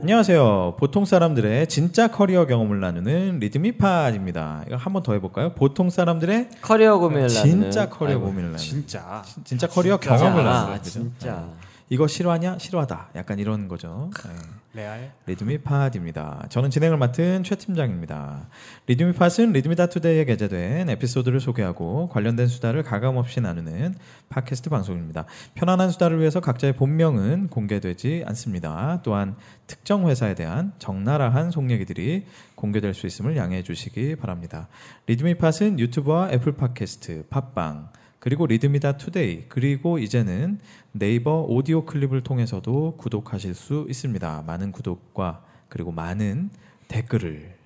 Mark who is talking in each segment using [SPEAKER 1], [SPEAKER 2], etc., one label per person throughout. [SPEAKER 1] 안녕하세요. 보통 사람들의 진짜 커리어 경험을 나누는 리드미팟입니다. 이거 한번 더 해볼까요? 보통 사람들의
[SPEAKER 2] 커리어 고민을
[SPEAKER 1] 진짜
[SPEAKER 2] 나누는-
[SPEAKER 1] 커리어
[SPEAKER 2] 네, 아이고,
[SPEAKER 1] 고민을 나누는
[SPEAKER 3] 진짜.
[SPEAKER 1] 진짜 커리어
[SPEAKER 3] 진짜.
[SPEAKER 1] 경험을
[SPEAKER 2] 아,
[SPEAKER 1] 나누는 거죠. 네.
[SPEAKER 2] 진짜.
[SPEAKER 1] 이거 싫어하냐? 싫어하다. 약간 이런 거죠. 네.
[SPEAKER 3] 레알.
[SPEAKER 1] 리드미팟입니다. 저는 진행을 맡은 최 팀장입니다. 리드미팟은 리드미다투데이에 게재된 에피소드를 소개하고 관련된 수다를 가감없이 나누는 팟캐스트 방송입니다. 편안한 수다를 위해서 각자의 본명은 공개되지 않습니다. 또한 특정 회사에 대한 적나라한 속 얘기들이 공개될 수 있음을 양해해 주시기 바랍니다. 리드미팟은 유튜브와 애플 팟캐스트, 팟빵, 그리고 리드미다 투데이 그리고 이제는 네이버 오디오 클립을 통해서도 구독하실 수 있습니다. 많은 구독과 그리고 많은 댓글을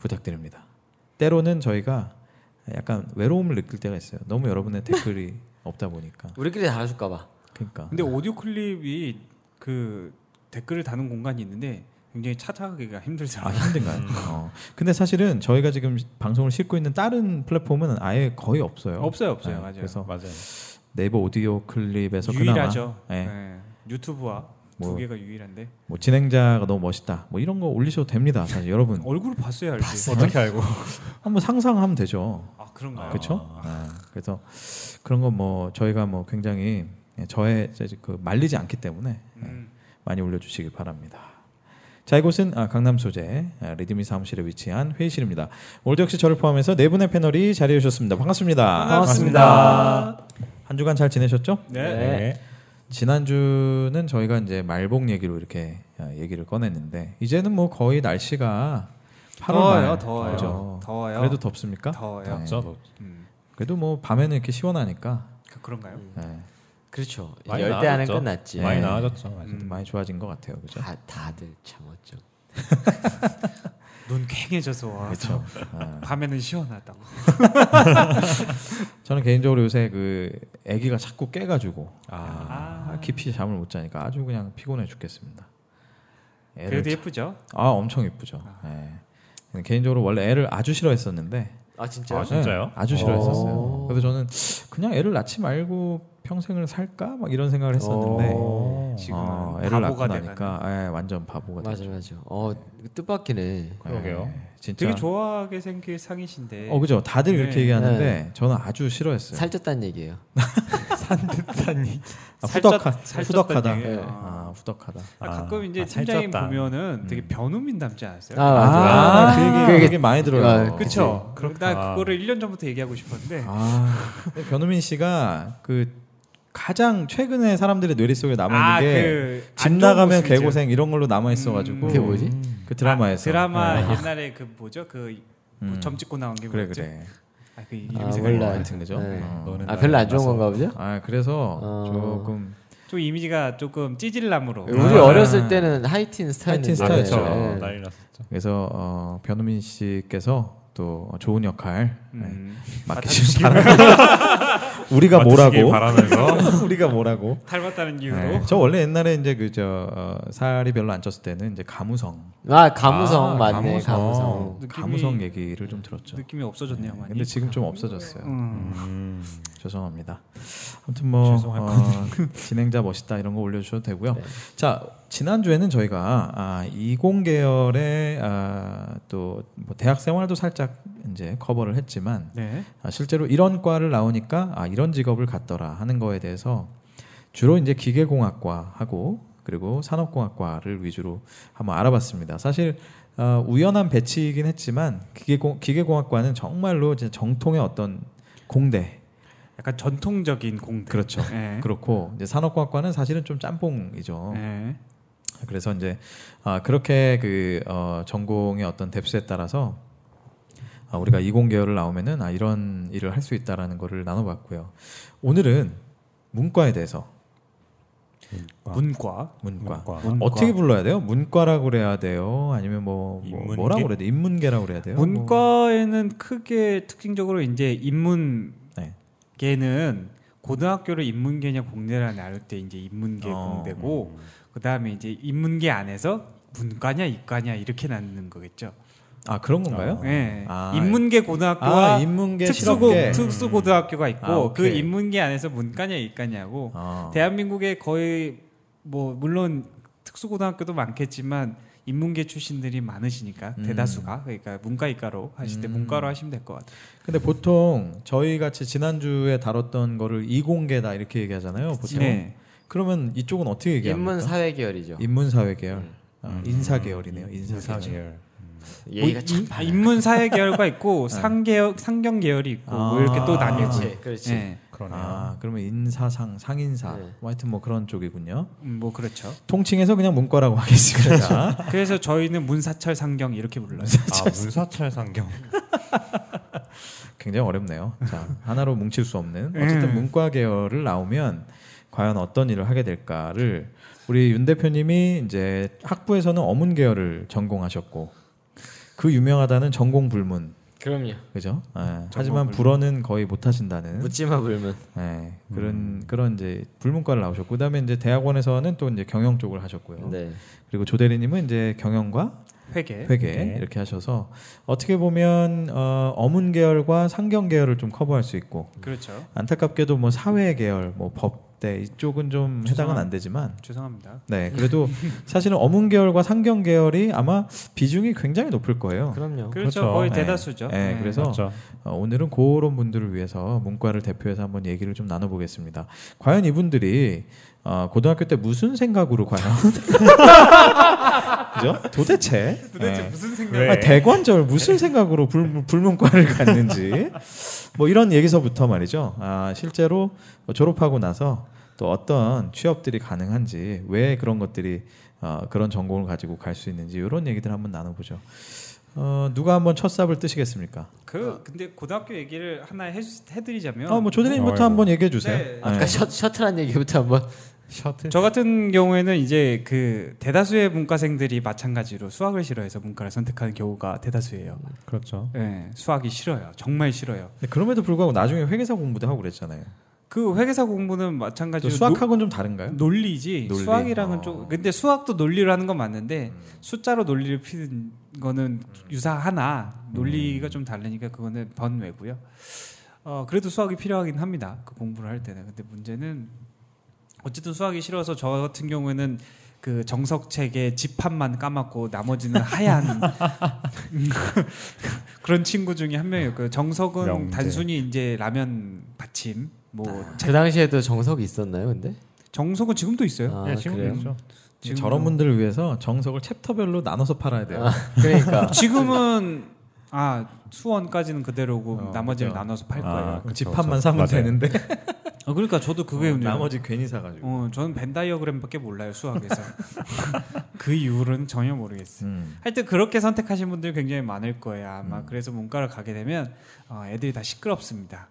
[SPEAKER 1] 부탁드립니다. 때로는 저희가 약간 외로움을 느낄 때가 있어요. 너무 여러분의 댓글이 없다 보니까.
[SPEAKER 2] 우리끼리 다르실까 봐.
[SPEAKER 1] 그러니까
[SPEAKER 3] 근데 오디오 클립이 그 댓글을 다는 공간이 있는데 굉장히 찾아가기가
[SPEAKER 1] 아
[SPEAKER 3] 힘들더라고요.
[SPEAKER 1] 힘든가요? 어. 근데 사실은 저희가 지금 방송을 싣고 있는 다른 플랫폼은 아예 거의 없어요.
[SPEAKER 3] 없어요, 없어요.
[SPEAKER 1] 네,
[SPEAKER 3] 맞아요.
[SPEAKER 1] 그래서
[SPEAKER 4] 맞아요.
[SPEAKER 1] 네이버 오디오 클립에서
[SPEAKER 3] 유일하죠.
[SPEAKER 1] 그나마 예,
[SPEAKER 3] 네. 유튜브와
[SPEAKER 1] 뭐.
[SPEAKER 3] 두 개가 유일한데
[SPEAKER 1] 뭐 진행자가 너무 멋있다. 뭐 이런 거 올리셔도 됩니다. 사실 여러분
[SPEAKER 3] 얼굴을 봤어야 알지.
[SPEAKER 4] 어떻게 알고?
[SPEAKER 1] 한번 상상하면 되죠.
[SPEAKER 3] 아 그런가요?
[SPEAKER 1] 그렇죠? 그래서 그런 건 뭐 저희가 뭐 굉장히 저의 이제 그 말리지 않기 때문에
[SPEAKER 3] 음.
[SPEAKER 1] 많이 올려주시길 바랍니다. 자 이곳은 아, 강남 소재 아, 리드미 사무실에 위치한 회의실입니다. 오늘도 역시 저를 포함해서 네 분의 패널이 자리해 주셨습니다. 반갑습니다.
[SPEAKER 2] 반갑습니다.
[SPEAKER 1] 한 주간 잘 지내셨죠?
[SPEAKER 3] 아, 네.
[SPEAKER 4] 네.
[SPEAKER 1] 지난주는 저희가 이제 말복 얘기로 이렇게 아, 얘기를 꺼냈는데 이제는 뭐 거의 날씨가 8월
[SPEAKER 3] 더워요,
[SPEAKER 1] 말
[SPEAKER 3] 더워요,
[SPEAKER 1] 그죠?
[SPEAKER 3] 더워요.
[SPEAKER 1] 그래도 덥습니까?
[SPEAKER 3] 더워요.
[SPEAKER 1] 네.
[SPEAKER 4] 저도
[SPEAKER 3] 음.
[SPEAKER 1] 그래도 뭐 밤에는 이렇게 시원하니까
[SPEAKER 3] 그, 그런가요?
[SPEAKER 1] 네,
[SPEAKER 2] 그렇죠.
[SPEAKER 4] 많이
[SPEAKER 2] 열대 안은
[SPEAKER 4] 나아졌죠.
[SPEAKER 2] 끝났지.
[SPEAKER 4] 예. 많이
[SPEAKER 1] 네.
[SPEAKER 4] 나아졌죠. 맞아요.
[SPEAKER 3] 음.
[SPEAKER 1] 많이 좋아진 것 같아요, 그죠?
[SPEAKER 2] 다 다들 참 어쩜.
[SPEAKER 3] 눈 퀭해져서 와.
[SPEAKER 1] 그렇죠. 아,
[SPEAKER 3] 밤에는 시원하다고.
[SPEAKER 1] 저는 개인적으로 요새 그 아기가 자꾸 깨가지고
[SPEAKER 3] 아.
[SPEAKER 1] 아, 깊이 잠을 못 자니까 아주 그냥 피곤해 죽겠습니다. 애를
[SPEAKER 3] 그래도
[SPEAKER 1] 자-
[SPEAKER 3] 예쁘죠?
[SPEAKER 1] 아 엄청 예쁘죠. 예. 개인적으로 원래 애를 아주 싫어했었는데
[SPEAKER 2] 아 진짜.
[SPEAKER 4] 아, 진짜요?
[SPEAKER 1] 예, 아주 싫어했었어요. 그래서 저는 그냥 애를 낳지 말고 평생을 살까 막 이런 생각을 했었는데
[SPEAKER 2] 오.
[SPEAKER 3] 지금은
[SPEAKER 1] 어, 애를 낳고
[SPEAKER 3] 바보가
[SPEAKER 1] 나니까 예, 완전 바보가
[SPEAKER 2] 맞아
[SPEAKER 1] 됐죠.
[SPEAKER 2] 맞아. 어 뜻밖이네.
[SPEAKER 4] 그러게요.
[SPEAKER 1] 예, 진짜.
[SPEAKER 3] 되게 좋아하게 생길 상이신데.
[SPEAKER 1] 어 그죠. 다들
[SPEAKER 3] 네.
[SPEAKER 1] 그렇게 얘기하는데 저는 아주 싫어했어요.
[SPEAKER 2] 살쪘단 얘기예요.
[SPEAKER 1] 아,
[SPEAKER 3] 살쪘-
[SPEAKER 1] 후덕하,
[SPEAKER 3] 살쪘단
[SPEAKER 1] 후덕하다.
[SPEAKER 3] 얘기예요.
[SPEAKER 1] 아, 후덕하다.
[SPEAKER 3] 아,
[SPEAKER 4] 아,
[SPEAKER 3] 가끔 이제
[SPEAKER 4] 아,
[SPEAKER 3] 팀장님
[SPEAKER 4] 살쪘다.
[SPEAKER 3] 보면은 되게
[SPEAKER 1] 음.
[SPEAKER 3] 변호민 닮지 않았어요?
[SPEAKER 2] 아 맞아.
[SPEAKER 1] 아, 그 얘기, 그
[SPEAKER 2] 그게-
[SPEAKER 1] 얘기 많이 들어요.
[SPEAKER 2] 아,
[SPEAKER 3] 그쵸? 그럼 나
[SPEAKER 4] 아.
[SPEAKER 3] 그거를 1년 전부터 얘기하고 싶었는데
[SPEAKER 1] 아, 근데 변우민 씨가 그 가장 최근에 사람들의 뇌리 속에 남아 있는 게
[SPEAKER 3] 아그집
[SPEAKER 1] 집 나가면 개고생 이런 걸로 남아 있어가지고
[SPEAKER 3] 음.
[SPEAKER 2] 그게 뭐지?
[SPEAKER 1] 그 드라마에서
[SPEAKER 3] 드라마
[SPEAKER 1] 네.
[SPEAKER 3] 옛날에 그 뭐죠? 그
[SPEAKER 1] 음.
[SPEAKER 3] 점 찍고 나온 게
[SPEAKER 1] 그래
[SPEAKER 3] 뭐였지?
[SPEAKER 1] 그래.
[SPEAKER 3] 아, 그 이름이
[SPEAKER 2] 아,
[SPEAKER 3] 생각이
[SPEAKER 2] 몰라.
[SPEAKER 3] 안 나.
[SPEAKER 1] 같은 거죠?
[SPEAKER 2] 네.
[SPEAKER 1] 어.
[SPEAKER 4] 너는
[SPEAKER 2] 아 별로 안 좋은
[SPEAKER 4] 나서.
[SPEAKER 2] 건가 보죠?
[SPEAKER 1] 아 그래서
[SPEAKER 2] 어.
[SPEAKER 1] 조금
[SPEAKER 3] 좀 이미지가 조금 찌질남으로
[SPEAKER 2] 우리
[SPEAKER 1] 아.
[SPEAKER 2] 어렸을 때는 하이틴
[SPEAKER 1] 하이틴
[SPEAKER 2] 스타였는데.
[SPEAKER 4] 아, 그렇죠.
[SPEAKER 1] 스타였죠.
[SPEAKER 2] 네.
[SPEAKER 4] 난리 났었죠.
[SPEAKER 1] 그래서 어, 변우민 씨께서 또 좋은 역할 네.
[SPEAKER 3] 음.
[SPEAKER 1] 맡기시길 바랍니다. 우리가
[SPEAKER 4] 맡으시길
[SPEAKER 1] 뭐라고?
[SPEAKER 4] 아, 바라면서
[SPEAKER 1] 우리가 뭐라고?
[SPEAKER 3] 닮았다는 이유로
[SPEAKER 1] 네. 저 원래 옛날에 이제 그저 어, 살이 별로 안 쪘을 때는 이제 가무성
[SPEAKER 2] 아 가무성
[SPEAKER 4] 아,
[SPEAKER 1] 가무성. 어.
[SPEAKER 2] 맞네. 가무성.
[SPEAKER 3] 느낌이-
[SPEAKER 1] 가무성 얘기를 좀 들었죠.
[SPEAKER 3] 느낌이 없어졌네요 많이.
[SPEAKER 1] 근데 지금 좀 없어졌어요.
[SPEAKER 3] 음.
[SPEAKER 4] 음.
[SPEAKER 1] 죄송합니다. 아무튼 뭐
[SPEAKER 3] 죄송할
[SPEAKER 1] 어, 진행자 멋있다 이런 거 올려주셔도 되고요.
[SPEAKER 2] 네.
[SPEAKER 1] 자 지난 주에는 저희가 아, 이공 계열의 아, 또뭐 대학 생활도 살짝 이제 커버를 했지만
[SPEAKER 3] 네.
[SPEAKER 1] 아, 실제로 이런 과를 나오니까 아, 이런 직업을 갖더라 하는 거에 대해서 주로 이제 기계공학과 하고 그리고 산업공학과를 위주로 한번 알아봤습니다. 사실 어, 우연한 배치이긴 했지만 기계공 기계공학과는 정말로 이제 정통의 어떤 공대
[SPEAKER 3] 약간 전통적인 공대.
[SPEAKER 1] 그렇죠.
[SPEAKER 3] 네.
[SPEAKER 1] 그렇고 이제 산업공학과는 사실은 좀 짬뽕이죠.
[SPEAKER 3] 네.
[SPEAKER 1] 그래서 이제 아, 그렇게 그 어, 전공의 어떤 뎁스에 따라서 아, 우리가 이공 계열을 나오면은 아, 이런 일을 할 수 있다라는 거를 나눠봤고요. 오늘은 문과에 대해서
[SPEAKER 3] 문과.
[SPEAKER 1] 어. 문과.
[SPEAKER 4] 문과.
[SPEAKER 3] 문과.
[SPEAKER 1] 어떻게 불러야 돼요? 문과라고 그래야 돼요? 아니면 뭐, 뭐
[SPEAKER 4] 인문계?
[SPEAKER 1] 뭐라고 그래야 돼? 인문계라고 그래야 돼요? 뭐,
[SPEAKER 3] 문과에는 크게 특징적으로 이제 인문계는
[SPEAKER 1] 네.
[SPEAKER 3] 고등학교를 인문계냐 공대냐 나눌 때 이제 인문계
[SPEAKER 1] 어.
[SPEAKER 3] 공대고 그다음에 이제 인문계 안에서 문과냐 이과냐 이렇게 나누는 거겠죠.
[SPEAKER 1] 아 그런 건가요?
[SPEAKER 4] 어.
[SPEAKER 3] 예.
[SPEAKER 1] 아,
[SPEAKER 3] 인문계 고등학교와
[SPEAKER 1] 아, 인문계
[SPEAKER 3] 특수고
[SPEAKER 1] 실업계.
[SPEAKER 3] 특수 고등학교가 있고
[SPEAKER 1] 아,
[SPEAKER 3] 그
[SPEAKER 1] 오케이.
[SPEAKER 3] 인문계 안에서 문과냐 이과냐고
[SPEAKER 1] 아,
[SPEAKER 3] 대한민국의 거의 뭐 물론 특수고등학교도 많겠지만 인문계 출신들이 많으시니까
[SPEAKER 1] 음.
[SPEAKER 3] 대다수가 그러니까 문과이과로 하실 때
[SPEAKER 1] 음.
[SPEAKER 3] 문과로 하시면 될 것 같아요.
[SPEAKER 1] 근데 보통 저희 같이 지난주에 다뤘던 거를 이공계다 이렇게 얘기하잖아요. 보통.
[SPEAKER 3] 네.
[SPEAKER 1] 그러면 이쪽은 어떻게 얘기합니까?
[SPEAKER 2] 인문 사회 계열이죠.
[SPEAKER 1] 인문사회 계열.
[SPEAKER 2] 음.
[SPEAKER 1] 아, 인사 계열이네요. 인사 계열.
[SPEAKER 4] 인사계열.
[SPEAKER 2] 얘기가 참
[SPEAKER 3] 뭐 인- 인문사회 계열과 있고 상계열, 상경 계열이 있고 뭐 이렇게 또
[SPEAKER 1] 어. 아.
[SPEAKER 3] 나뉘지.
[SPEAKER 2] 그렇지, 그렇지.
[SPEAKER 3] 예.
[SPEAKER 4] 그러네요.
[SPEAKER 1] 아, 그러면 인사상, 상인사.
[SPEAKER 2] 네.
[SPEAKER 1] 뭐 하여튼 뭐 그런 쪽이군요.
[SPEAKER 3] 음, 뭐 그렇죠.
[SPEAKER 1] 통칭해서 그냥 문과라고 하겠습니다.
[SPEAKER 3] 그래서 저희는 문사철 상경 이렇게 불러요.
[SPEAKER 4] 아 문사철 상경.
[SPEAKER 1] 굉장히 어렵네요. 자, 하나로 뭉칠 수 없는 어쨌든 문과 계열을 나오면 과연 어떤 일을 하게 될까를 우리 윤 대표님이 이제 학부에서는 어문 계열을 전공하셨고 그 유명하다는 전공 불문
[SPEAKER 2] 그럼요.
[SPEAKER 1] 그죠? 예,
[SPEAKER 3] 불문.
[SPEAKER 1] 하지만 불어는 거의 못 하신다는
[SPEAKER 2] 묻지마 불문.
[SPEAKER 1] 예, 그런 그런 이제 불문과를 나오셨고 그다음에 이제 대학원에서는 또 이제 경영 쪽을 하셨고요.
[SPEAKER 2] 네.
[SPEAKER 1] 그리고 조대리님은 이제 경영과
[SPEAKER 3] 회계.
[SPEAKER 1] 회계 이렇게 하셔서 어떻게 보면 어, 어문 계열과 상경 계열을 좀 커버할 수 있고
[SPEAKER 3] 그렇죠.
[SPEAKER 1] 안타깝게도 뭐 사회 계열, 뭐 법대 이쪽은 좀 해당은 안 되지만
[SPEAKER 3] 죄송합니다.
[SPEAKER 1] 네 그래도 사실은 어문 계열과 상경 계열이 아마 비중이 굉장히 높을 거예요.
[SPEAKER 2] 그럼요.
[SPEAKER 3] 그렇죠.
[SPEAKER 4] 그렇죠.
[SPEAKER 3] 거의
[SPEAKER 1] 네.
[SPEAKER 3] 대다수죠.
[SPEAKER 1] 네,
[SPEAKER 3] 예.
[SPEAKER 1] 그래서 어, 오늘은 그런 분들을 위해서 문과를 대표해서 한번 얘기를 좀 나눠보겠습니다. 과연 이분들이 어, 고등학교 때 무슨 생각으로 과연 그죠? 도대체
[SPEAKER 3] 도대체
[SPEAKER 1] 네.
[SPEAKER 3] 무슨
[SPEAKER 4] 왜?
[SPEAKER 3] 생각?
[SPEAKER 1] 아, 대관절 무슨 생각으로 불, 불문과를 갔는지 뭐 이런 얘기서부터 말이죠. 아, 실제로 졸업하고 나서 또 어떤 취업들이 가능한지 왜 그런 것들이 어, 그런 전공을 가지고 갈 수 있는지 이런 얘기들 한번 나눠보죠. 어, 누가 한번 첫 삽을 뜨시겠습니까?
[SPEAKER 3] 그 근데 고등학교 얘기를 하나 해, 해드리자면
[SPEAKER 1] 아, 뭐 조대리님부터
[SPEAKER 4] 아이고.
[SPEAKER 1] 한번 얘기해 주세요.
[SPEAKER 3] 네,
[SPEAKER 2] 아까 그러니까 셔, 셔틀한 얘기부터 한번
[SPEAKER 4] 셔틀.
[SPEAKER 3] 저 같은 경우에는 이제 그 대다수의 문과생들이 마찬가지로 수학을 싫어해서 문과를 선택하는 경우가 대다수예요.
[SPEAKER 1] 어?
[SPEAKER 4] 그렇죠.
[SPEAKER 3] 예, 수학이 싫어요. 정말 싫어요.
[SPEAKER 1] 근데 그럼에도 불구하고 나중에 회계사 공부도 하고 그랬잖아요.
[SPEAKER 3] 그 회계사 공부는
[SPEAKER 1] 또
[SPEAKER 3] 마찬가지로
[SPEAKER 1] 수학하고는 좀 다른가요?
[SPEAKER 3] 노- 논리지
[SPEAKER 1] 네? 논리.
[SPEAKER 3] 수학이랑은
[SPEAKER 1] 어.
[SPEAKER 3] 좀 근데 수학도 논리로 하는 건 맞는데 숫자로 논리를 피는 거는 유사하나 논리가 좀 다르니까 그거는 번외고요. 어 그래도 수학이 필요하긴 합니다. 그 공부를 할 때는 근데 문제는 어쨌든 수학이 싫어서 저 같은 경우에는 그 정석책의 집합만 까맣고 나머지는 하얀 그런 친구 중에 한 명이었고요. 정석은
[SPEAKER 4] 명제.
[SPEAKER 3] 단순히 이제 라면 받침 뭐
[SPEAKER 2] 그 당시에도 정석이 있었나요, 근데?
[SPEAKER 3] 정석은 지금도 있어요.
[SPEAKER 2] 아,
[SPEAKER 4] 예, 지금도
[SPEAKER 2] 그래요?
[SPEAKER 4] 있죠.
[SPEAKER 3] 지금 뭐-
[SPEAKER 1] 저런 분들을 위해서 정석을 챕터별로 나눠서 팔아야 돼요.
[SPEAKER 2] 아, 그러니까
[SPEAKER 3] 지금은 아 수원까지는 그대로고
[SPEAKER 1] 어,
[SPEAKER 3] 나머지는
[SPEAKER 1] 그죠.
[SPEAKER 3] 나눠서 팔
[SPEAKER 1] 아,
[SPEAKER 3] 거예요.
[SPEAKER 1] 그럼
[SPEAKER 4] 그쵸,
[SPEAKER 1] 집합만
[SPEAKER 4] 그쵸.
[SPEAKER 1] 사면
[SPEAKER 4] 맞아요.
[SPEAKER 1] 되는데
[SPEAKER 3] 어, 그러니까 저도 그게
[SPEAKER 1] 어,
[SPEAKER 3] 문제예요.
[SPEAKER 1] 나머지 괜히 사가지고.
[SPEAKER 3] 어, 저는 벤 다이어그램밖에 몰라요 수학에서. 그 이후로는 전혀 모르겠어요.
[SPEAKER 1] 음.
[SPEAKER 3] 하여튼 그렇게 선택하신 분들 굉장히 많을 거예요. 아마
[SPEAKER 1] 음.
[SPEAKER 3] 그래서 문과를 가게 되면 어, 애들이 다 시끄럽습니다.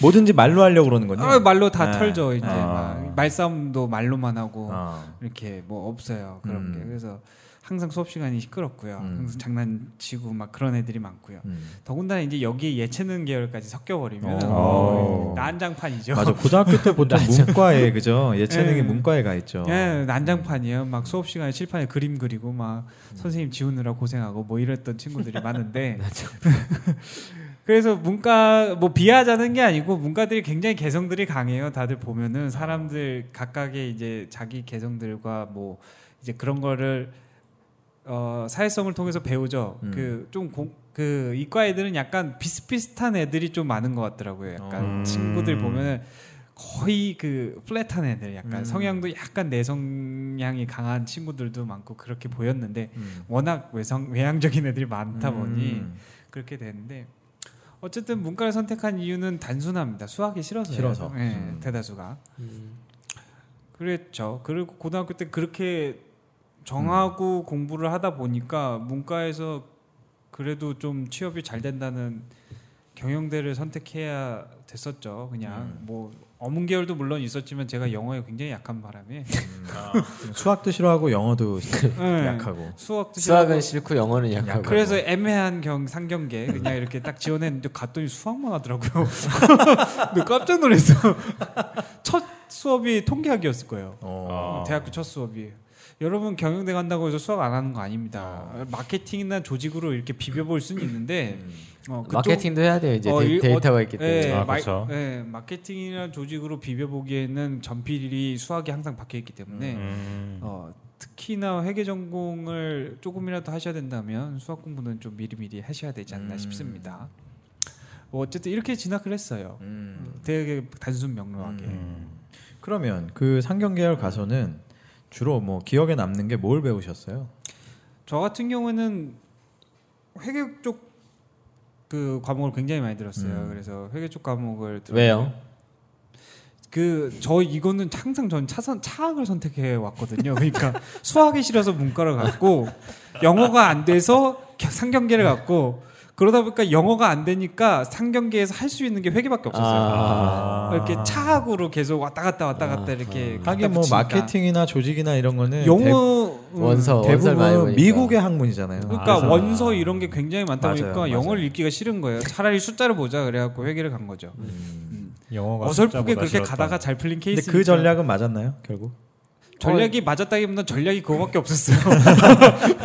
[SPEAKER 1] 뭐든지 말로 하려고 그러는 거죠.
[SPEAKER 3] 어, 말로 다
[SPEAKER 1] 네.
[SPEAKER 3] 털죠 이제
[SPEAKER 1] 아.
[SPEAKER 3] 막 말싸움도 말로만 하고
[SPEAKER 1] 아.
[SPEAKER 3] 이렇게 뭐 없어요 그런
[SPEAKER 1] 음.
[SPEAKER 3] 게 그래서 항상 수업 시간이 시끄럽고요.
[SPEAKER 1] 음.
[SPEAKER 3] 항상 장난치고 막 그런 애들이 많고요.
[SPEAKER 1] 음.
[SPEAKER 3] 더군다나 이제 여기에 예체능 계열까지 섞여버리면
[SPEAKER 4] 오.
[SPEAKER 3] 난장판이죠.
[SPEAKER 1] 맞아 고등학교 때 보통 문과에 그죠 예체능이
[SPEAKER 3] 예.
[SPEAKER 1] 문과에 가 있죠. 네.
[SPEAKER 3] 예, 난장판이에요. 막 수업 시간에 칠판에 그림 그리고 막
[SPEAKER 1] 음.
[SPEAKER 3] 선생님 지우느라 고생하고 뭐 이랬던 친구들이 많은데. 그래서 문과 뭐 비하자는 게 아니고 문과들이 굉장히 개성들이 강해요. 다들 보면은 사람들 각각의 이제 자기 개성들과 뭐 이제 그런 거를 어, 사회성을 통해서 배우죠. 그
[SPEAKER 1] 음.
[SPEAKER 3] 그좀그 이과 애들은 약간 비슷비슷한 애들이 좀 많은 것 같더라고요. 약간
[SPEAKER 1] 어.
[SPEAKER 4] 음.
[SPEAKER 3] 친구들 보면은 거의 그 플랫한 애들 약간
[SPEAKER 1] 음.
[SPEAKER 3] 성향도 약간 내성향이 강한 친구들도 많고 그렇게 보였는데
[SPEAKER 1] 음.
[SPEAKER 3] 워낙 외성 외향적인 애들이 많다 보니
[SPEAKER 1] 음.
[SPEAKER 3] 그렇게 됐는데 어쨌든 문과를 선택한 이유는 단순합니다. 수학이 싫어서요.
[SPEAKER 1] 싫어서.
[SPEAKER 3] 예,
[SPEAKER 1] 음.
[SPEAKER 3] 대다수가
[SPEAKER 2] 음,
[SPEAKER 3] 그랬죠. 그리고 고등학교 때 그렇게 정하고
[SPEAKER 2] 음.
[SPEAKER 3] 공부를 하다 보니까 문과에서 그래도 좀 취업이 잘 된다는 경영대를 선택해야 됐었죠. 그냥
[SPEAKER 2] 음.
[SPEAKER 3] 뭐 어문 계열도 물론 있었지만 제가 영어에 굉장히 약한 바람에
[SPEAKER 1] 수학도 싫어하고 영어도
[SPEAKER 3] 예,
[SPEAKER 1] 약하고.
[SPEAKER 3] 수학도
[SPEAKER 2] 수학은
[SPEAKER 3] 싫어하고
[SPEAKER 2] 싫고 영어는 약하고. 음.
[SPEAKER 3] 그래서 애매한 경 상경계 그냥 이렇게 딱 지원했는데 갔더니 수학만 하더라고요. 근데 깜짝 놀랐어. 첫 수업이 통계학이었을 거예요.
[SPEAKER 1] 어.
[SPEAKER 4] 아.
[SPEAKER 3] 대학교 첫 수업이 여러분 경영대 간다고 해서 수학 안 하는 거 아닙니다. 마케팅이나 조직으로 이렇게 비벼볼 수는 있는데
[SPEAKER 1] 음.
[SPEAKER 3] 어, 그쪽-
[SPEAKER 2] 마케팅도 해야 돼요 이제
[SPEAKER 3] 어,
[SPEAKER 2] 데,
[SPEAKER 3] 이-
[SPEAKER 2] 이터가 있기 때문에.
[SPEAKER 3] 예,
[SPEAKER 4] 아,
[SPEAKER 3] 마,
[SPEAKER 4] 그렇죠.
[SPEAKER 3] 예, 마케팅이나 조직으로 비벼보기에는 전필이 수학이 항상 박혀 있기 때문에
[SPEAKER 4] 음.
[SPEAKER 3] 어, 특히나 회계 전공을 조금이라도 하셔야 된다면 수학 공부는 좀 미리미리 하셔야 되지 않나
[SPEAKER 1] 음.
[SPEAKER 3] 싶습니다. 뭐 어쨌든 이렇게 진학을 했어요.
[SPEAKER 1] 음.
[SPEAKER 3] 되게 단순 명료하게.
[SPEAKER 4] 음.
[SPEAKER 1] 그러면 그 상경 계열 가서는 주로 뭐 기억에 남는 게 뭘 배우셨어요?
[SPEAKER 3] 저 같은 경우에는 회계 쪽 그 과목을 굉장히 많이 들었어요.
[SPEAKER 1] 음.
[SPEAKER 3] 그래서 회계 쪽 과목을 들-
[SPEAKER 2] 왜요?
[SPEAKER 3] 그 저 이거는 항상 전 차선 차학을 선택해 왔거든요. 그러니까 수학이 싫어서 문과를 갔고 영어가 안 돼서 겨- 상경계를 갔고 그러다 보니까 영어가 안 되니까 상경계에서 할 수 있는 게 회계밖에 없었어요.
[SPEAKER 2] 아.
[SPEAKER 3] 이렇게 차학으로 계속 왔다 갔다 왔다 갔다 이렇게 갔다
[SPEAKER 1] 하긴 뭐
[SPEAKER 3] 음. 붙이니까.
[SPEAKER 1] 마케팅이나 조직이나 이런 거는
[SPEAKER 3] 영어 음,
[SPEAKER 2] 원서
[SPEAKER 1] 대,
[SPEAKER 2] 원서 많이
[SPEAKER 1] 대부분
[SPEAKER 2] 보니까.
[SPEAKER 1] 미국의 학문이잖아요.
[SPEAKER 3] 그러니까
[SPEAKER 4] 그래서-
[SPEAKER 3] 원서 이런 게 굉장히 많다
[SPEAKER 1] 맞아요,
[SPEAKER 3] 보니까
[SPEAKER 1] 맞아요.
[SPEAKER 3] 영어를 읽기가 싫은 거예요. 차라리 숫자를 보자 그래갖고 회계를 간 거죠.
[SPEAKER 4] 영어가
[SPEAKER 3] 어설프게
[SPEAKER 4] 숫자보다
[SPEAKER 3] 그렇게
[SPEAKER 4] 싫었다.
[SPEAKER 3] 가다가 잘 풀린
[SPEAKER 1] 근데
[SPEAKER 3] 케이스.
[SPEAKER 1] 그 전략은 맞았나요? 결국?
[SPEAKER 3] 전략이 맞았다기보다는 전략이 그거밖에 없었어요.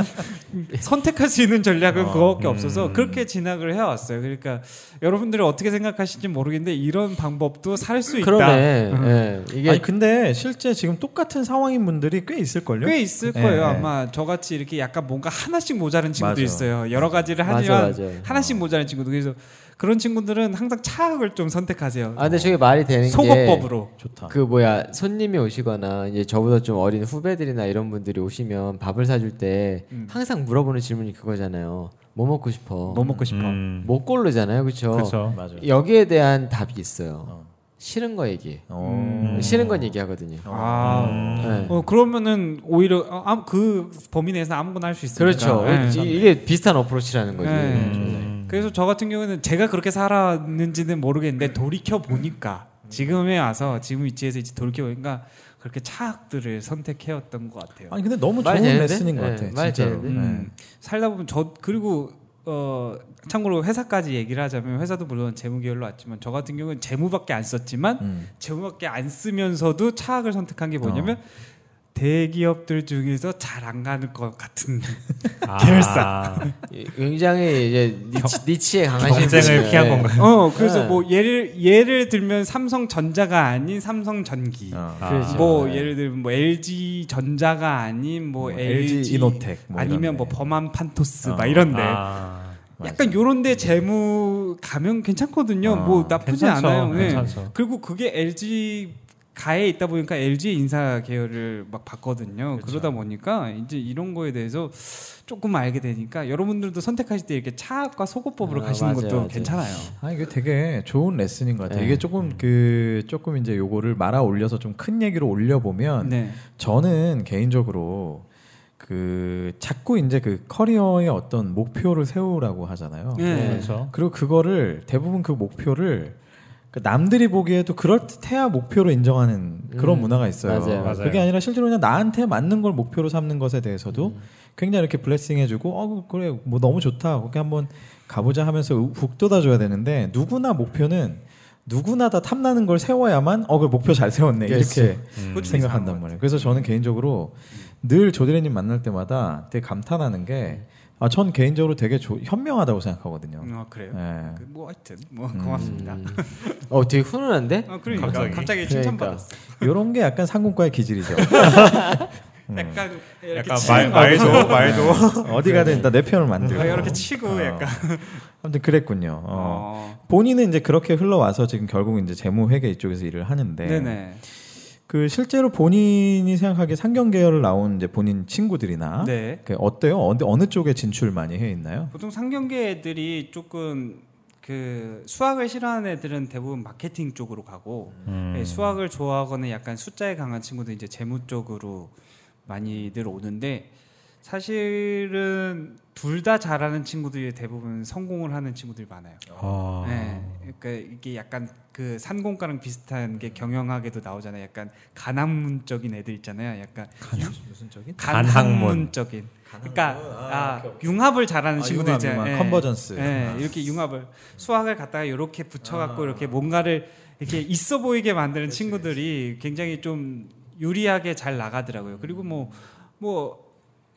[SPEAKER 3] 선택할 수 있는 전략은
[SPEAKER 1] 어,
[SPEAKER 3] 그거밖에
[SPEAKER 4] 음.
[SPEAKER 3] 없어서 그렇게 진학을 해왔어요. 그러니까 여러분들이 어떻게 생각하실지 모르겠는데 이런 방법도 살 수 있다. 음.
[SPEAKER 2] 그러네. 예. 이게
[SPEAKER 1] 아니 근데 실제 지금 똑같은 상황인 분들이 꽤 있을 걸요.
[SPEAKER 3] 꽤 있을
[SPEAKER 1] 네,
[SPEAKER 3] 거예요.
[SPEAKER 1] 네.
[SPEAKER 3] 아마 저같이 이렇게 약간 뭔가 하나씩 모자른 친구도
[SPEAKER 1] 맞아.
[SPEAKER 3] 있어요. 여러 가지를 하지만
[SPEAKER 2] 맞아 맞아.
[SPEAKER 3] 하나씩 모자란 친구도 그래서 그런 친구들은 항상 차학을 좀 선택하세요.
[SPEAKER 2] 아 근데 저게 말이 되는 게.
[SPEAKER 3] 소거법으로.
[SPEAKER 1] 좋다.
[SPEAKER 2] 그 뭐야 손님이 오시거나 이제 저보다 좀 어린 후배들이나 이런 분들이 오시면 밥을 사줄 때
[SPEAKER 3] 음.
[SPEAKER 2] 항상 물어보는 질문이 그거잖아요. 뭐 먹고 싶어?
[SPEAKER 3] 뭐 먹고 싶어.
[SPEAKER 4] 음.
[SPEAKER 2] 못 고르잖아요, 그렇죠?
[SPEAKER 4] 그렇죠.
[SPEAKER 1] 어, 맞아.
[SPEAKER 2] 여기에 대한 답이 있어요.
[SPEAKER 1] 어.
[SPEAKER 2] 싫은 거 얘기.
[SPEAKER 1] 어.
[SPEAKER 4] 음.
[SPEAKER 2] 싫은 건 얘기하거든요.
[SPEAKER 3] 아.
[SPEAKER 2] 네.
[SPEAKER 3] 어 그러면은 오히려 어, 아무- 그 범위 내에서 아무거나 할 수 있으니까.
[SPEAKER 2] 그렇죠.
[SPEAKER 3] 네.
[SPEAKER 2] 이- 이게 비슷한 어프로치라는 거지.
[SPEAKER 3] 네.
[SPEAKER 4] 음.
[SPEAKER 3] 그래서 저 같은 경우에는 제가 그렇게 살았는지는
[SPEAKER 2] 음.
[SPEAKER 3] 모르겠는데 돌이켜 보니까 지금에 와서 지금 위치에서 이제 돌이켜 보니까 그렇게 차악들을 선택해왔던 것 같아요.
[SPEAKER 1] 아니 근데 너무 좋은
[SPEAKER 2] 말 되는데?
[SPEAKER 1] 레슨인 것
[SPEAKER 2] 네,
[SPEAKER 1] 같아.
[SPEAKER 2] 말
[SPEAKER 1] 진짜로.
[SPEAKER 2] 되는데?
[SPEAKER 3] 음, 살다 보면 저 그리고 어 참고로 회사까지 얘기를 하자면 회사도 물론 재무 계열로 왔지만 저 같은 경우는 재무밖에 안 썼지만
[SPEAKER 1] 네. 음.
[SPEAKER 3] 재무밖에 안 쓰면서도 차악을 선택한 게 뭐냐면 대기업들 중에서 잘 안 가는 것 같은
[SPEAKER 4] 아.
[SPEAKER 3] 계열사.
[SPEAKER 2] 이- 굉장히 이제 니치, 에 강하신
[SPEAKER 4] 경쟁을
[SPEAKER 2] 분이에요.
[SPEAKER 4] 피한
[SPEAKER 2] 네.
[SPEAKER 4] 건가요?
[SPEAKER 3] 어 그래서
[SPEAKER 2] 네.
[SPEAKER 3] 뭐 예를 예를 들면 삼성전자가 아닌 삼성전기
[SPEAKER 1] 어.
[SPEAKER 4] 아.
[SPEAKER 2] 그렇죠.
[SPEAKER 3] 뭐
[SPEAKER 2] 네.
[SPEAKER 3] 예를 들면 뭐 LG 전자가 아닌
[SPEAKER 1] 뭐
[SPEAKER 3] 뭐, LG,
[SPEAKER 1] LG 이노텍 뭐 이런
[SPEAKER 3] 아니면
[SPEAKER 1] 데.
[SPEAKER 3] 뭐 범한 판토스
[SPEAKER 1] 어.
[SPEAKER 3] 막 이런데
[SPEAKER 4] 아.
[SPEAKER 3] 약간 요런데 재무 가면 괜찮거든요.
[SPEAKER 1] 어,
[SPEAKER 3] 뭐 나쁘지
[SPEAKER 4] 괜찮죠.
[SPEAKER 3] 않아요. 네.
[SPEAKER 4] 괜찮죠.
[SPEAKER 3] 그리고 그게 LG 가에 있다 보니까 LG 인사 계열을 막 봤거든요. 그러다 보니까 이제 이런 거에 대해서 조금 알게 되니까 여러분들도 선택하실 때 이렇게 차악과 소고법으로
[SPEAKER 2] 아,
[SPEAKER 3] 가시는
[SPEAKER 2] 맞아요,
[SPEAKER 3] 것도
[SPEAKER 2] 맞아요.
[SPEAKER 3] 괜찮아요.
[SPEAKER 1] 아 이게 되게 좋은 레슨인 것 같아요.
[SPEAKER 2] 네.
[SPEAKER 1] 이게 조금 그 조금 이제 요거를 말아 올려서 좀 큰 얘기로 올려 보면
[SPEAKER 3] 네.
[SPEAKER 1] 저는 개인적으로 그 자꾸 이제 그 커리어의 어떤 목표를 세우라고 하잖아요.
[SPEAKER 3] 네.
[SPEAKER 4] 그렇죠.
[SPEAKER 1] 그리고 그거를 대부분 그 목표를 그 남들이 보기에도 그럴듯해야 목표로 인정하는 그런
[SPEAKER 2] 음,
[SPEAKER 1] 문화가 있어요.
[SPEAKER 2] 맞아요,
[SPEAKER 4] 맞아요.
[SPEAKER 1] 그게 아니라 실제로 그냥 나한테 맞는 걸 목표로 삼는 것에 대해서도 굉장히 이렇게 블레싱해주고 어 그래 뭐 너무 좋다 거기 한번 가보자 하면서 우- 북돋아줘야 되는데 누구나 목표는 누구나 다 탐나는 걸 세워야만 어그 목표 잘 세웠네 이렇게
[SPEAKER 2] 그렇지.
[SPEAKER 4] 음.
[SPEAKER 3] 그렇죠. 이상한
[SPEAKER 1] 생각한단
[SPEAKER 3] 것
[SPEAKER 1] 말이에요. 그래서 저는 개인적으로 늘 조대리님 만날 때마다 되게 감탄하는 게 아, 전 개인적으로 되게 조- 현명하다고 생각하거든요.
[SPEAKER 3] 아 그래요.
[SPEAKER 1] 예.
[SPEAKER 3] 그, 뭐 하여튼 뭐 고맙습니다.
[SPEAKER 2] 음. 어, 되게 훈훈한데?
[SPEAKER 3] 아 그러니까 갑자기,
[SPEAKER 4] 갑자기.
[SPEAKER 3] 칭찬받았어.
[SPEAKER 1] 이런 게 약간 상공과의 기질이죠.
[SPEAKER 3] 약간 이렇게
[SPEAKER 4] 약간
[SPEAKER 3] 치는
[SPEAKER 4] 말,
[SPEAKER 3] 거.
[SPEAKER 4] 말도 말도
[SPEAKER 1] 어디 가든 일단 내 편을 만들고.
[SPEAKER 3] 아, 이렇게 치고
[SPEAKER 1] 어.
[SPEAKER 3] 약간
[SPEAKER 1] 아무튼 그랬군요. 어.
[SPEAKER 3] 어.
[SPEAKER 1] 본인은 이제 그렇게 흘러와서 지금 결국 이제 재무 회계 이쪽에서 일을 하는데
[SPEAKER 3] 네네.
[SPEAKER 1] 그 실제로 본인이 생각하기에 상경 계열을 나온 이제 본인 친구들이나
[SPEAKER 3] 네.
[SPEAKER 1] 그 어때요? 어느, 어느 쪽에 진출 많이 해 있나요?
[SPEAKER 3] 보통 상경계 애들이 조금 그 수학을 싫어하는 애들은 대부분 마케팅 쪽으로 가고
[SPEAKER 4] 음.
[SPEAKER 3] 예, 수학을 좋아하거나 약간 숫자에 강한 친구들 이제 재무 쪽으로 많이들 오는데 사실은 둘 다 잘하는 친구들이 대부분 성공을 하는 친구들이 많아요.
[SPEAKER 4] 아.
[SPEAKER 3] 예, 그러니까 이게 약간 그 산공과랑 비슷한 게 경영학에도 나오잖아요. 약간 간학문적인 애들 있잖아요. 약간
[SPEAKER 1] 무슨 쪽이?
[SPEAKER 3] 간학문적인. 그러니까 아, 융합을 잘하는 친구들 있잖아요. 예.
[SPEAKER 1] 컨버전스.
[SPEAKER 3] 예, 이렇게 융합을 수학을 갖다가 이렇게 붙여갖고 이렇게 뭔가를 이렇게 있어 보이게 만드는 친구들이 굉장히 좀 유리하게 잘 나가더라고요. 그리고 뭐 뭐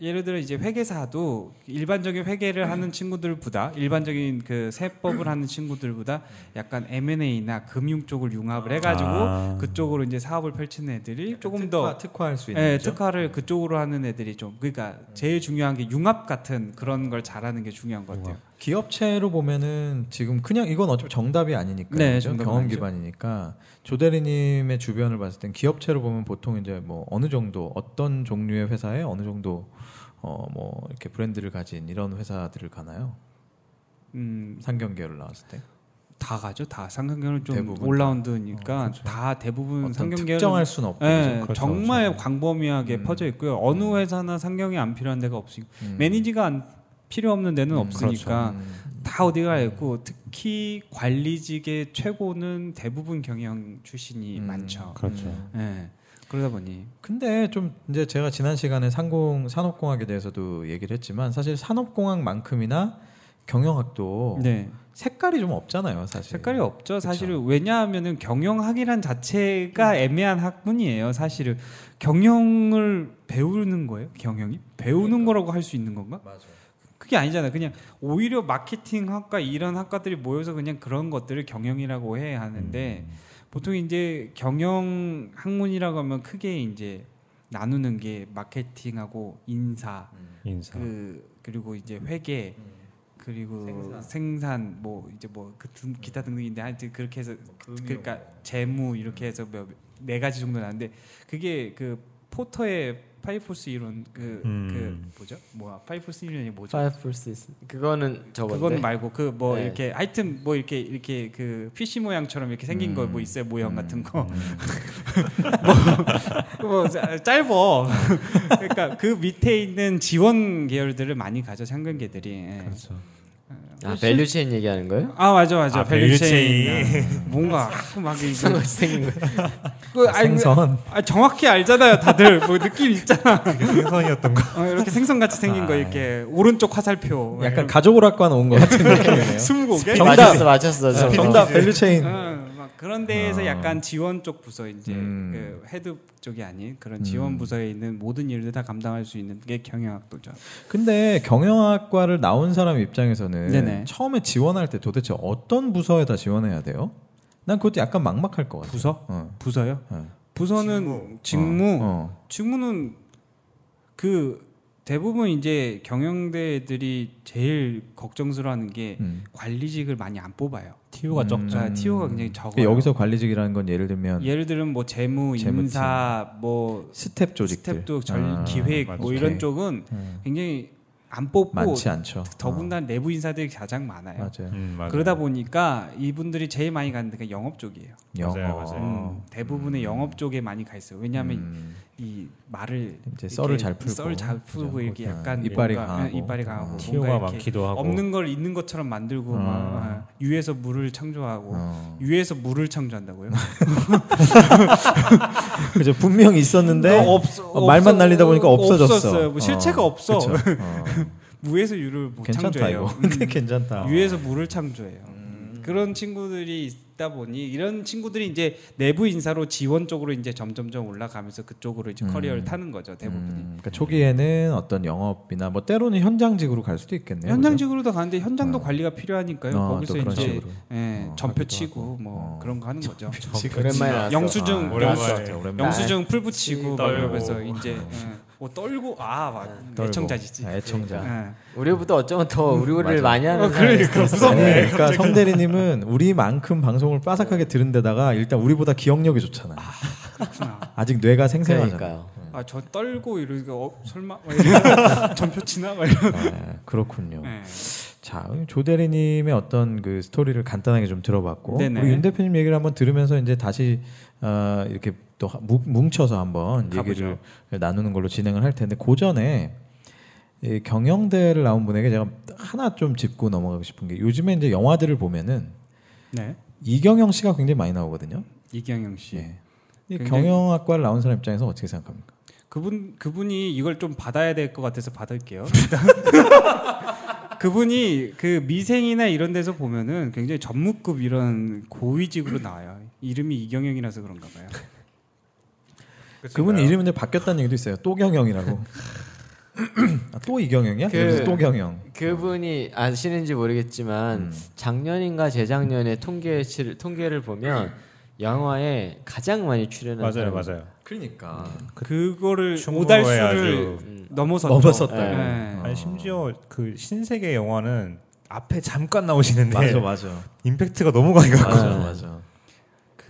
[SPEAKER 3] 예를 들어 이제 회계사도 일반적인 회계를 하는 친구들보다 일반적인 그 세법을 하는 친구들보다 약간 M&A나 금융 쪽을 융합을 해가지고
[SPEAKER 4] 아.
[SPEAKER 3] 그쪽으로 이제 사업을 펼치는 애들이 조금
[SPEAKER 1] 특화,
[SPEAKER 3] 더
[SPEAKER 1] 특화할 수 있는
[SPEAKER 3] 예,
[SPEAKER 1] 거죠? 음.
[SPEAKER 3] 특화를 그쪽으로 하는 애들이 좀 그러니까 제일 중요한 게 융합 같은 그런 걸 잘하는 게 중요한 것 같아요.
[SPEAKER 1] 기업체로 보면은 지금 그냥 이건 어차피 정답이 아니니까
[SPEAKER 3] 네,
[SPEAKER 1] 그죠?
[SPEAKER 3] 정답은
[SPEAKER 1] 경험
[SPEAKER 3] 아니죠.
[SPEAKER 1] 기반이니까 조대리님의 주변을 봤을 땐 기업체로 보면 보통 이제 뭐 어느 정도 어떤 종류의 회사에 어느 정도 어 뭐 이렇게 브랜드를 가진 이런 회사들을 가나요?
[SPEAKER 3] 음,
[SPEAKER 1] 상경계열을 나왔을 때
[SPEAKER 3] 다 가죠. 다 상경계열은 좀
[SPEAKER 1] 대부분 다. 어, 그렇죠.
[SPEAKER 3] 올라운드니까 다 대부분
[SPEAKER 1] 어떤
[SPEAKER 3] 음, 상경계열은
[SPEAKER 1] 특정할 수는 없고
[SPEAKER 3] 예,
[SPEAKER 1] 그죠?
[SPEAKER 4] 그렇죠,
[SPEAKER 3] 정말
[SPEAKER 4] 그렇죠.
[SPEAKER 3] 광범위하게
[SPEAKER 1] 음.
[SPEAKER 3] 퍼져 있고요. 어느 회사나 상경이 안 필요한 데가 없으니까
[SPEAKER 1] 음.
[SPEAKER 3] 매니지가 안 필요 없는 데는
[SPEAKER 1] 음,
[SPEAKER 3] 없으니까
[SPEAKER 1] 음.
[SPEAKER 3] 다 어디가 있고 특히 관리직의 최고는 대부분 경영 출신이
[SPEAKER 1] 음.
[SPEAKER 3] 많죠.
[SPEAKER 4] 그렇죠.
[SPEAKER 1] 음.
[SPEAKER 3] 예. 그러다 보니
[SPEAKER 1] 근데 좀 이제 제가 지난 시간에 상공 산업공학에 대해서도 얘기를 했지만 사실 산업공학만큼이나 경영학도
[SPEAKER 3] 네.
[SPEAKER 1] 색깔이 좀 없잖아요, 사실.
[SPEAKER 3] 색깔이 없죠. 사실은 왜냐하면은 경영학이란
[SPEAKER 1] 음.
[SPEAKER 3] 자체가 애매한 학문이에요. 사실은 경영을 배우는 거예요. 경영이 배우는 거라고 할 수 있는 건가?
[SPEAKER 1] 그러니까. 맞아.
[SPEAKER 3] 그게 아니잖아요. 그냥 오히려 마케팅 학과 이런 학과들이 모여서 그냥 그런 것들을 경영이라고 해
[SPEAKER 4] 음.
[SPEAKER 3] 하는데
[SPEAKER 1] 음.
[SPEAKER 3] 보통 이제 경영 학문이라고 하면 크게 이제 나누는 게 마케팅하고 인사
[SPEAKER 4] 인사.
[SPEAKER 3] 그 그리고 이제 회계 그리고
[SPEAKER 1] 생산.
[SPEAKER 3] 생산, 뭐 이제 뭐 그 등, 기타 등등인데 하여튼 그렇게 해서 그러니까
[SPEAKER 1] 금융.
[SPEAKER 3] 재무 이렇게 해서 몇 네 가지 정도 나는데 그게 그 포터의 파이프스 이론 그 그
[SPEAKER 4] 음.
[SPEAKER 3] 뭐죠? 뭐야? 파이프스 이론이 뭐죠?
[SPEAKER 2] 파이프시스 그거는 저건데
[SPEAKER 3] 그건 말고 그 뭐
[SPEAKER 2] 네.
[SPEAKER 3] 이렇게 하여튼 뭐 이렇게 이렇게 그 피쉬 모양처럼 이렇게 생긴
[SPEAKER 1] 음.
[SPEAKER 3] 거 뭐 있어요 모형
[SPEAKER 1] 음.
[SPEAKER 3] 같은 거. 뭐 짜- 짧어. 그러니까 그 밑에 있는 지원 계열들을 많이 가져 상근계들이. 예.
[SPEAKER 4] 그렇죠.
[SPEAKER 2] 아 밸류체인 얘기하는 거예요?
[SPEAKER 3] 아 맞아 맞아
[SPEAKER 4] 아,
[SPEAKER 3] 밸류체인 아, 뭔가 막
[SPEAKER 2] 이상한
[SPEAKER 3] 이거
[SPEAKER 2] 거 생긴 거
[SPEAKER 3] 그 알-
[SPEAKER 1] 생선.
[SPEAKER 3] 아, 정확히 알잖아요 다들 뭐 느낌 있잖아
[SPEAKER 4] 그게 생선이었던가?
[SPEAKER 3] 어, 이렇게 생선같이 생긴 거 이렇게 오른쪽 화살표
[SPEAKER 1] 약간 가족 오락관 온것 같은 느낌이네요.
[SPEAKER 3] 스무고개
[SPEAKER 1] 정답.
[SPEAKER 2] 맞췄어 맞췄어
[SPEAKER 1] 어,
[SPEAKER 2] 저거.
[SPEAKER 1] 정답 밸류체인.
[SPEAKER 3] 어, 막 그런 데에서 약간 지원 쪽 부서 이제
[SPEAKER 1] 아. 음.
[SPEAKER 3] 그 헤드 쪽이 아닌 그런 지원 부서에 있는 모든 일을 다 감당할 수 있는 게 경영학도죠.
[SPEAKER 1] 근데 경영학과를 나온 사람 입장에서는
[SPEAKER 3] 네네.
[SPEAKER 1] 처음에 지원할 때 도대체 어떤 부서에다 지원해야 돼요? 난 그것도 약간 막막할 것 같아.
[SPEAKER 3] 부서?
[SPEAKER 1] 어.
[SPEAKER 3] 부서요?
[SPEAKER 1] 어.
[SPEAKER 3] 부서는 직무,
[SPEAKER 1] 어.
[SPEAKER 3] 직무는 그 대부분 이제 경영대들이 제일 걱정스러워하는 게
[SPEAKER 1] 음.
[SPEAKER 3] 관리직을 많이 안 뽑아요.
[SPEAKER 4] TU가 적죠.
[SPEAKER 3] 자, TO가 굉장히 예. 적어요.
[SPEAKER 1] 그 여기서 관리직이라는 건 예를 들면
[SPEAKER 3] 예를 들면 뭐 재무,
[SPEAKER 1] 재무팀.
[SPEAKER 3] 인사, 뭐
[SPEAKER 1] 스텝 조직들.
[SPEAKER 3] 스텝도 절
[SPEAKER 1] 아,
[SPEAKER 3] 기획
[SPEAKER 4] 맞아.
[SPEAKER 3] 뭐
[SPEAKER 1] 오케이.
[SPEAKER 3] 이런 쪽은
[SPEAKER 1] 음.
[SPEAKER 3] 굉장히 안 뽑고
[SPEAKER 1] 많지 않죠.
[SPEAKER 3] 더군다나 내부 인사들이 가장
[SPEAKER 1] 어.
[SPEAKER 3] 많아요.
[SPEAKER 1] 아. 맞아요.
[SPEAKER 4] 음, 맞아요.
[SPEAKER 3] 그러다 보니까 이분들이 제일 많이 가는 데가 영업 쪽이에요.
[SPEAKER 1] 영어.
[SPEAKER 4] 맞아요, 맞아요.
[SPEAKER 3] 음, 대부분의 영업 쪽에 많이 가 있어요. 왜냐하면
[SPEAKER 1] 음.
[SPEAKER 3] 이 말을
[SPEAKER 1] 이제
[SPEAKER 3] 이렇게
[SPEAKER 1] 썰을 잘 풀고.
[SPEAKER 3] 썰을 잘 풀고
[SPEAKER 1] 그죠? 어,
[SPEAKER 3] 이렇게 약간
[SPEAKER 1] 이빨이
[SPEAKER 3] 뭔가,
[SPEAKER 1] 강하고. 어,
[SPEAKER 3] 예, 이빨이 강하고
[SPEAKER 4] TU가
[SPEAKER 3] 뭔가 이렇게
[SPEAKER 4] 많기도 하고.
[SPEAKER 3] 없는 걸 있는 것처럼 만들고
[SPEAKER 1] 아.
[SPEAKER 3] 막 예, 유에서 물을 창조하고
[SPEAKER 1] 어.
[SPEAKER 3] 유에서 물을 창조한다고요?
[SPEAKER 1] 그죠 분명 있었는데
[SPEAKER 3] 어, 없어,
[SPEAKER 1] 어, 말만 날리다 보니까 없어졌어.
[SPEAKER 3] 없었어요. 뭐 실체가
[SPEAKER 1] 어,
[SPEAKER 3] 없어.
[SPEAKER 1] 그쵸. 어.
[SPEAKER 3] 무에서 유를 못
[SPEAKER 1] 괜찮다
[SPEAKER 3] 창조해요.
[SPEAKER 1] 이거.
[SPEAKER 3] 음.
[SPEAKER 1] 괜찮다.
[SPEAKER 3] 유에서 물을 창조해요.
[SPEAKER 1] 음.
[SPEAKER 3] 그런 친구들이 있다 보니 이런 친구들이 이제 내부 인사로 지원 쪽으로 이제 점점점 올라가면서 그쪽으로 이제
[SPEAKER 1] 음.
[SPEAKER 3] 커리어를 타는 거죠 대부분이.
[SPEAKER 1] 음, 그러니까 초기에는 어떤 영업이나 뭐 때로는 현장직으로 갈 수도 있겠네요.
[SPEAKER 3] 현장직으로도 가는데 현장도
[SPEAKER 1] 어.
[SPEAKER 3] 관리가 필요하니까요.
[SPEAKER 1] 어,
[SPEAKER 3] 거기서
[SPEAKER 1] 또 그런
[SPEAKER 3] 이제
[SPEAKER 1] 식으로.
[SPEAKER 3] 예,
[SPEAKER 1] 어,
[SPEAKER 3] 전표
[SPEAKER 1] 하기도
[SPEAKER 3] 치고 뭐
[SPEAKER 1] 어.
[SPEAKER 3] 그런 거 하는 거죠.
[SPEAKER 2] 오랜만에 나왔어
[SPEAKER 1] 그죠?
[SPEAKER 3] 영수증
[SPEAKER 4] 아, 오랜만에.
[SPEAKER 2] 나왔어.
[SPEAKER 1] 그렇죠, 오랜만에.
[SPEAKER 3] 영수증 풀
[SPEAKER 1] 네.
[SPEAKER 3] 붙이고 막
[SPEAKER 4] 떨고.
[SPEAKER 3] 이러면서 이제 예, 뭐 떨고 아막
[SPEAKER 1] 떨고.
[SPEAKER 3] 애청자지지.
[SPEAKER 1] 아, 애청자.
[SPEAKER 3] 예.
[SPEAKER 2] 우리보다 어쩌면 더 우리
[SPEAKER 1] 맞아.
[SPEAKER 2] 우리를 많이 하는
[SPEAKER 3] 어,
[SPEAKER 2] 사람일
[SPEAKER 3] 그러니까.
[SPEAKER 2] 수도 있어요.
[SPEAKER 1] 아니, 그러니까 성대리님은 우리만큼 방송을 빠삭하게 들은 데다가 일단 우리보다 기억력이 좋잖아요.
[SPEAKER 3] 그렇구나.
[SPEAKER 1] 아직 뇌가 생생하잖아요.
[SPEAKER 2] 그러니까요
[SPEAKER 3] 아 저 떨고 이러니까 어, 설마 막 이러고 전표 치나 막 이러.
[SPEAKER 1] 네, 그렇군요.
[SPEAKER 3] 예.
[SPEAKER 1] 자, 조대리님의 어떤 그 스토리를 간단하게 좀 들어봤고
[SPEAKER 3] 네네.
[SPEAKER 1] 우리 윤 대표님 얘기를 한번 들으면서 이제 다시 어, 이렇게 또 하- 뭉- 뭉쳐서 한번 얘기를 나누는 걸로 진행을 할 텐데 그 전에 이 경영대를 나온 분에게 제가 하나 좀 짚고 넘어가고 싶은 게 요즘에 이제 영화들을 보면은
[SPEAKER 3] 네.
[SPEAKER 1] 이경영 씨가 굉장히 많이 나오거든요.
[SPEAKER 3] 이경영 씨.
[SPEAKER 1] 예. 이
[SPEAKER 3] 굉장히-
[SPEAKER 1] 경영학과를 나온 사람 입장에서 어떻게 생각합니까?
[SPEAKER 3] 그분 그분이 이걸 좀 받아야 될 것 같아서 받을게요. 그분이 그 미생이나 이런 데서 보면은 굉장히 전무급 이런 고위직으로 나와요. 이름이 이경영이라서 그런가 봐요.
[SPEAKER 1] 그분 이름이 이제 바뀌었다는 얘기도 있어요. 또경영이라고. 아, 또 이경영이야?
[SPEAKER 2] 그-
[SPEAKER 1] 그래서 또경영.
[SPEAKER 2] 그분이 아시는지 모르겠지만
[SPEAKER 1] 음.
[SPEAKER 2] 작년인가 재작년에 통계치를 통계를 보면 영화에 가장 많이 출연한
[SPEAKER 4] 맞아요,
[SPEAKER 2] 사람이-
[SPEAKER 4] 맞아요.
[SPEAKER 1] 그러니까
[SPEAKER 3] 그거를
[SPEAKER 4] 충무로에
[SPEAKER 3] 오달수를
[SPEAKER 2] 음.
[SPEAKER 3] 넘어섰죠.
[SPEAKER 1] 넘어섰다.
[SPEAKER 2] 네.
[SPEAKER 3] 네.
[SPEAKER 4] 아니 심지어 그 신세계 영화는 앞에 잠깐 나오시는데
[SPEAKER 1] 맞아 맞아.
[SPEAKER 4] 임팩트가 너무 강해 가지고
[SPEAKER 1] 맞아 맞아.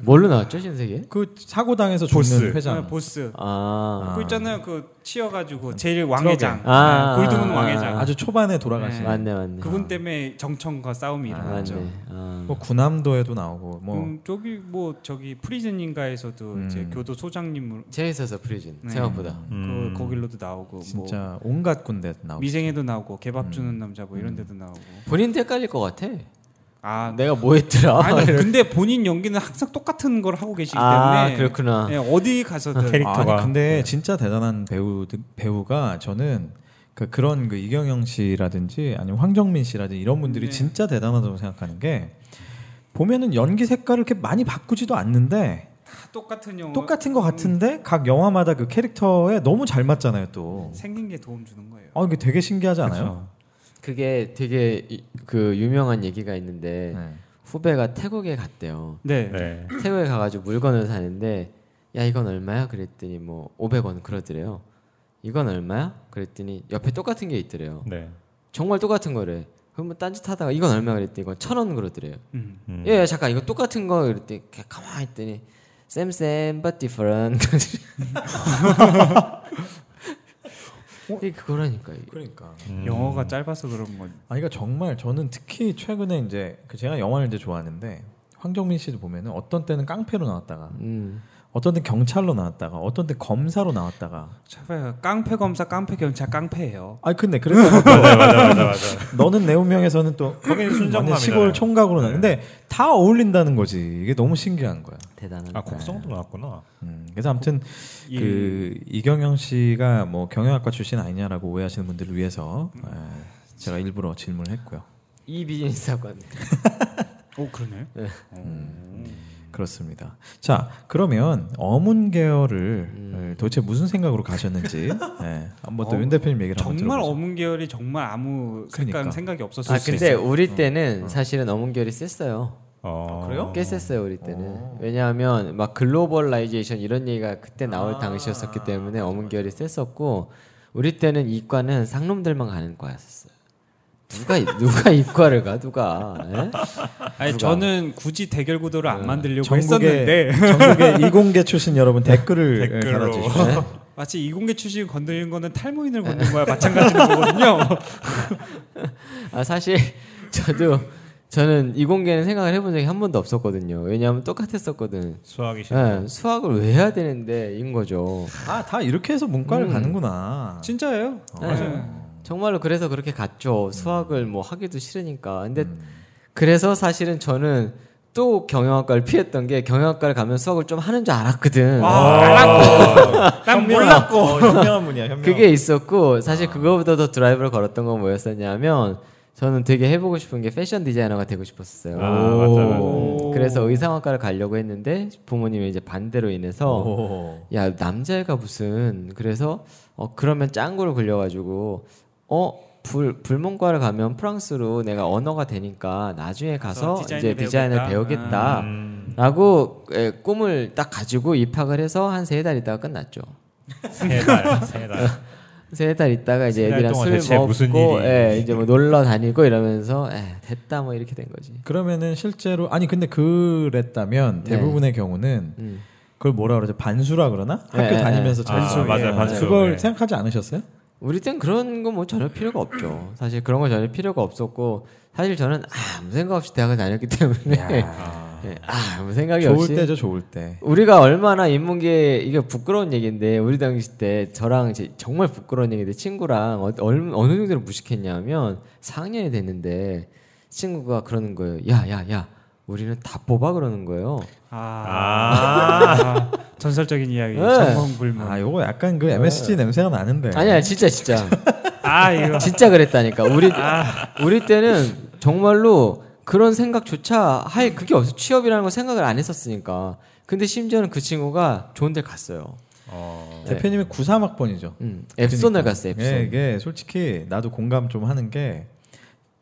[SPEAKER 2] 뭘로 나왔죠 신세계?
[SPEAKER 1] 그 사고 당해서 죽는
[SPEAKER 4] 보스.
[SPEAKER 1] 회장.
[SPEAKER 3] 네, 보스.
[SPEAKER 2] 아,
[SPEAKER 3] 그 있잖아요. 그 치여가지고 제일 왕회장.
[SPEAKER 2] 트럭에. 아,
[SPEAKER 3] 네, 골드문
[SPEAKER 2] 아,
[SPEAKER 3] 왕회장.
[SPEAKER 1] 아주 초반에 돌아가신.
[SPEAKER 3] 네.
[SPEAKER 2] 맞네 맞네.
[SPEAKER 3] 그분 때문에 정청과 싸움이
[SPEAKER 1] 아,
[SPEAKER 3] 일어났죠.
[SPEAKER 2] 맞네. 아.
[SPEAKER 1] 뭐 군함도에도 나오고 뭐
[SPEAKER 3] 음, 저기 뭐 저기 프리즌인가에서도
[SPEAKER 1] 음.
[SPEAKER 3] 이제 교도 소장님으로
[SPEAKER 2] 재밌어서 프리즌
[SPEAKER 3] 네.
[SPEAKER 2] 생각보다.
[SPEAKER 4] 음.
[SPEAKER 3] 그, 거길로도 나오고 뭐
[SPEAKER 1] 진짜 온갖 군데 나오고.
[SPEAKER 3] 미생에도 나오고
[SPEAKER 1] 음.
[SPEAKER 3] 개밥 주는 남자 뭐 이런 데도 나오고
[SPEAKER 2] 본인도 헷갈릴 것 같아.
[SPEAKER 3] 아
[SPEAKER 2] 내가 뭐 했더라.
[SPEAKER 3] 아니 네. 근데 본인 연기는 항상 똑같은 걸 하고 계시기
[SPEAKER 2] 아,
[SPEAKER 3] 때문에
[SPEAKER 2] 그렇구나.
[SPEAKER 3] 예, 어디 가서든
[SPEAKER 4] 캐릭-
[SPEAKER 1] 아,
[SPEAKER 4] 캐릭터가.
[SPEAKER 1] 아니, 근데 진짜 대단한 배우 배우가 저는 그 그런 그 이경영 씨라든지 아니면 황정민 씨라든지 이런 분들이
[SPEAKER 3] 네.
[SPEAKER 1] 진짜 대단하다고 생각하는 게 보면은 연기 색깔을 이렇게 많이 바꾸지도 않는데
[SPEAKER 3] 다 아, 똑같은 영화
[SPEAKER 1] 똑같은 것 같은데 각 영화마다 그 캐릭터에 너무 잘 맞잖아요 또.
[SPEAKER 3] 음, 생긴 게 도움 주는 거예요.
[SPEAKER 1] 아 이게 되게 신기하지 않아요?
[SPEAKER 2] 그게 되게 이- 그 유명한 얘기가 있는데
[SPEAKER 1] 네.
[SPEAKER 2] 후배가 태국에 갔대요.
[SPEAKER 3] 네.
[SPEAKER 4] 네.
[SPEAKER 2] 태국에 가가지고 물건을 사는데 야 이건 얼마야? 그랬더니 뭐 500원 그러더래요. 이건 얼마야? 그랬더니 옆에 똑같은 게 있더래요.
[SPEAKER 4] 네.
[SPEAKER 2] 정말 똑같은 거래. 그러면 딴짓하다가 이건 얼마 그랬더니 이건 천 원 그러더래요.
[SPEAKER 3] 음.
[SPEAKER 4] 음.
[SPEAKER 2] 예, 예, 잠깐 이거 똑같은 거 그랬더니 걔 가만히 있더니 same same but different. 이게 그거라니까 이게.
[SPEAKER 1] 그러니까.
[SPEAKER 4] 음.
[SPEAKER 3] 영어가 짧아서 그런 건
[SPEAKER 1] 아, 그러니까 정말 저는 특히 최근에 이제 그 제가 영화를 이제 좋아하는데 황정민 씨도 보면은 어떤 때는 깡패로 나왔다가
[SPEAKER 2] 음.
[SPEAKER 1] 어떤 때 경찰로 나왔다가 어떤 때 검사로 나왔다가
[SPEAKER 3] 차봐요. 깡패 검사, 깡패 경찰, 깡패예요.
[SPEAKER 1] 아 근데 그래서
[SPEAKER 4] 맞아 맞아 맞아 맞아.
[SPEAKER 1] 너는 내 운명에서는 또 음,
[SPEAKER 4] 거기는
[SPEAKER 1] 완전
[SPEAKER 4] 순정남이잖아요.
[SPEAKER 1] 시골 총각으로 나
[SPEAKER 4] 네.
[SPEAKER 1] 근데 다 어울린다는 거지 이게 너무 신기한 거야
[SPEAKER 2] 대단한.
[SPEAKER 4] 아 곡성도 나왔구나.
[SPEAKER 1] 음, 그래서 아무튼
[SPEAKER 3] 예.
[SPEAKER 1] 그 이경영 씨가 뭐 경영학과 출신 아니냐라고 오해하시는 분들을 위해서 에, 제가 일부러 질문을 했고요
[SPEAKER 2] 이 비즈니스 학원.
[SPEAKER 3] 오 그러네. 어.
[SPEAKER 2] 네.
[SPEAKER 1] 음, 그렇습니다 자 그러면 어문 계열을 도대체 무슨 생각으로 가셨는지 예, 한번 또
[SPEAKER 3] 어,
[SPEAKER 1] 윤 대표님 얘기를 한번
[SPEAKER 3] 정말
[SPEAKER 1] 들어보죠
[SPEAKER 3] 어문 계열이 정말 아무
[SPEAKER 1] 그러니까.
[SPEAKER 3] 생각 생각이 없었을
[SPEAKER 2] 아
[SPEAKER 3] 수
[SPEAKER 2] 근데
[SPEAKER 3] 있어요.
[SPEAKER 2] 우리 때는 사실은 어문결이 셌어요.
[SPEAKER 4] 어.
[SPEAKER 1] 아, 그래요?
[SPEAKER 2] 꽤 셌어요 우리 때는.
[SPEAKER 1] 오.
[SPEAKER 2] 왜냐하면 막 글로벌라이제이션 이런 얘기가 그때 나올
[SPEAKER 1] 아,
[SPEAKER 2] 당시였었기 때문에 어문결이 셌었고 우리 때는 이과는 쌍놈들만 가는 과였었어요. 누가 이- 누가 이과를 가 누가? 예?
[SPEAKER 3] 아니
[SPEAKER 2] 누가?
[SPEAKER 3] 저는 굳이 대결 구도를 안 만들려고
[SPEAKER 1] 어, 네. 전국의
[SPEAKER 3] 했었는데
[SPEAKER 1] 전국의 이공계 출신 여러분 댓글을 예,
[SPEAKER 4] 댓글로.
[SPEAKER 1] 달아주시죠. 네.
[SPEAKER 3] 마치 이공계 출신 건드리는 거는 탈모인을 건드린 거야 마찬가지인 거거든요.
[SPEAKER 2] 아 사실 저도 저는 이공계는 생각을 해본 적이 한 번도 없었거든요. 왜냐하면 똑같았었거든.
[SPEAKER 4] 수학이 싫.
[SPEAKER 2] 예, 수학을 왜 해야 되는데인 거죠.
[SPEAKER 1] 아 다 이렇게 해서 문과를 가는구나.
[SPEAKER 3] 진짜예요.
[SPEAKER 1] 어,
[SPEAKER 2] 네.
[SPEAKER 3] 맞아요.
[SPEAKER 2] 정말로 그래서 그렇게 갔죠. 수학을 뭐 하기도 싫으니까. 근데 그래서 사실은 저는 또 경영학과를 피했던 게 경영학과를 가면 수학을 좀 하는 줄 알았거든.
[SPEAKER 4] 아.
[SPEAKER 3] 난
[SPEAKER 1] 몰랐고 현명한 분이야. 현명한
[SPEAKER 2] 그게 있었고 사실 그거보다 더 드라이브를 걸었던 건 뭐였었냐면 저는 되게 해보고 싶은 게 패션 디자이너가 되고 싶었어요. 음,
[SPEAKER 4] 아, 맞아, 맞아.
[SPEAKER 3] 오.
[SPEAKER 2] 그래서 의상학과를 가려고 했는데 부모님이 이제 반대로 인해서
[SPEAKER 1] 오.
[SPEAKER 2] 야 남자애가 무슨 그래서 어 그러면 짱구를 굴려가지고 어불 불문과를 가면 프랑스로 내가 언어가 되니까 나중에 가서
[SPEAKER 3] 그래서
[SPEAKER 2] 이제
[SPEAKER 3] 디자인을
[SPEAKER 2] 디자인을
[SPEAKER 3] 배우겠다.
[SPEAKER 2] 배우겠다.
[SPEAKER 4] 음.
[SPEAKER 2] 라고 에, 꿈을 딱 가지고 입학을 해서 한 세 달 있다가 끝났죠.
[SPEAKER 4] 세달세달
[SPEAKER 2] 세 달 있다가 이제
[SPEAKER 4] 세달
[SPEAKER 2] 애들이랑
[SPEAKER 4] 동안
[SPEAKER 2] 술
[SPEAKER 4] 대체
[SPEAKER 2] 먹고
[SPEAKER 4] 무슨 일이-
[SPEAKER 2] 예, 이제 뭐 놀러 다니고 이러면서 에, 됐다 뭐 이렇게 된 거지.
[SPEAKER 1] 그러면은 실제로 아니 근데 그랬다면
[SPEAKER 2] 네.
[SPEAKER 1] 대부분의 경우는
[SPEAKER 2] 음.
[SPEAKER 1] 그걸 뭐라 그러죠? 반수라 그러나
[SPEAKER 2] 네,
[SPEAKER 1] 학교
[SPEAKER 2] 네,
[SPEAKER 1] 다니면서
[SPEAKER 4] 네.
[SPEAKER 1] 자연스럽게.
[SPEAKER 4] 아, 맞아요. 반수.
[SPEAKER 1] 그걸
[SPEAKER 4] 네.
[SPEAKER 1] 생각하지 않으셨어요?
[SPEAKER 2] 우리 땐 그런 거 뭐 전혀 필요가 없죠. 사실 그런 거 전혀 필요가 없었고 사실 저는 아무 생각 없이 대학을 다녔기 때문에 예, 아, 아무 생각이
[SPEAKER 1] 좋을
[SPEAKER 2] 없이
[SPEAKER 1] 때죠, 좋을 때.
[SPEAKER 2] 우리가 얼마나 인문계 이게 부끄러운 얘기인데 우리 당시 때 저랑 제 정말 부끄러운 얘기인데 친구랑 어, 얼- 어느 정도로 무식했냐면 4학년이 됐는데 친구가 그러는 거예요. 야, 야, 야. 우리는 다 뽑아 그러는 거예요.
[SPEAKER 3] 아, 전설적인 이야기
[SPEAKER 2] 네.
[SPEAKER 3] 정황불문.
[SPEAKER 4] 음.
[SPEAKER 1] 아, 요거 약간 그 MSG 냄새가 나는데.
[SPEAKER 2] 아니야, 진짜 진짜.
[SPEAKER 3] 아 이거
[SPEAKER 2] 진짜 그랬다니까. 우리
[SPEAKER 1] 아.
[SPEAKER 2] 우리 때는 정말로 그런 생각조차 할 그게 없어. 취업이라는 걸 생각을 안 했었으니까. 근데 심지어는 그 친구가 좋은 데 갔어요.
[SPEAKER 4] 어.
[SPEAKER 2] 네.
[SPEAKER 1] 대표님이 93학번이죠.
[SPEAKER 2] 음, 앱손을
[SPEAKER 1] 그러니까.
[SPEAKER 2] 갔어요.
[SPEAKER 1] 예,
[SPEAKER 2] 앱손.
[SPEAKER 1] 이게 솔직히 나도 공감 좀 하는 게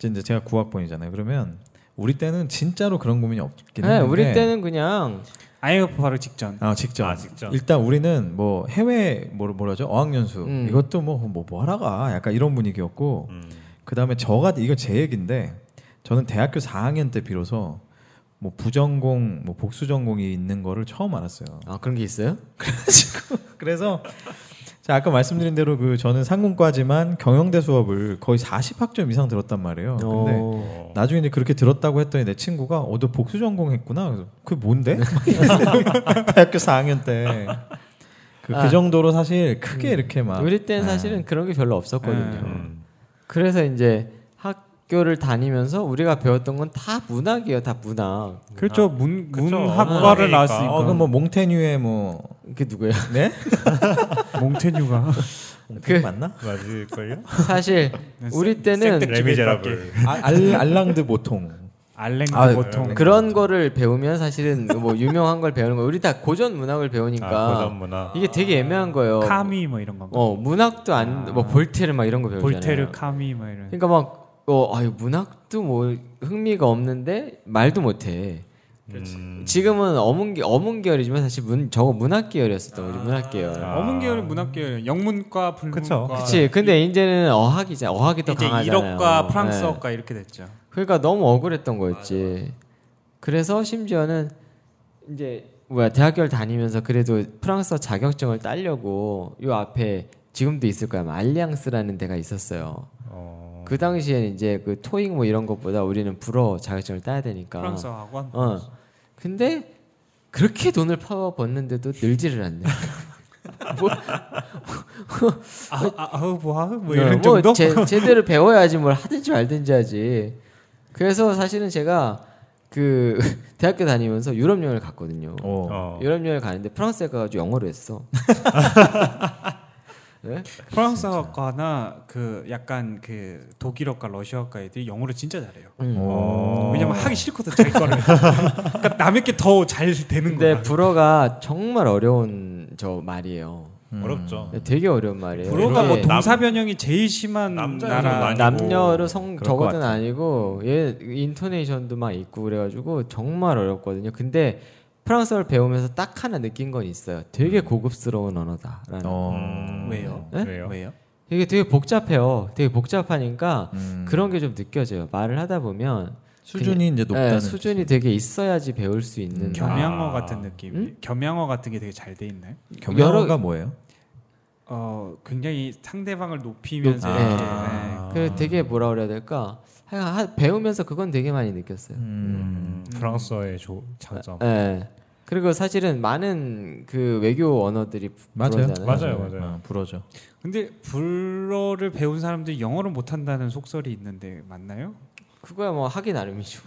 [SPEAKER 1] 이제 제가 9학번이잖아요. 그러면 우리 때는 진짜로 그런 고민이 없긴
[SPEAKER 2] 네,
[SPEAKER 1] 했는데
[SPEAKER 2] 우리 때는 그냥
[SPEAKER 3] IMF 바로 직전.
[SPEAKER 1] 아 직접.
[SPEAKER 4] 아, 직접.
[SPEAKER 1] 일단 우리는 뭐 해외 뭐 뭐라죠 어학연수
[SPEAKER 2] 음.
[SPEAKER 1] 이것도 뭐 뭐 하라가 약간 이런 분위기였고
[SPEAKER 4] 음.
[SPEAKER 1] 그 다음에 저가 이거 제 얘긴데 저는 대학교 4학년 때 비로소 뭐 부전공 뭐 복수전공이 있는 거를 처음 알았어요.
[SPEAKER 2] 아 그런 게 있어요?
[SPEAKER 1] 그래서 자, 아까 말씀드린 대로 그 저는 상공과지만 경영대 수업을 거의 40학점 이상 들었단 말이에요. 근데
[SPEAKER 2] 어.
[SPEAKER 4] 어.
[SPEAKER 1] 나중에 이제 그렇게 들었다고 했더니 내 친구가 어 너 복수 전공했구나. 그래서 그게 뭔데? 막 이래서 대학교 4학년 때. 그, 그
[SPEAKER 2] 아.
[SPEAKER 1] 정도로 사실 크게 이렇게 막 예.
[SPEAKER 2] 우리 때는
[SPEAKER 1] 네.
[SPEAKER 2] 사실은 그런 게 별로 없었거든요.
[SPEAKER 4] 음.
[SPEAKER 2] 그래서 이제 학교를 다니면서 우리가 배웠던 건 다 문학이에요, 다 문학.
[SPEAKER 3] 그렇죠. 문
[SPEAKER 4] 그쵸.
[SPEAKER 3] 문학과를
[SPEAKER 4] 아,
[SPEAKER 3] 나왔으니까.
[SPEAKER 1] 어, 그럼 뭐 몽테뉴의 뭐
[SPEAKER 2] 그게 누구야?
[SPEAKER 1] 네? 그
[SPEAKER 3] 몽테뉴가
[SPEAKER 1] 몽테뉴 맞나?
[SPEAKER 4] 맞을걸요?
[SPEAKER 2] 아, 사실
[SPEAKER 1] 네,
[SPEAKER 2] 우리 때는
[SPEAKER 4] 레미제라블.
[SPEAKER 1] 아, 알, 알랑드 모통.
[SPEAKER 3] 알랭드
[SPEAKER 1] 아,
[SPEAKER 3] 보통.
[SPEAKER 2] 그런 거를 배우면 사실은 뭐 유명한 걸 배우는 거. 우리 다 고전 문학을
[SPEAKER 4] 아, 고전
[SPEAKER 2] 배우니까
[SPEAKER 4] 문화.
[SPEAKER 2] 그러니까. 이게 되게 애매한 거예요.
[SPEAKER 3] 카미 뭐 이런 건가?
[SPEAKER 2] 어 문학도 안 뭐 볼테르 막 이런 거 배우잖아요.
[SPEAKER 3] 볼테르 카미 뭐 이런.
[SPEAKER 2] 그러니까 막 어, 아유 문학도 뭐 흥미가 없는데 말도 못해.
[SPEAKER 4] 음.
[SPEAKER 2] 지금은 어문계 어문계열이지만 사실 문 저거 문학 계열이었었던 거죠 문학 계열.
[SPEAKER 4] 아.
[SPEAKER 3] 어문계열은 문학계열, 영문과
[SPEAKER 4] 그쵸.
[SPEAKER 3] 불문과.
[SPEAKER 2] 그치 근데 이제는 어학이자 어학이 더
[SPEAKER 3] 이제
[SPEAKER 2] 강하잖아요.
[SPEAKER 3] 유럽과
[SPEAKER 2] 네.
[SPEAKER 3] 프랑스어과 이렇게 됐죠.
[SPEAKER 2] 그러니까 너무 억울했던 거였지. 그래서 심지어는 이제 뭐야 대학교를 다니면서 그래도 프랑스어 자격증을 따려고 요 앞에 지금도 있을 거야. 아마 알리앙스라는 데가 있었어요.
[SPEAKER 4] 어.
[SPEAKER 2] 그 당시에는 이제 그 토익 뭐 이런 것보다 우리는 불어 자격증을 따야 되니까.
[SPEAKER 3] 프랑스어 학원.
[SPEAKER 2] 어. 근데 그렇게 돈을 파워 벗는데도 늘지를 않네.
[SPEAKER 3] 아, 아, 아우 뭐하? 뭐
[SPEAKER 2] 네,
[SPEAKER 3] 이런 정도?
[SPEAKER 2] 제, 제대로 배워야지 뭘 하든지 말든지 하지. 그래서 사실은 제가 그 대학교 다니면서 유럽 여행을 갔거든요.
[SPEAKER 1] 어.
[SPEAKER 4] 어.
[SPEAKER 2] 유럽 여행을 가는데 프랑스에 가가지고 영어로 했어. 네?
[SPEAKER 3] 프랑스어과나 그 약간 그 독일어과, 러시아과 애들이 영어를 진짜 잘해요.
[SPEAKER 2] 음.
[SPEAKER 1] 어.
[SPEAKER 3] 왜냐면 하기 싫거든 자기 거를. 그러니까 남의 게 더 잘 되는
[SPEAKER 2] 근데
[SPEAKER 3] 거야.
[SPEAKER 2] 불어가 정말 어려운 저 말이에요.
[SPEAKER 4] 어렵죠.
[SPEAKER 2] 되게 어려운 말이에요.
[SPEAKER 3] 불어가 뭐
[SPEAKER 2] 이게
[SPEAKER 4] 남-
[SPEAKER 3] 동사 변형이 제일 심한
[SPEAKER 4] 남자
[SPEAKER 3] 나라.
[SPEAKER 4] 아니고.
[SPEAKER 2] 남녀로
[SPEAKER 1] 그럴
[SPEAKER 2] 성
[SPEAKER 1] 것
[SPEAKER 2] 저거든
[SPEAKER 1] 같아.
[SPEAKER 2] 아니고 얘 인토네이션도 막 있고 그래가지고 정말 어렵거든요. 근데 프랑스어를 배우면서 딱 하나 느낀 건 있어요. 되게 고급스러운 언어다라는.
[SPEAKER 1] 어.
[SPEAKER 4] 음.
[SPEAKER 3] 왜요?
[SPEAKER 2] 네?
[SPEAKER 4] 왜요?
[SPEAKER 3] 왜요?
[SPEAKER 2] 이게 되게 복잡해요. 되게 복잡하니까
[SPEAKER 1] 음.
[SPEAKER 2] 그런 게 좀 느껴져요. 말을 하다 보면
[SPEAKER 1] 수준이 이제 네, 높다는
[SPEAKER 2] 예, 수준이 되게 있어야지 배울 수 있는 그
[SPEAKER 3] 겸양어
[SPEAKER 4] 아.
[SPEAKER 3] 같은 느낌.
[SPEAKER 2] 음?
[SPEAKER 3] 겸양어 같은 게 되게 잘 돼 있나요?
[SPEAKER 1] 경영어가
[SPEAKER 2] 여러-
[SPEAKER 1] 뭐예요?
[SPEAKER 3] 어 굉장히 상대방을 높이면서
[SPEAKER 2] 높-
[SPEAKER 3] 이렇게.
[SPEAKER 4] 아.
[SPEAKER 3] 네.
[SPEAKER 2] 그 되게 뭐라 그래야 될까? 하여간 하- 배우면서 그건 되게 많이 느꼈어요.
[SPEAKER 4] 음. 프랑스어의 조, 장점.
[SPEAKER 2] 예. 그리고 사실은 많은 그 외교 언어들이 부-
[SPEAKER 1] 맞아요.
[SPEAKER 2] 네, 불어잖아요. 예.
[SPEAKER 4] 맞아요, 맞아요.
[SPEAKER 1] 어, 부러져.
[SPEAKER 3] 네. 근데 불어를 배운 사람들이 영어를 못한다는 속설이 있는데 맞나요?
[SPEAKER 2] 그거야 뭐 하기 나름이죠.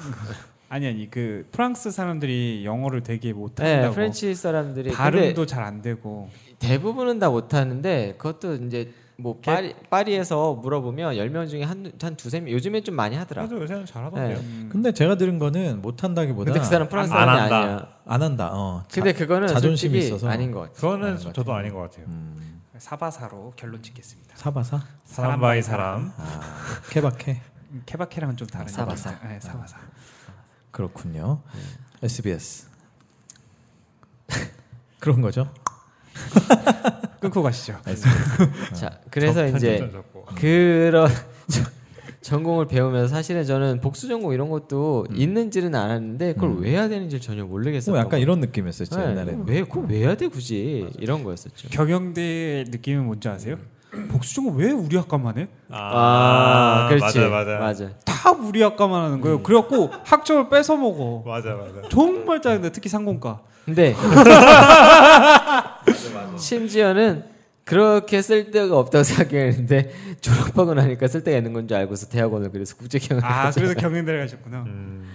[SPEAKER 3] 아니 아니 그 프랑스 사람들이 영어를 되게
[SPEAKER 2] 네,
[SPEAKER 3] 못한다고
[SPEAKER 2] 프렌치 사람들이 근데
[SPEAKER 3] 발음도 잘 안 되고
[SPEAKER 2] 대부분은 다 못하는데 그것도 이제 뭐 파리, 파리에서 물어보면 10명 중에 한, 한 두세 명 요즘엔 좀 많이 하더라.
[SPEAKER 4] 맞아 요새는 잘하던데요.
[SPEAKER 3] 네.
[SPEAKER 1] 음.
[SPEAKER 3] 음,
[SPEAKER 1] 근데 제가 들은 거는 못한다기보다
[SPEAKER 2] 근데 그 사람 프랑스
[SPEAKER 4] 안
[SPEAKER 2] 사람이
[SPEAKER 4] 한다.
[SPEAKER 2] 아니야.
[SPEAKER 1] 안 한다. 어. 자-
[SPEAKER 2] 근데 그거는
[SPEAKER 1] 자존심이
[SPEAKER 2] 솔직히
[SPEAKER 1] 있어서.
[SPEAKER 2] 아닌 것 같아.
[SPEAKER 4] 그거는 좀 저도 아닌 것 같아요.
[SPEAKER 1] 음,
[SPEAKER 3] 사바사로 결론 짓겠습니다.
[SPEAKER 1] 사바사
[SPEAKER 4] 사람 바이 사람.
[SPEAKER 1] 케바케
[SPEAKER 3] 음, 케바케랑은 좀 다른
[SPEAKER 2] 사바사. 아.
[SPEAKER 3] 네, 사바사.
[SPEAKER 1] 그렇군요.
[SPEAKER 2] 음.
[SPEAKER 1] SBS 그런 거죠?
[SPEAKER 3] 끊고 가시죠.
[SPEAKER 1] 네.
[SPEAKER 2] 자, 그래서
[SPEAKER 4] 접-
[SPEAKER 2] 이제
[SPEAKER 4] 편집점 잡고.
[SPEAKER 2] 그런 저- 전공을 배우면서 사실은 저는 복수 전공 이런 것도 있는지는 알았는데 그걸 왜 해야 되는지 를 전혀 모르겠어요.
[SPEAKER 1] 뭐 약간 이런 음. 느낌이었어요. 진짜
[SPEAKER 2] 네.
[SPEAKER 1] 옛날에.
[SPEAKER 2] 왜 그걸 왜 해야 돼 굳이 이런 거였었죠.
[SPEAKER 3] 경영대 느낌이 뭔지 아세요? 복수전공 왜 우리 학과만 해?
[SPEAKER 2] 아, 그렇지.
[SPEAKER 4] 맞아, 맞아. 맞아,
[SPEAKER 2] 맞아.
[SPEAKER 3] 다 우리 학과만 하는 거예요. 그래갖고 학점을 뺏어 먹어.
[SPEAKER 4] 맞아. 맞아.
[SPEAKER 3] 정말 짜증나. 특히 상공과.
[SPEAKER 2] 근데 심지어는 그렇게 쓸데가 없다고 생각했는데 졸업하고 나니까 쓸데가 있는 건 줄 알고서 대학원을 그래서 국제경영
[SPEAKER 3] 아 그래서 경영대를 가셨구나.
[SPEAKER 4] 음.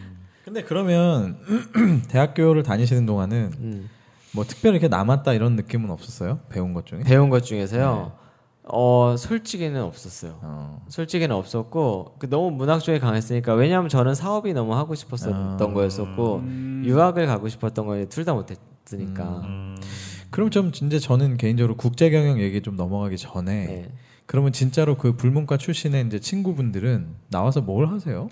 [SPEAKER 1] 근데 그러면 대학교를 다니시는 동안은
[SPEAKER 2] 음.
[SPEAKER 1] 뭐 특별히 이렇게 남았다 이런 느낌은 없었어요? 배운 것 중에?
[SPEAKER 2] 배운 것 중에서요. 어 솔직히는 없었어요.
[SPEAKER 1] 어.
[SPEAKER 2] 솔직히는 없었고 그 너무 문학 쪽에 강했으니까 왜냐하면 저는 사업이 너무 하고 싶었던
[SPEAKER 1] 아.
[SPEAKER 2] 거였었고
[SPEAKER 3] 음.
[SPEAKER 2] 유학을 가고 싶었던 거에 둘 다 못했으니까
[SPEAKER 4] 음.
[SPEAKER 1] 그럼 좀 진짜 저는 개인적으로 국제 경영 얘기 좀 넘어가기 전에
[SPEAKER 2] 네.
[SPEAKER 1] 그러면 진짜로 그 불문과 출신의 이제 친구분들은 나와서 뭘 하세요?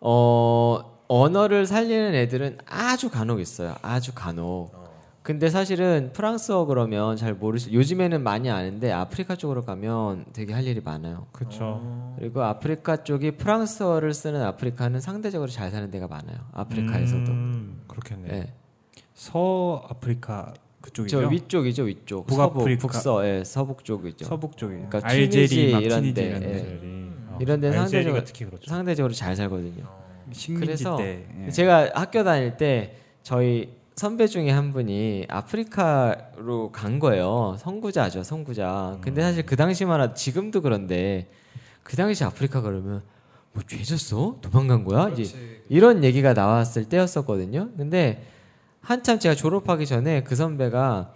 [SPEAKER 2] 어 언어를 살리는 애들은 아주 간혹 있어요. 아주 간혹. 근데 사실은 프랑스어 그러면 잘 모르시. 요즘에는 많이 아는데 아프리카 쪽으로 가면 되게 할 일이 많아요.
[SPEAKER 4] 그렇죠.
[SPEAKER 2] 그리고 아프리카 쪽이 프랑스어를 쓰는 아프리카는 상대적으로 잘 사는 데가 많아요. 아프리카에서도.
[SPEAKER 3] 음,
[SPEAKER 4] 음, 그렇겠네.
[SPEAKER 2] 예.
[SPEAKER 3] 서 아프리카 그쪽이죠.
[SPEAKER 2] 저 위쪽이죠 위쪽.
[SPEAKER 3] 북아프리카.
[SPEAKER 2] 서북, 북서, 예, 서북 쪽이죠.
[SPEAKER 3] 서북 쪽이
[SPEAKER 2] 그러니까 튀니지
[SPEAKER 3] 알제리, 막
[SPEAKER 2] 이런
[SPEAKER 3] 튀니지
[SPEAKER 2] 데,
[SPEAKER 3] 이런 데.
[SPEAKER 2] 예. 이런 데는
[SPEAKER 4] 알제리가
[SPEAKER 2] 상대적으로-
[SPEAKER 4] 아, 특히 그렇죠.
[SPEAKER 2] 상대적으로 잘 살거든요.
[SPEAKER 3] 식민지
[SPEAKER 2] 예. 그래서
[SPEAKER 3] 때. 예.
[SPEAKER 2] 제가 학교 다닐 때 저희 선배 중에 한 분이 아프리카로 간 거예요. 선구자죠, 선구자. 근데 사실 그 당시만 해도 지금도 그런데 그 당시 아프리카 그러면 뭐 죄졌어? 도망간 거야? 이제 이런 얘기가 나왔을 때였었거든요. 근데 한참 제가 졸업하기 전에 그 선배가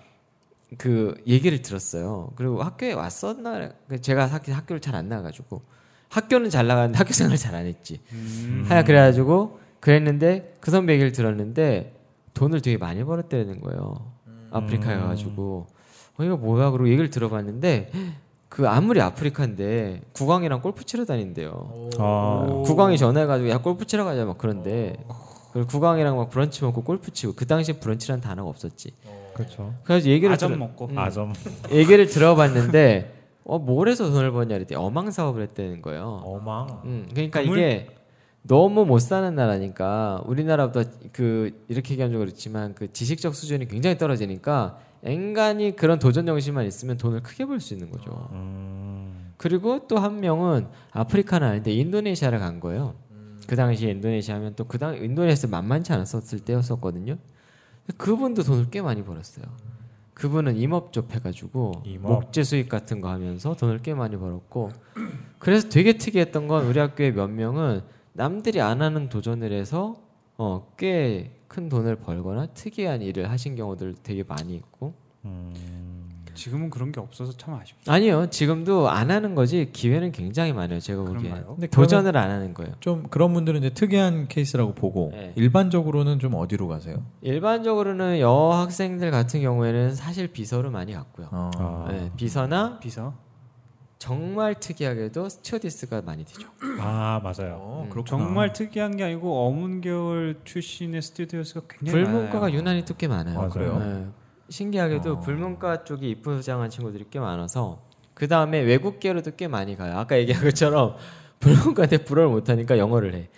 [SPEAKER 2] 그 얘기를 들었어요. 그리고 학교에 왔었나? 제가 학교, 학교를 잘 안 나가지고 학교는 잘 나갔는데 학교 생활을 잘 안 했지.
[SPEAKER 3] 음.
[SPEAKER 2] 하여 그래가지고 그랬는데 그 선배 얘기를 들었는데 돈을 되게 많이 벌었다는 거예요.
[SPEAKER 3] 음.
[SPEAKER 2] 아프리카에 가가지고 어 이거 뭐야? 그러고 얘기를 들어봤는데 그 아무리 아프리카인데 국왕이랑 골프 치러 다닌대요.
[SPEAKER 4] 아.
[SPEAKER 2] 국왕이 전화해가지고 야 골프 치러 가자 막 그런데
[SPEAKER 3] 어.
[SPEAKER 2] 그리고 국왕이랑 막 브런치 먹고 골프 치고 그 당시에 브런치라는 단어가 없었지.
[SPEAKER 4] 그렇죠.
[SPEAKER 2] 그래서 얘기를
[SPEAKER 3] 아점
[SPEAKER 2] 들어-
[SPEAKER 3] 먹고.
[SPEAKER 2] 음.
[SPEAKER 4] 아점.
[SPEAKER 2] 얘기를 들어봤는데 어뭘 해서 돈을 버냐 그랬더니 어망 사업을 했다는 거예요.
[SPEAKER 4] 어망.
[SPEAKER 2] 음, 그러니까
[SPEAKER 3] 그물?
[SPEAKER 2] 이게 너무 못 사는 나라니까 우리나라보다 그 이렇게 얘기하면 좀 그렇지만 그 지식적 수준이 굉장히 떨어지니까 앵간히 그런 도전 정신만 있으면 돈을 크게 벌 수 있는 거죠. 그리고 또 한 명은 아프리카는 아닌데 인도네시아를 간 거예요. 그 당시 인도네시아 하면 또 그당 인도네시아에서 만만치 않았었을 때였었거든요. 그분도 돈을 꽤 많이 벌었어요. 그분은 임업쪽
[SPEAKER 3] 예.
[SPEAKER 2] 해가지고
[SPEAKER 4] 임업.
[SPEAKER 2] 목재 수입 같은 거 하면서 돈을 꽤 많이 벌었고 그래서 되게 특이했던 건 우리 학교에 몇 명은 남들이 안 하는 도전을 해서 어, 꽤 큰 돈을 벌거나 특이한 일을 하신 경우들 되게 많이 있고
[SPEAKER 3] 지금은 그런 게 없어서 참 아쉽다.
[SPEAKER 2] 아니요 지금도 안 하는 거지 기회는 굉장히 많아요 제가 보기에
[SPEAKER 3] 그런가요?
[SPEAKER 1] 근데 그러면
[SPEAKER 2] 도전을 안 하는 거예요.
[SPEAKER 1] 좀 그런 분들은 이제 특이한 케이스라고 보고
[SPEAKER 2] 네.
[SPEAKER 1] 일반적으로는 좀 어디로 가세요?
[SPEAKER 2] 일반적으로는 여학생들 같은 경우에는 사실 비서를 많이 갔고요.
[SPEAKER 1] 어.
[SPEAKER 4] 아.
[SPEAKER 2] 네, 비서나
[SPEAKER 3] 비서.
[SPEAKER 2] 정말 특이하게도 스튜어디스가 많이 되죠.
[SPEAKER 4] 아 맞아요.
[SPEAKER 1] 어,
[SPEAKER 2] 음,
[SPEAKER 1] 그렇구나.
[SPEAKER 3] 정말 특이한 게 아니고 어문계열 출신의 스튜디오스가 굉장히
[SPEAKER 2] 불문과가
[SPEAKER 3] 많아요.
[SPEAKER 2] 유난히 또 꽤 많아요.
[SPEAKER 1] 아, 그래요?
[SPEAKER 2] 네. 신기하게도
[SPEAKER 1] 어.
[SPEAKER 2] 불문과 쪽이 입부장한 친구들이 꽤 많아서 그 다음에 외국계로도 꽤 많이 가요. 아까 얘기한 것처럼 불문과한테 불어를 못하니까 영어를 해.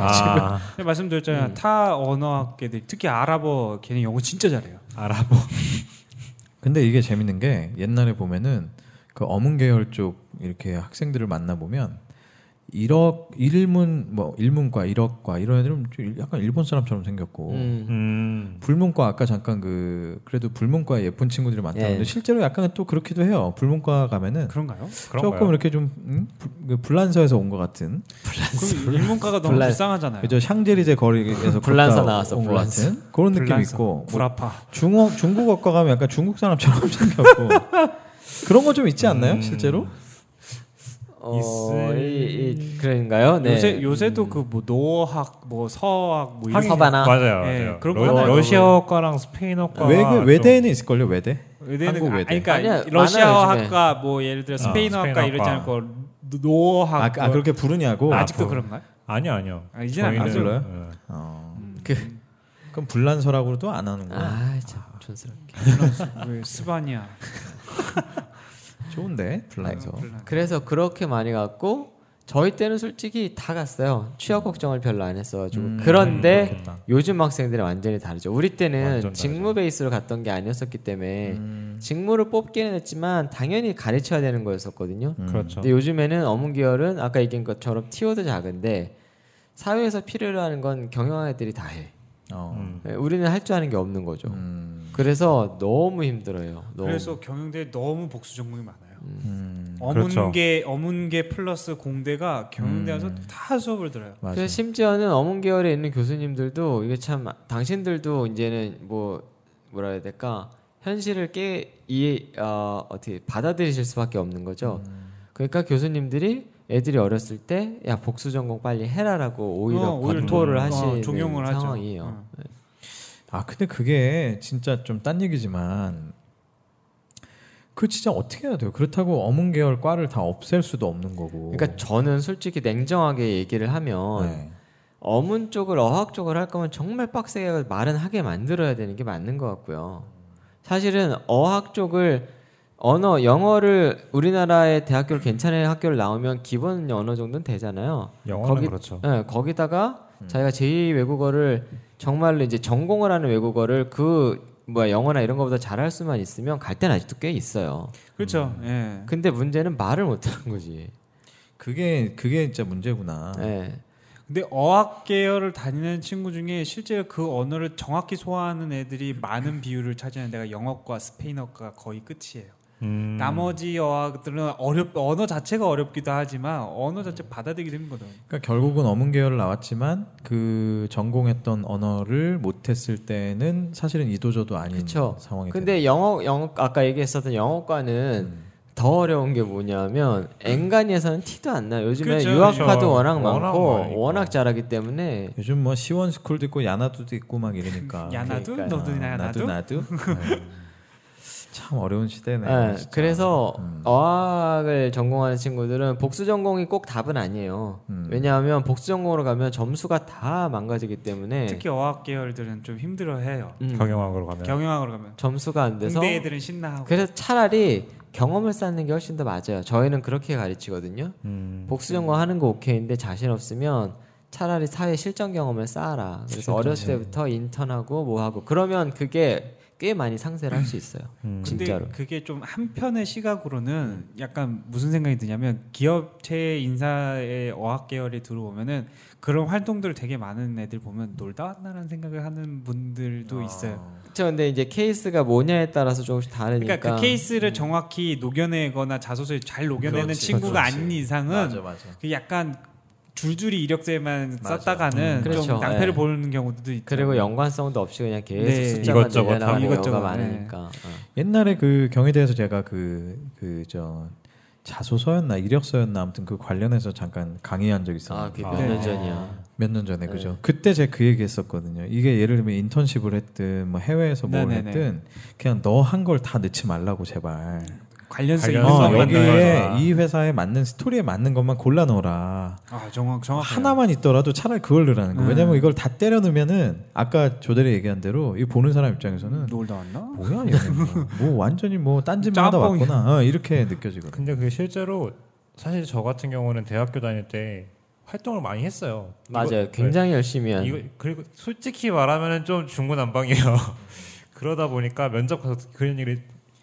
[SPEAKER 4] 아
[SPEAKER 3] 제가 네,
[SPEAKER 2] 음.
[SPEAKER 3] 말씀드렸잖아요. 타 언어학계들 특히 아랍어 걔네 영어 진짜 잘해요.
[SPEAKER 4] 아랍어.
[SPEAKER 1] 근데 이게 재밌는 게 옛날에 보면은 그 어문 계열 쪽 이렇게 학생들을 만나 보면 일억 일문 뭐 일문과 일억과 이런 애들은 좀 일- 약간 일본 사람처럼 생겼고
[SPEAKER 2] 음.
[SPEAKER 4] 음.
[SPEAKER 1] 불문과 아까 잠깐 그 그래도 불문과 예쁜 친구들이 많다는데
[SPEAKER 2] 예.
[SPEAKER 1] 실제로 약간 또 그렇기도 해요. 불문과 가면은
[SPEAKER 3] 그런가요?
[SPEAKER 1] 조금 이렇게 좀 음? 불- 불란서에서 온 것 같은
[SPEAKER 3] 그럼 일문과가 너무
[SPEAKER 2] 불란-
[SPEAKER 3] 불쌍하잖아요.
[SPEAKER 1] 네. 그죠 샹제리제 거리에서
[SPEAKER 2] 불란서
[SPEAKER 1] 걷다
[SPEAKER 2] 나왔어,
[SPEAKER 1] 온것
[SPEAKER 2] 불란서.
[SPEAKER 1] 같은 그런 느낌
[SPEAKER 3] 불란서,
[SPEAKER 1] 있고 뭐
[SPEAKER 3] 불아파.
[SPEAKER 1] 중어 중국어과 가면 약간 중국 사람처럼 생겼고 그런 거 좀 있지 않나요 실제로?
[SPEAKER 2] 어,
[SPEAKER 4] 있을-
[SPEAKER 2] 이, 이, 그런가요? 네.
[SPEAKER 3] 요새 요새도 그 뭐 노학, 뭐 서학, 뭐 이런
[SPEAKER 2] 서바나.
[SPEAKER 4] 맞아요.
[SPEAKER 3] 예,
[SPEAKER 4] 맞아요.
[SPEAKER 3] 그런 거
[SPEAKER 4] 러,
[SPEAKER 3] 하나요?
[SPEAKER 4] 러시아어과랑 스페인어과
[SPEAKER 1] 외 외대에는 있을걸요 외대.
[SPEAKER 3] 외대는
[SPEAKER 1] 한국
[SPEAKER 3] 아,
[SPEAKER 1] 외대.
[SPEAKER 3] 아니, 그러니까
[SPEAKER 2] 아니야,
[SPEAKER 3] 러시아어
[SPEAKER 2] 많아요, 요즘에.
[SPEAKER 3] 학과 뭐 예를 들어 스페인어
[SPEAKER 4] 어,
[SPEAKER 3] 학과
[SPEAKER 4] 스페인어
[SPEAKER 3] 이러지
[SPEAKER 4] 학과.
[SPEAKER 3] 않고 노학.
[SPEAKER 1] 아, 아,
[SPEAKER 3] 뭐-
[SPEAKER 1] 그렇게 부르냐고.
[SPEAKER 3] 아직도
[SPEAKER 2] 어.
[SPEAKER 1] 아,
[SPEAKER 3] 그런가요?
[SPEAKER 4] 아니요 아니요.
[SPEAKER 3] 아, 이제는 안
[SPEAKER 4] 저희는,
[SPEAKER 1] 불러요?
[SPEAKER 4] 예.
[SPEAKER 1] 어. 그럼 불란서라고도 안 하는구나.
[SPEAKER 2] 아, 참 촌스럽게.
[SPEAKER 3] 왜 스바냐?
[SPEAKER 1] 좋은데 불란서.
[SPEAKER 3] 아, 불란.
[SPEAKER 2] 그래서 그렇게 많이 갔고 저희 때는 솔직히 다 갔어요. 취업 걱정을 별로 안 했어가지고.
[SPEAKER 1] 음,
[SPEAKER 2] 그런데
[SPEAKER 1] 그렇겠다.
[SPEAKER 2] 요즘 학생들은 완전히 다르죠. 우리 때는
[SPEAKER 4] 완전
[SPEAKER 2] 직무 베이스로 갔던 게 아니었었기 때문에
[SPEAKER 1] 음,
[SPEAKER 2] 직무를 뽑기는 했지만 당연히 가르쳐야 되는 거였었거든요.
[SPEAKER 1] 음.
[SPEAKER 4] 그렇죠.
[SPEAKER 2] 근데 요즘에는 어문계열은 아까 얘기한 것처럼 티오도 작은데 사회에서 필요로 하는 건 경영학 애들이 다 해. 예,
[SPEAKER 1] 어.
[SPEAKER 4] 음.
[SPEAKER 2] 우리는 할 줄 아는 게 없는 거죠.
[SPEAKER 1] 음,
[SPEAKER 2] 그래서 너무 힘들어요. 너무.
[SPEAKER 3] 그래서 경영대 너무 복수 종목이 많아요.
[SPEAKER 1] 음,
[SPEAKER 3] 어문계 어문계 플러스 공대가 경영대 와서
[SPEAKER 2] 음.
[SPEAKER 3] 다 수업을 들어요.
[SPEAKER 1] 맞아.
[SPEAKER 2] 그래서 심지어는 어문 계열에 있는 교수님들도 이게 참 당신들도 이제는 뭐 뭐라 해야 될까 현실을 깨 이해 어, 어떻게 받아들이실 수밖에 없는 거죠.
[SPEAKER 1] 음.
[SPEAKER 2] 그러니까 교수님들이 애들이 어렸을 때 야 복수 전공 빨리 해라라고 오히려
[SPEAKER 3] 어, 오히려
[SPEAKER 2] 권토를
[SPEAKER 3] 돈-
[SPEAKER 2] 하시는
[SPEAKER 3] 어, 종용을 하죠. 어.
[SPEAKER 2] 상황이에요.
[SPEAKER 1] 아 근데 그게 진짜 좀 딴 얘기지만 그 진짜 어떻게 해야 돼요? 그렇다고 어문 계열 과를 다 없앨 수도 없는 거고.
[SPEAKER 2] 그러니까 어. 저는 솔직히 냉정하게 얘기를 하면
[SPEAKER 1] 네.
[SPEAKER 2] 어문 쪽을 어학 쪽을 할 거면 정말 빡세게 말은 하게 만들어야 되는 게 맞는 것 같고요. 사실은 어학 쪽을 언어 영어를 우리나라의 대학교를 괜찮은 학교를 나오면 기본 언어 정도는 되잖아요.
[SPEAKER 4] 영어는
[SPEAKER 2] 거기-
[SPEAKER 4] 그렇죠.
[SPEAKER 2] 예, 거기다가 자기가 제2 외국어를 정말로 이제 전공을 하는 외국어를 그 뭐야 영어나 이런 거보다 잘할 수만 있으면 갈 때는 아직도 꽤 있어요.
[SPEAKER 3] 그렇죠.
[SPEAKER 2] 음.
[SPEAKER 3] 예.
[SPEAKER 2] 근데 문제는 말을 못 하는 거지.
[SPEAKER 1] 그게 그게 진짜 문제구나.
[SPEAKER 2] 예.
[SPEAKER 3] 근데 어학 계열을 다니는 친구 중에 실제 그 언어를 정확히 소화하는 애들이 많은 비율을 차지하는 데가 영어과 스페인어가 거의 끝이에요.
[SPEAKER 4] 음,
[SPEAKER 3] 나머지 어학들은 어렵 언어 자체가 어렵기도 하지만 언어
[SPEAKER 2] 음.
[SPEAKER 3] 자체 받아들이기 힘거든.
[SPEAKER 1] 그러니까 결국은 어문 계열을 나왔지만 그 전공했던 언어를 못했을 때는 사실은 이도저도 아닌
[SPEAKER 2] 그쵸.
[SPEAKER 1] 상황이
[SPEAKER 2] 근데 영어 영어 아까 얘기했었던 영어과는
[SPEAKER 1] 음.
[SPEAKER 2] 더 어려운 게 뭐냐면 앵간에서는 티도 안 나요. 요즘에
[SPEAKER 3] 그쵸.
[SPEAKER 2] 유학파도
[SPEAKER 4] 그쵸.
[SPEAKER 2] 워낙
[SPEAKER 4] 워낙
[SPEAKER 2] 많고
[SPEAKER 4] 많으니까.
[SPEAKER 2] 워낙 잘하기 때문에
[SPEAKER 1] 요즘 뭐 시원 스쿨도 있고 야나두도 있고 막 이러니까
[SPEAKER 3] 야나두
[SPEAKER 2] 그러니까요.
[SPEAKER 3] 너도
[SPEAKER 1] 아,
[SPEAKER 3] 나나두.
[SPEAKER 1] 나도 나도 네. 참 어려운 시대네.
[SPEAKER 2] 예,
[SPEAKER 1] 진짜.
[SPEAKER 2] 그래서
[SPEAKER 1] 음.
[SPEAKER 2] 어학을 전공하는 친구들은 복수 전공이 꼭 답은 아니에요.
[SPEAKER 1] 음.
[SPEAKER 2] 왜냐하면 복수 전공으로 가면 점수가 다 망가지기 때문에
[SPEAKER 3] 특히 어학 계열들은 좀 힘들어해요.
[SPEAKER 2] 음,
[SPEAKER 4] 경영학으로 가면
[SPEAKER 3] 경영학으로 가면
[SPEAKER 2] 점수가 안 돼서
[SPEAKER 3] 공대 애들은 신나하고.
[SPEAKER 2] 그래서 차라리 경험을 쌓는 게 훨씬 더 맞아요. 저희는 그렇게 가르치거든요.
[SPEAKER 4] 음,
[SPEAKER 2] 복수 전공하는 거 오케이인데 자신 없으면 차라리 사회 실전 경험을 쌓아라. 그래서 어렸을 때부터 인턴하고 뭐 하고 그러면 그게 꽤 많이 상세를 할 수 있어요.
[SPEAKER 4] 음.
[SPEAKER 3] 근데
[SPEAKER 2] 진짜로.
[SPEAKER 3] 그게 좀 한편의 시각으로는 약간 무슨 생각이 드냐면 기업체 인사의 어학 계열에 들어오면은 그런 활동들 되게 많은 애들 보면 놀다 왔나라는 생각을 하는
[SPEAKER 1] 아.
[SPEAKER 3] 분들도 있어요.
[SPEAKER 2] 그렇죠. 근데 이제 케이스가 뭐냐에 따라서 조금씩 다르니까.
[SPEAKER 3] 그러니까 그 케이스를 정확히 녹여내거나 자소서에 잘 녹여내는
[SPEAKER 1] 그렇지,
[SPEAKER 3] 친구가
[SPEAKER 1] 그렇지.
[SPEAKER 3] 아닌 이상은
[SPEAKER 1] 맞아 맞아.
[SPEAKER 3] 그 약간 줄줄이 이력제만
[SPEAKER 1] 맞아.
[SPEAKER 3] 썼다가는
[SPEAKER 2] 음,
[SPEAKER 3] 좀
[SPEAKER 2] 그렇죠.
[SPEAKER 3] 낭패를
[SPEAKER 2] 예.
[SPEAKER 3] 보는 경우도 있죠.
[SPEAKER 2] 그리고 연관성도 없이 그냥 계속
[SPEAKER 3] 네.
[SPEAKER 2] 숫자만
[SPEAKER 4] 이것저것
[SPEAKER 2] 늘려나가는
[SPEAKER 3] 하고.
[SPEAKER 2] 경우가
[SPEAKER 3] 이것저것, 네.
[SPEAKER 2] 많으니까. 어.
[SPEAKER 1] 옛날에 그 경희대에서 제가 그 그 저 자소서였나 이력서였나 아무튼 그 관련해서 잠깐 강의한 적이
[SPEAKER 2] 아,
[SPEAKER 1] 있었는데
[SPEAKER 2] 그게
[SPEAKER 4] 아.
[SPEAKER 2] 몇 년
[SPEAKER 3] 네.
[SPEAKER 2] 전이야.
[SPEAKER 1] 몇 년 전에 그죠. 그때 제가 그 얘기했었거든요. 이게 예를 들면 인턴십을 했든 뭐 해외에서 뭘
[SPEAKER 3] 네네네.
[SPEAKER 1] 했든 그냥 너 한 걸 다 넣지 말라고 제발.
[SPEAKER 3] 관련성 있는
[SPEAKER 4] 관련성
[SPEAKER 1] 어,
[SPEAKER 3] 것만
[SPEAKER 4] 없는
[SPEAKER 1] 여기에
[SPEAKER 4] 거야.
[SPEAKER 1] 이 회사에 맞는 스토리에 맞는 것만 골라 넣어라.
[SPEAKER 3] 아 정확 정확
[SPEAKER 1] 하나만 있더라도 차라리 그걸 넣으라는 거.
[SPEAKER 3] 음.
[SPEAKER 1] 왜냐면 이걸 다 때려 넣으면은 아까 조대리 얘기한 대로 이 보는 사람 입장에서는
[SPEAKER 3] 놀다 왔나?
[SPEAKER 1] 뭐야 얘는 뭐 완전히 뭐 딴짓만 하다
[SPEAKER 3] 네. 짬뽕이야.
[SPEAKER 1] 왔구나 어, 이렇게
[SPEAKER 2] 네.
[SPEAKER 1] 느껴지거든.
[SPEAKER 4] 근데 그게 실제로 사실 저 같은 경우는 대학교 다닐 때 활동을 많이 했어요.
[SPEAKER 2] 맞아요.
[SPEAKER 4] 이거- 네.
[SPEAKER 2] 굉장히 열심히 한.
[SPEAKER 4] 이거 그리고 솔직히 말하면 좀 중구난방이에요. 그러다 보니까 면접 가서 그런 얘기를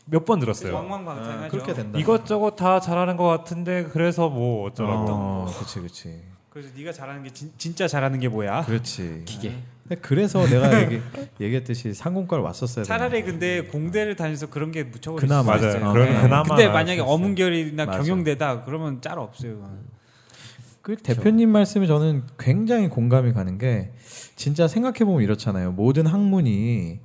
[SPEAKER 4] 몇 번 들었어요.
[SPEAKER 3] 왕왕방탕하죠.
[SPEAKER 1] 그렇게 된다.
[SPEAKER 4] 이것저것 다 잘하는 것 같은데 그래서 뭐 어쩌라고.
[SPEAKER 1] 어, 그렇지 그렇지.
[SPEAKER 3] 그래서 네가 잘하는 게 진, 진짜 잘하는 게 뭐야?
[SPEAKER 1] 그렇지.
[SPEAKER 2] 기계.
[SPEAKER 1] 근데 그래서 내가 얘기, 얘기했듯이 상공과를 왔었어야
[SPEAKER 3] 차라리
[SPEAKER 1] 되는데.
[SPEAKER 3] 근데 공대를 다니면서 그런 게 묻혀버릴
[SPEAKER 1] 그나마.
[SPEAKER 3] 수 있어요.
[SPEAKER 4] 맞아요.
[SPEAKER 1] 어,
[SPEAKER 4] 그런
[SPEAKER 1] 네.
[SPEAKER 4] 그나마
[SPEAKER 3] 근데
[SPEAKER 4] 나을 수
[SPEAKER 3] 만약에
[SPEAKER 4] 있어요.
[SPEAKER 3] 어문결이나
[SPEAKER 1] 맞아.
[SPEAKER 3] 경영대다 그러면 짤 없어요. 그건.
[SPEAKER 1] 그 대표님 말씀에 저는 굉장히 공감이 가는 게 진짜 생각해 보면 이렇잖아요. 모든 학문이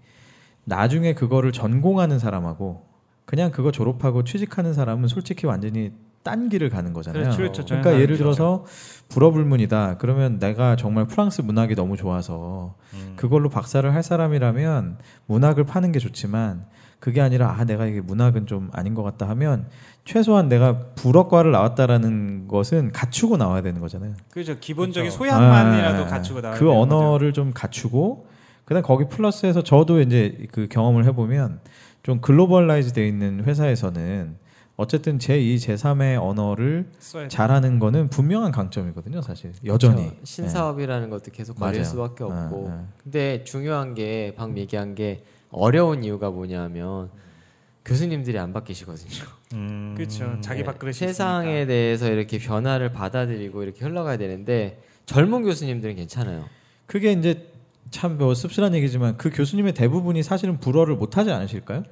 [SPEAKER 1] 나중에 그거를 전공하는 사람하고 그냥 그거 졸업하고 취직하는 사람은 솔직히 완전히 딴 길을 가는 거잖아요.
[SPEAKER 3] 그렇죠, 그렇죠.
[SPEAKER 1] 러니까
[SPEAKER 3] 저는
[SPEAKER 1] 예를
[SPEAKER 3] 그렇죠.
[SPEAKER 1] 들어서 불어불문이다. 그러면 내가 정말 프랑스 문학이 너무 좋아서
[SPEAKER 3] 음.
[SPEAKER 4] 음.
[SPEAKER 1] 그걸로 박사를 할 사람이라면 문학을 파는 게 좋지만 그게 아니라 아 내가 이게 문학은 좀 아닌 것 같다 하면 최소한 내가 불어과를 나왔다라는 것은 갖추고 나와야 되는 거잖아요.
[SPEAKER 3] 그죠. 기본적인
[SPEAKER 4] 그렇죠.
[SPEAKER 3] 소양만이라도
[SPEAKER 1] 아,
[SPEAKER 3] 갖추고 나와야
[SPEAKER 1] 그
[SPEAKER 3] 되는
[SPEAKER 1] 언어를 좀 갖추고 그다음 거기 플러스해서 저도 이제 그 경험을 해보면 좀 글로벌라이즈 돼 있는 회사에서는 어쨌든 제2, 제3의 언어를
[SPEAKER 3] 거죠. 써야 돼.
[SPEAKER 1] 잘하는 거는 분명한 강점이거든요, 사실. 여전히. 네.
[SPEAKER 2] 그렇죠. 신사업이라는 것도 계속 걸릴
[SPEAKER 1] 맞아요.
[SPEAKER 2] 수밖에 없고.
[SPEAKER 1] 아, 아.
[SPEAKER 2] 근데 중요한 게 방금 얘기한 게 어려운 이유가 뭐냐면 교수님들이 안 바뀌시거든요. 네.
[SPEAKER 4] 음.
[SPEAKER 3] 그렇죠. 자기 밥그릇이
[SPEAKER 2] 세상에 대해서 이렇게 변화를 받아들이고 이렇게 흘러가야 되는데 젊은 교수님들은 괜찮아요.
[SPEAKER 1] 그게 이제 참 뭐 씁쓸한 얘기지만 그 교수님의 대부분이 사실은 불어를 못 하지 않으실까요?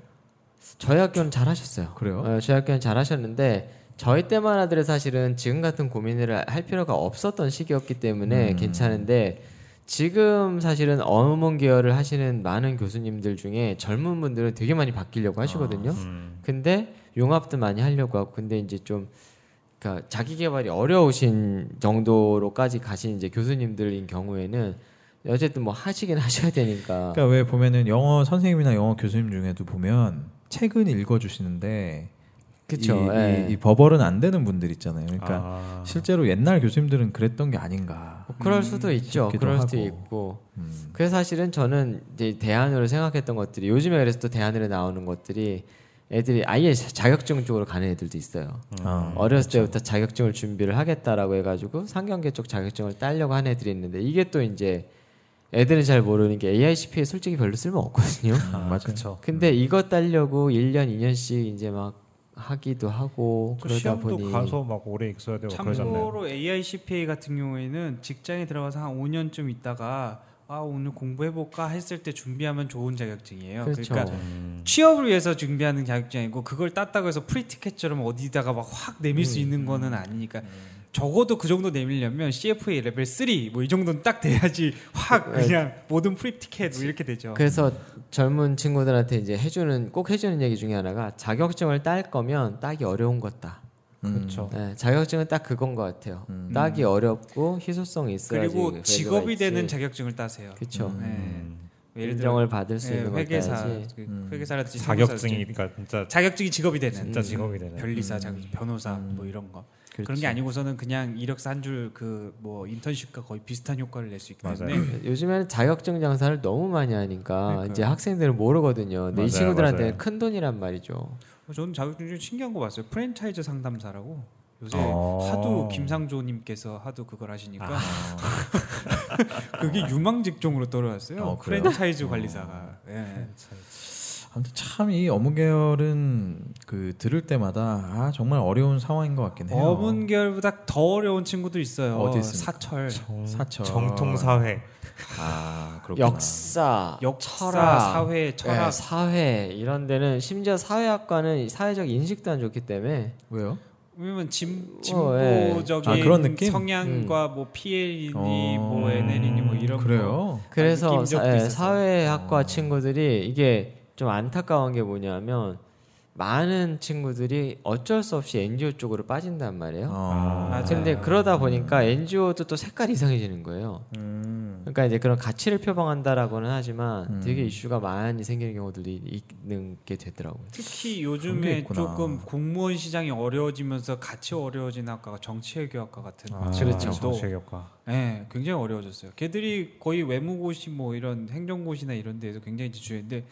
[SPEAKER 2] 저희 학교는 잘하셨어요.
[SPEAKER 1] 그래요?
[SPEAKER 2] 어, 저희 학교는 잘하셨는데 저희 때만 하더라도 사실은 지금 같은 고민을 할 필요가 없었던 시기였기 때문에
[SPEAKER 1] 음.
[SPEAKER 2] 괜찮은데 지금 사실은 어문 계열을 하시는 많은 교수님들 중에 젊은 분들은 되게 많이 바뀌려고
[SPEAKER 1] 아,
[SPEAKER 2] 하시거든요.
[SPEAKER 4] 음.
[SPEAKER 2] 근데 융합도 많이 하려고 하고 근데 이제 좀 그러니까 자기 개발이 어려우신 정도로까지 가신 이제 교수님들인 경우에는 어쨌든 뭐 하시긴 하셔야 되니까
[SPEAKER 1] 그러니까 왜 보면은 영어 선생님이나 영어 교수님 중에도 보면 책은 읽어주시는데
[SPEAKER 2] 그쵸.
[SPEAKER 1] 이,
[SPEAKER 2] 예.
[SPEAKER 1] 이, 이 버벌은 안 되는 분들 있잖아요. 그러니까
[SPEAKER 4] 아.
[SPEAKER 1] 실제로 옛날 교수님들은 그랬던 게 아닌가.
[SPEAKER 2] 뭐 그럴
[SPEAKER 3] 음,
[SPEAKER 2] 수도 있죠.
[SPEAKER 1] 싶기도
[SPEAKER 2] 그럴 수도
[SPEAKER 1] 하고.
[SPEAKER 2] 있고.
[SPEAKER 1] 음.
[SPEAKER 2] 그래서 사실은 저는 이제 대안으로 생각했던 것들이 요즘에 그래서 또 대안으로 나오는 것들이 애들이 아예 자- 자격증 쪽으로 가는 애들도 있어요.
[SPEAKER 3] 음.
[SPEAKER 1] 아,
[SPEAKER 2] 어렸을 때부터 자격증을 준비를 하겠다라고 해가지고 상경계 쪽 자격증을 따려고 하는 애들이 있는데 이게 또 이제 애들은 잘 모르는 게 AICP에 솔직히 별로 쓸모 없거든요.
[SPEAKER 1] 아, 맞아요.
[SPEAKER 4] 그렇죠.
[SPEAKER 2] 근데 이거 따려고 1년, 2년씩 이제 막 하기도 하고 그러다
[SPEAKER 4] 시험도
[SPEAKER 2] 보니
[SPEAKER 4] 가서 막 오래 익혀야 되고 그러잖아요.
[SPEAKER 3] 참고로 AI CPA 같은 경우에는 직장에 들어가서 한 5년쯤 있다가 아 오늘 공부해볼까 했을 때 준비하면 좋은 자격증이에요.
[SPEAKER 2] 그렇죠.
[SPEAKER 3] 러니까 음. 취업을 위해서 준비하는 자격증이고 그걸 땄다고 해서 프리티켓처럼 어디다가 막 확 내밀
[SPEAKER 2] 음.
[SPEAKER 3] 수 있는 거는 아니니까 적어도 그 정도 내밀려면 CFA 레벨 3 뭐 이 정도는 딱 돼야지 확 그냥 모든 프리티켓 뭐 이렇게 되죠.
[SPEAKER 2] 네. 그래서 젊은 친구들한테 이제 해주는 꼭 해주는 얘기 중에 하나가 자격증을 딸 거면 따기 어려운 것다.
[SPEAKER 3] 음.
[SPEAKER 4] 그렇죠.
[SPEAKER 2] 예, 자격증은 딱 그건 것 같아요.
[SPEAKER 1] 음.
[SPEAKER 2] 따기 어렵고 희소성이 있어야지.
[SPEAKER 3] 그리고
[SPEAKER 2] 그
[SPEAKER 3] 직업이
[SPEAKER 2] 밸류가
[SPEAKER 3] 되는
[SPEAKER 2] 있지.
[SPEAKER 3] 자격증을 따세요.
[SPEAKER 2] 그쵸.
[SPEAKER 1] 음.
[SPEAKER 3] 네. 예를 들어
[SPEAKER 2] 인정을 받을 수
[SPEAKER 3] 예,
[SPEAKER 2] 있는
[SPEAKER 3] 회계사
[SPEAKER 2] 것까지.
[SPEAKER 3] 그
[SPEAKER 1] 음.
[SPEAKER 3] 회계사라든지 세무사라든지.
[SPEAKER 4] 자격증이니까 진짜
[SPEAKER 3] 자격증이 직업이 되는
[SPEAKER 2] 음.
[SPEAKER 4] 진짜 직업이 되네.
[SPEAKER 3] 변리사 자격증 변호사 뭐 이런 거 그런게 아니고서는 그냥 이력서 한 줄 그 뭐 인턴십과 거의 비슷한 효과를 낼 수 있기
[SPEAKER 4] 맞아요.
[SPEAKER 3] 때문에
[SPEAKER 2] 요즘에는 자격증 장사를 너무 많이 하니까
[SPEAKER 3] 그러니까요.
[SPEAKER 2] 이제 학생들은 모르거든요. 근데
[SPEAKER 4] 맞아요,
[SPEAKER 2] 이 친구들한테는
[SPEAKER 4] 맞아요.
[SPEAKER 2] 큰 돈이란 말이죠.
[SPEAKER 3] 저는 자격증 중에 신기한 거 봤어요 프랜차이즈 상담사라고 요새
[SPEAKER 4] 어.
[SPEAKER 1] 아.
[SPEAKER 3] 하도 김상조님께서 하도 그걸 하시니까 그게 유망 직종으로 떨어졌어요
[SPEAKER 1] 어, 그래요?
[SPEAKER 3] 프랜차이즈 관리사가 예.
[SPEAKER 1] 아무튼 참 이 어문 계열은 그 들을 때마다 아 정말 어려운 상황인 것 같긴 해요.
[SPEAKER 3] 어문 계열보다 더 어려운 친구도 있어요
[SPEAKER 1] 어디 있습니까?
[SPEAKER 3] 사철
[SPEAKER 1] 사철.
[SPEAKER 4] 정통 사회.
[SPEAKER 1] 아 그렇구나.
[SPEAKER 2] 역사,
[SPEAKER 3] 역사
[SPEAKER 2] 철학,
[SPEAKER 3] 사회 철학
[SPEAKER 2] 예, 사회 이런 데는 심지어 사회학과는 이 사회적 인식도 안 좋기 때문에
[SPEAKER 1] 왜요?
[SPEAKER 3] 왜냐면 진
[SPEAKER 2] 어, 예.
[SPEAKER 3] 진보적인
[SPEAKER 1] 아, 그런 느낌? 음.
[SPEAKER 3] 성향과 뭐 PL이니
[SPEAKER 1] 어,
[SPEAKER 3] 뭐 NL이니 뭐 이런 거.
[SPEAKER 1] 그래요.
[SPEAKER 2] 그래서
[SPEAKER 3] 느낀 적도
[SPEAKER 2] 사,
[SPEAKER 3] 있었어요. 아.
[SPEAKER 2] 회학과 친구들이 이게 좀 안타까운 게 뭐냐면 많은 친구들이 어쩔 수 없이 NGO 쪽으로 빠진단 말이에요.
[SPEAKER 1] 어.
[SPEAKER 3] 맞아요.
[SPEAKER 2] 근데 그러다 보니까 NGO도 또 색깔이 이상해지는 거예요.
[SPEAKER 1] 음.
[SPEAKER 2] 그러니까 이제 그런 가치를 표방한다라고는 하지만
[SPEAKER 1] 음.
[SPEAKER 2] 되게 이슈가 많이 생기는 경우들도 있- 있는 게 되더라고요.
[SPEAKER 3] 특히
[SPEAKER 1] 그런 게
[SPEAKER 3] 요즘에
[SPEAKER 1] 있구나.
[SPEAKER 3] 조금 공무원 시장이 어려워지면서 같이 어려워진 학과가 정치외교학과 같은
[SPEAKER 2] 그렇죠.
[SPEAKER 3] 또,
[SPEAKER 4] 아, 정치 효과.
[SPEAKER 3] 예, 굉장히 어려워졌어요. 걔들이 거의 외무고시 뭐 이런 행정고시나 이런 데에서 굉장히 지출했는데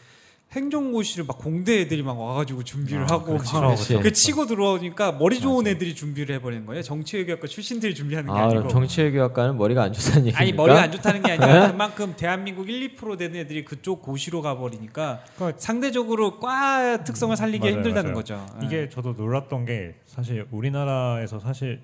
[SPEAKER 3] 행정고시를 막 공대 애들이 막 와가지고 준비를 하고 막
[SPEAKER 2] 아, 그렇죠. 그렇지.
[SPEAKER 3] 그 치고 들어오니까 머리 좋은 애들이 준비를 해버리는 거예요. 정치외교학과 출신들이 준비하는 게
[SPEAKER 2] 아,
[SPEAKER 3] 아니고
[SPEAKER 2] 그럼 정치외교학과는 머리가 안 좋다는 얘기입니까? 네?
[SPEAKER 3] 아니 머리가 안 좋다는 게 아니라 그만큼 대한민국 1, 2% 되는 애들이 그쪽 고시로 가버리니까
[SPEAKER 4] 그러니까
[SPEAKER 3] 상대적으로 과 특성을 살리기 가
[SPEAKER 4] 맞아요,
[SPEAKER 3] 힘들다는
[SPEAKER 4] 맞아요.
[SPEAKER 3] 거죠. 네.
[SPEAKER 4] 이게 저도 놀랐던 게 사실 우리나라에서 사실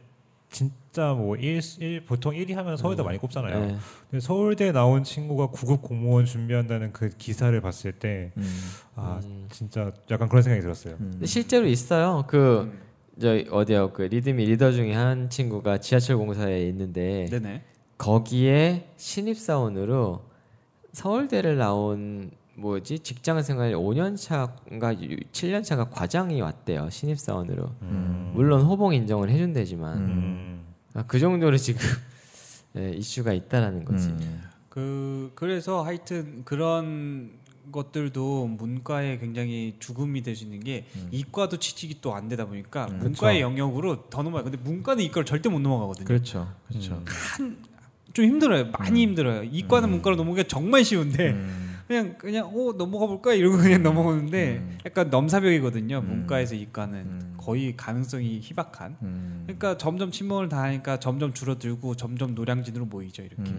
[SPEAKER 4] 진짜 뭐 일, 일- 보통 1위 하면 서울대 많이 꼽잖아요.
[SPEAKER 3] 음.
[SPEAKER 2] 네.
[SPEAKER 4] 근데 서울대 나온 친구가 구급 공무원 준비한다는 그 기사를 봤을 때
[SPEAKER 1] 음.
[SPEAKER 4] 아, 진짜 약간 그런 생각이 들었어요.
[SPEAKER 2] 근데 실제로 있어요. 그
[SPEAKER 3] 음.
[SPEAKER 2] 저 어디요? 그 리드미 리더 중에 한 친구가 지하철 공사에 있는데
[SPEAKER 3] 네네.
[SPEAKER 2] 거기에 신입사원으로 서울대를 나온 뭐지 직장생활 5년 차인가 7년 차가 과장이 왔대요 신입사원으로
[SPEAKER 4] 음.
[SPEAKER 2] 물론 호봉 인정을 해준대지만
[SPEAKER 4] 음.
[SPEAKER 2] 아, 그 정도로 지금 예, 이슈가 있다라는 거지
[SPEAKER 1] 음.
[SPEAKER 3] 그 그래서 하여튼 그런 것들도 문과에 굉장히 죽음이 될 수 있는 게 이과도 취직이 또 안 되다 보니까
[SPEAKER 2] 음.
[SPEAKER 3] 문과의 영역으로 더 넘어요. 근데 문과는 이과를 절대 못 넘어가거든요.
[SPEAKER 1] 그렇죠. 그렇죠.
[SPEAKER 3] 좀 힘들어요. 많이 힘들어요. 이과는 문과로 넘어가기가 정말 쉬운데 그냥 그냥 오 넘어가 볼까 이러고 그냥 넘어오는데 약간 넘사벽이거든요. 문과에서 이과는 거의 가능성이 희박한.
[SPEAKER 1] 음.
[SPEAKER 3] 그러니까 점점 침몰을 당하니까 점점 줄어들고 점점 노량진으로 모이죠
[SPEAKER 1] 음.
[SPEAKER 3] 이렇게.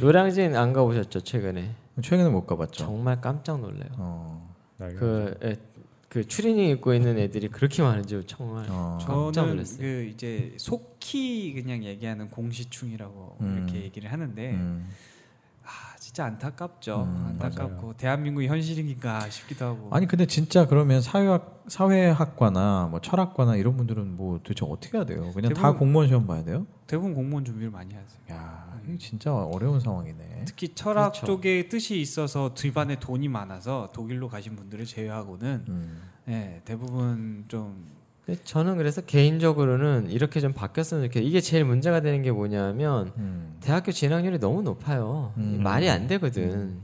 [SPEAKER 2] 노량진 안 가보셨죠 최근에
[SPEAKER 1] 최근에 못 가봤죠.
[SPEAKER 2] 정말 깜짝 놀래요
[SPEAKER 1] 어.
[SPEAKER 4] 알겠-
[SPEAKER 2] 그, 예, 그 추리닝 입고 있는 애들이 그렇게 많은지 정말
[SPEAKER 1] 어.
[SPEAKER 2] 깜짝
[SPEAKER 3] 저는
[SPEAKER 2] 놀랐어요.
[SPEAKER 3] 그 이제 속히 그냥 얘기하는 공시충이라고
[SPEAKER 1] 음.
[SPEAKER 3] 이렇게 얘기를 하는데
[SPEAKER 1] 음.
[SPEAKER 3] 아 진짜 안타깝죠.
[SPEAKER 1] 음,
[SPEAKER 3] 안타깝고 대한민국의 현실인가 싶기도 하고.
[SPEAKER 1] 아니 근데 진짜 그러면 사회학 사회학과나 뭐 철학과나 이런 분들은 뭐 도대체 어떻게 해야 돼요? 그냥 다
[SPEAKER 3] 대부분-
[SPEAKER 1] 공무원 시험 봐야 돼요?
[SPEAKER 3] 대부분 공무원 준비를 많이 하세요.
[SPEAKER 1] 야, 이거 진짜 어려운 상황이네.
[SPEAKER 3] 특히 철학
[SPEAKER 2] 그렇죠.
[SPEAKER 3] 쪽에 뜻이 있어서 집안에 돈이 많아서 독일로 가신 분들을 제외하고는
[SPEAKER 1] 음.
[SPEAKER 3] 예, 대부분 좀
[SPEAKER 2] 근데 저는 그래서 개인적으로는 이렇게 좀 바뀌었으면 좋겠어요. 이게 제일 문제가 되는 게 뭐냐면
[SPEAKER 1] 음.
[SPEAKER 2] 대학교 진학률이 너무 높아요.
[SPEAKER 1] 음.
[SPEAKER 2] 말이 안 되거든.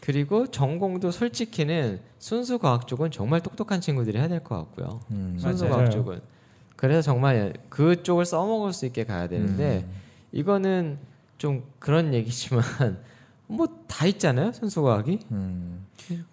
[SPEAKER 2] 그리고 전공도 솔직히는 순수 과학 쪽은 정말 똑똑한 친구들이 해야 될 것 같고요.
[SPEAKER 1] 음.
[SPEAKER 2] 순수
[SPEAKER 4] 맞아요.
[SPEAKER 2] 과학 쪽은 그래서 정말 그쪽을 써먹을 수 있게 가야
[SPEAKER 4] 음.
[SPEAKER 2] 되는데 이거는 좀 그런 얘기지만 뭐 다 있잖아요 순수 과학이.
[SPEAKER 1] 음.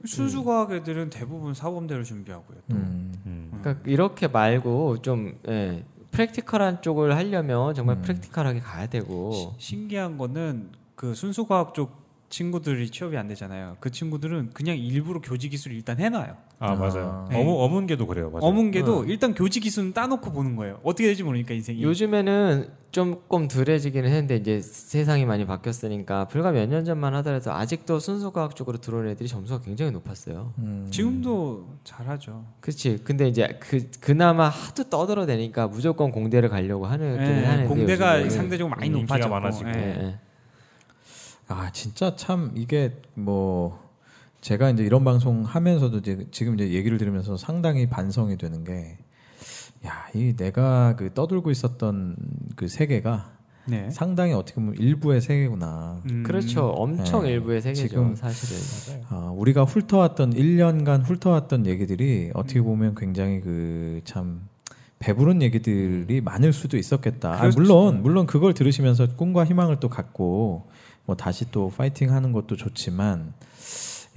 [SPEAKER 3] 순수과학 애들은 대부분 사범대로 준비하고요. 또.
[SPEAKER 1] 음.
[SPEAKER 4] 음.
[SPEAKER 2] 그러니까 이렇게 말고 좀 예, 프랙티컬한 쪽을 하려면 정말
[SPEAKER 1] 음.
[SPEAKER 2] 프랙티컬하게 가야 되고
[SPEAKER 3] 시- 신기한 거는 그 순수과학 쪽 친구들이 취업이 안 되잖아요. 그 친구들은 그냥 일부러 교직 기술을 일단 해놔요.
[SPEAKER 4] 아, 맞아요.
[SPEAKER 3] 네.
[SPEAKER 4] 어문 어문계도 그래요. 맞아요.
[SPEAKER 3] 어문계도 일단 교직 기술은 따놓고 보는 거예요. 어떻게 될지 모르니까 인생이.
[SPEAKER 2] 음. 요즘에는 조금 덜해지기는 했는데 이제 세상이 많이 바뀌었으니까 불과 몇 년 전만 하더라도 아직도 순수과학 쪽으로 들어온 애들이 점수가 굉장히 높았어요.
[SPEAKER 1] 음.
[SPEAKER 3] 지금도 잘하죠.
[SPEAKER 2] 그렇지. 근데 이제 그 그나마 하도 떠들어대니까 무조건 공대를 가려고 하는
[SPEAKER 3] 예,
[SPEAKER 2] 하는데
[SPEAKER 3] 공대가
[SPEAKER 2] 요즘에는.
[SPEAKER 3] 상대적으로 많이
[SPEAKER 4] 인기가
[SPEAKER 3] 높아졌고.
[SPEAKER 4] 많아지고.
[SPEAKER 3] 예.
[SPEAKER 2] 예, 예.
[SPEAKER 1] 아 진짜 참 이게 뭐 제가 이제 이런 방송 하면서도 이제 지금 이제 얘기를 들으면서 상당히 반성이 되는 게 야, 이 내가 그 떠들고 있었던 그 세계가
[SPEAKER 3] 네.
[SPEAKER 1] 상당히 어떻게 보면 일부의 세계구나.
[SPEAKER 3] 음.
[SPEAKER 2] 그렇죠. 엄청
[SPEAKER 1] 예.
[SPEAKER 2] 일부의 세계죠,
[SPEAKER 1] 지금
[SPEAKER 2] 사실은.
[SPEAKER 1] 아, 우리가 훑어왔던 1년간 훑어왔던 얘기들이 어떻게
[SPEAKER 3] 음.
[SPEAKER 1] 보면 굉장히 그 참 배부른 얘기들이 많을 수도 있었겠다. 아,
[SPEAKER 3] 음. 그렇죠.
[SPEAKER 1] 물론 물론 그걸 들으시면서 꿈과 희망을 또 갖고 뭐 다시 또 파이팅하는 것도 좋지만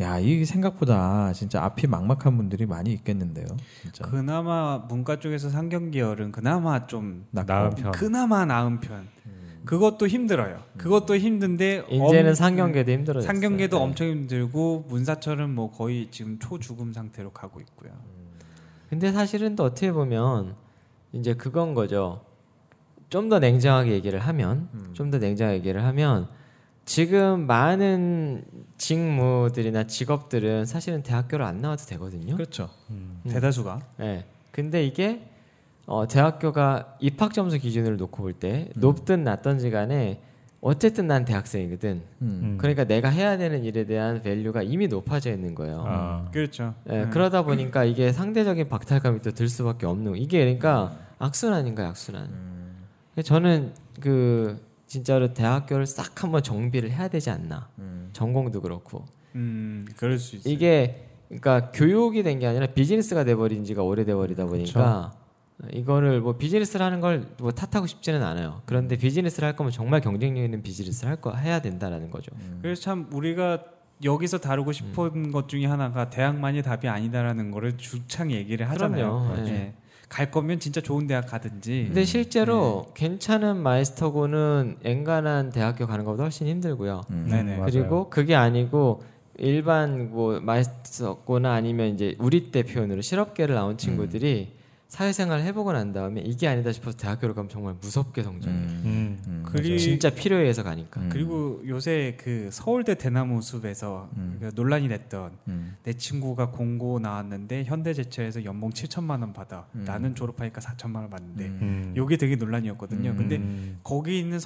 [SPEAKER 1] 야, 이 생각보다 진짜 앞이 막막한 분들이 많이 있겠는데요. 진짜.
[SPEAKER 3] 그나마 문과 쪽에서 상경 계열은 그나마 좀
[SPEAKER 1] 낮고.
[SPEAKER 4] 나은 편.
[SPEAKER 3] 그나마 나은 편. 그것도 힘들어요. 그것도 힘든데
[SPEAKER 2] 음. 이제는
[SPEAKER 3] 엄-
[SPEAKER 2] 상경계도 힘들어요. 네.
[SPEAKER 3] 상경계도 엄청 힘들고 문사철은 뭐 거의 지금 초죽음 상태로 가고 있고요.
[SPEAKER 2] 음. 근데 사실은 또 어떻게 보면 이제 그건 거죠. 좀 더 냉정하게 얘기를 하면, 좀 더 냉정하게 얘기를 하면 지금 많은 직무들이나 직업들은 사실은 대학교를 안 나와도 되거든요.
[SPEAKER 1] 그렇죠.
[SPEAKER 2] 음.
[SPEAKER 3] 대다수가
[SPEAKER 2] 예. 근데 이게 어, 대학교가 입학 점수 기준을 놓고 볼 때 높든 낮든지 간에 어쨌든 난 대학생이거든.
[SPEAKER 1] 음.
[SPEAKER 4] 음.
[SPEAKER 2] 그러니까 내가 해야 되는 일에 대한 밸류가 이미 높아져 있는 거예요.
[SPEAKER 4] 아,
[SPEAKER 3] 그렇죠.
[SPEAKER 2] 예,
[SPEAKER 3] 음.
[SPEAKER 2] 그러다 보니까 이게 상대적인 박탈감이 또 들 수밖에 없는 이게
[SPEAKER 3] 음.
[SPEAKER 2] 그러니까 악순환인가 악순환. 그래서 저는 그 진짜로 대학교를 싹 한번 정비를 해야 되지 않나. 전공도 그렇고
[SPEAKER 3] 음, 그럴 수 있어요.
[SPEAKER 2] 이게 그러니까 교육이 된 게 아니라 비즈니스가 돼버린 지가 오래돼 버리다 보니까 이거를 뭐 비즈니스를 하는 걸 뭐 탓하고 싶지는 않아요. 그런데
[SPEAKER 3] 음.
[SPEAKER 2] 비즈니스를 할 거면 정말 경쟁력 있는 비즈니스를 할 거 해야 된다라는 거죠.
[SPEAKER 3] 그래서 참 우리가 여기서 다루고 싶은
[SPEAKER 2] 음.
[SPEAKER 3] 것 중에 하나가 대학만이 답이 아니다라는 거를 주창 얘기를 하잖아요.
[SPEAKER 2] 그럼요. 예.
[SPEAKER 3] 예. 갈 거면 진짜 좋은 대학 가든지.
[SPEAKER 2] 근데 실제로
[SPEAKER 3] 음.
[SPEAKER 2] 괜찮은 마이스터고는 엔간한 대학교 가는 것보다 훨씬 힘들고요.
[SPEAKER 3] 음.
[SPEAKER 1] 음.
[SPEAKER 3] 네네.
[SPEAKER 4] 맞아요.
[SPEAKER 2] 그리고 그게 아니고 일반 뭐 마이스터거나 아니면 이제 우리 때 표현으로 실업계를
[SPEAKER 4] 음.
[SPEAKER 2] 나온 친구들이 사회생활 해보고 난 다음에 이게 아니다 싶어서 대학교를 가면 정말 무섭게 성장. 해요
[SPEAKER 4] 음.
[SPEAKER 1] 음,
[SPEAKER 3] 그리-
[SPEAKER 1] 맞아요.
[SPEAKER 2] 진짜 필요에 의해서 가니까.
[SPEAKER 1] 음.
[SPEAKER 3] 그리고 요새 그 서울대 대나무 숲에서
[SPEAKER 1] 음.
[SPEAKER 3] 그 논란이 됐던
[SPEAKER 1] 음.
[SPEAKER 3] 내 친구가 공고 나왔는데 현대제철에서 연봉 7천만 원 받아
[SPEAKER 1] 음.
[SPEAKER 3] 나는 졸업하니까 4천만 원 받는데
[SPEAKER 1] 음.
[SPEAKER 4] 음.
[SPEAKER 3] 요게 되게 논란이었거든요.
[SPEAKER 1] 음.
[SPEAKER 3] 근데
[SPEAKER 4] 음.
[SPEAKER 3] 거기 있는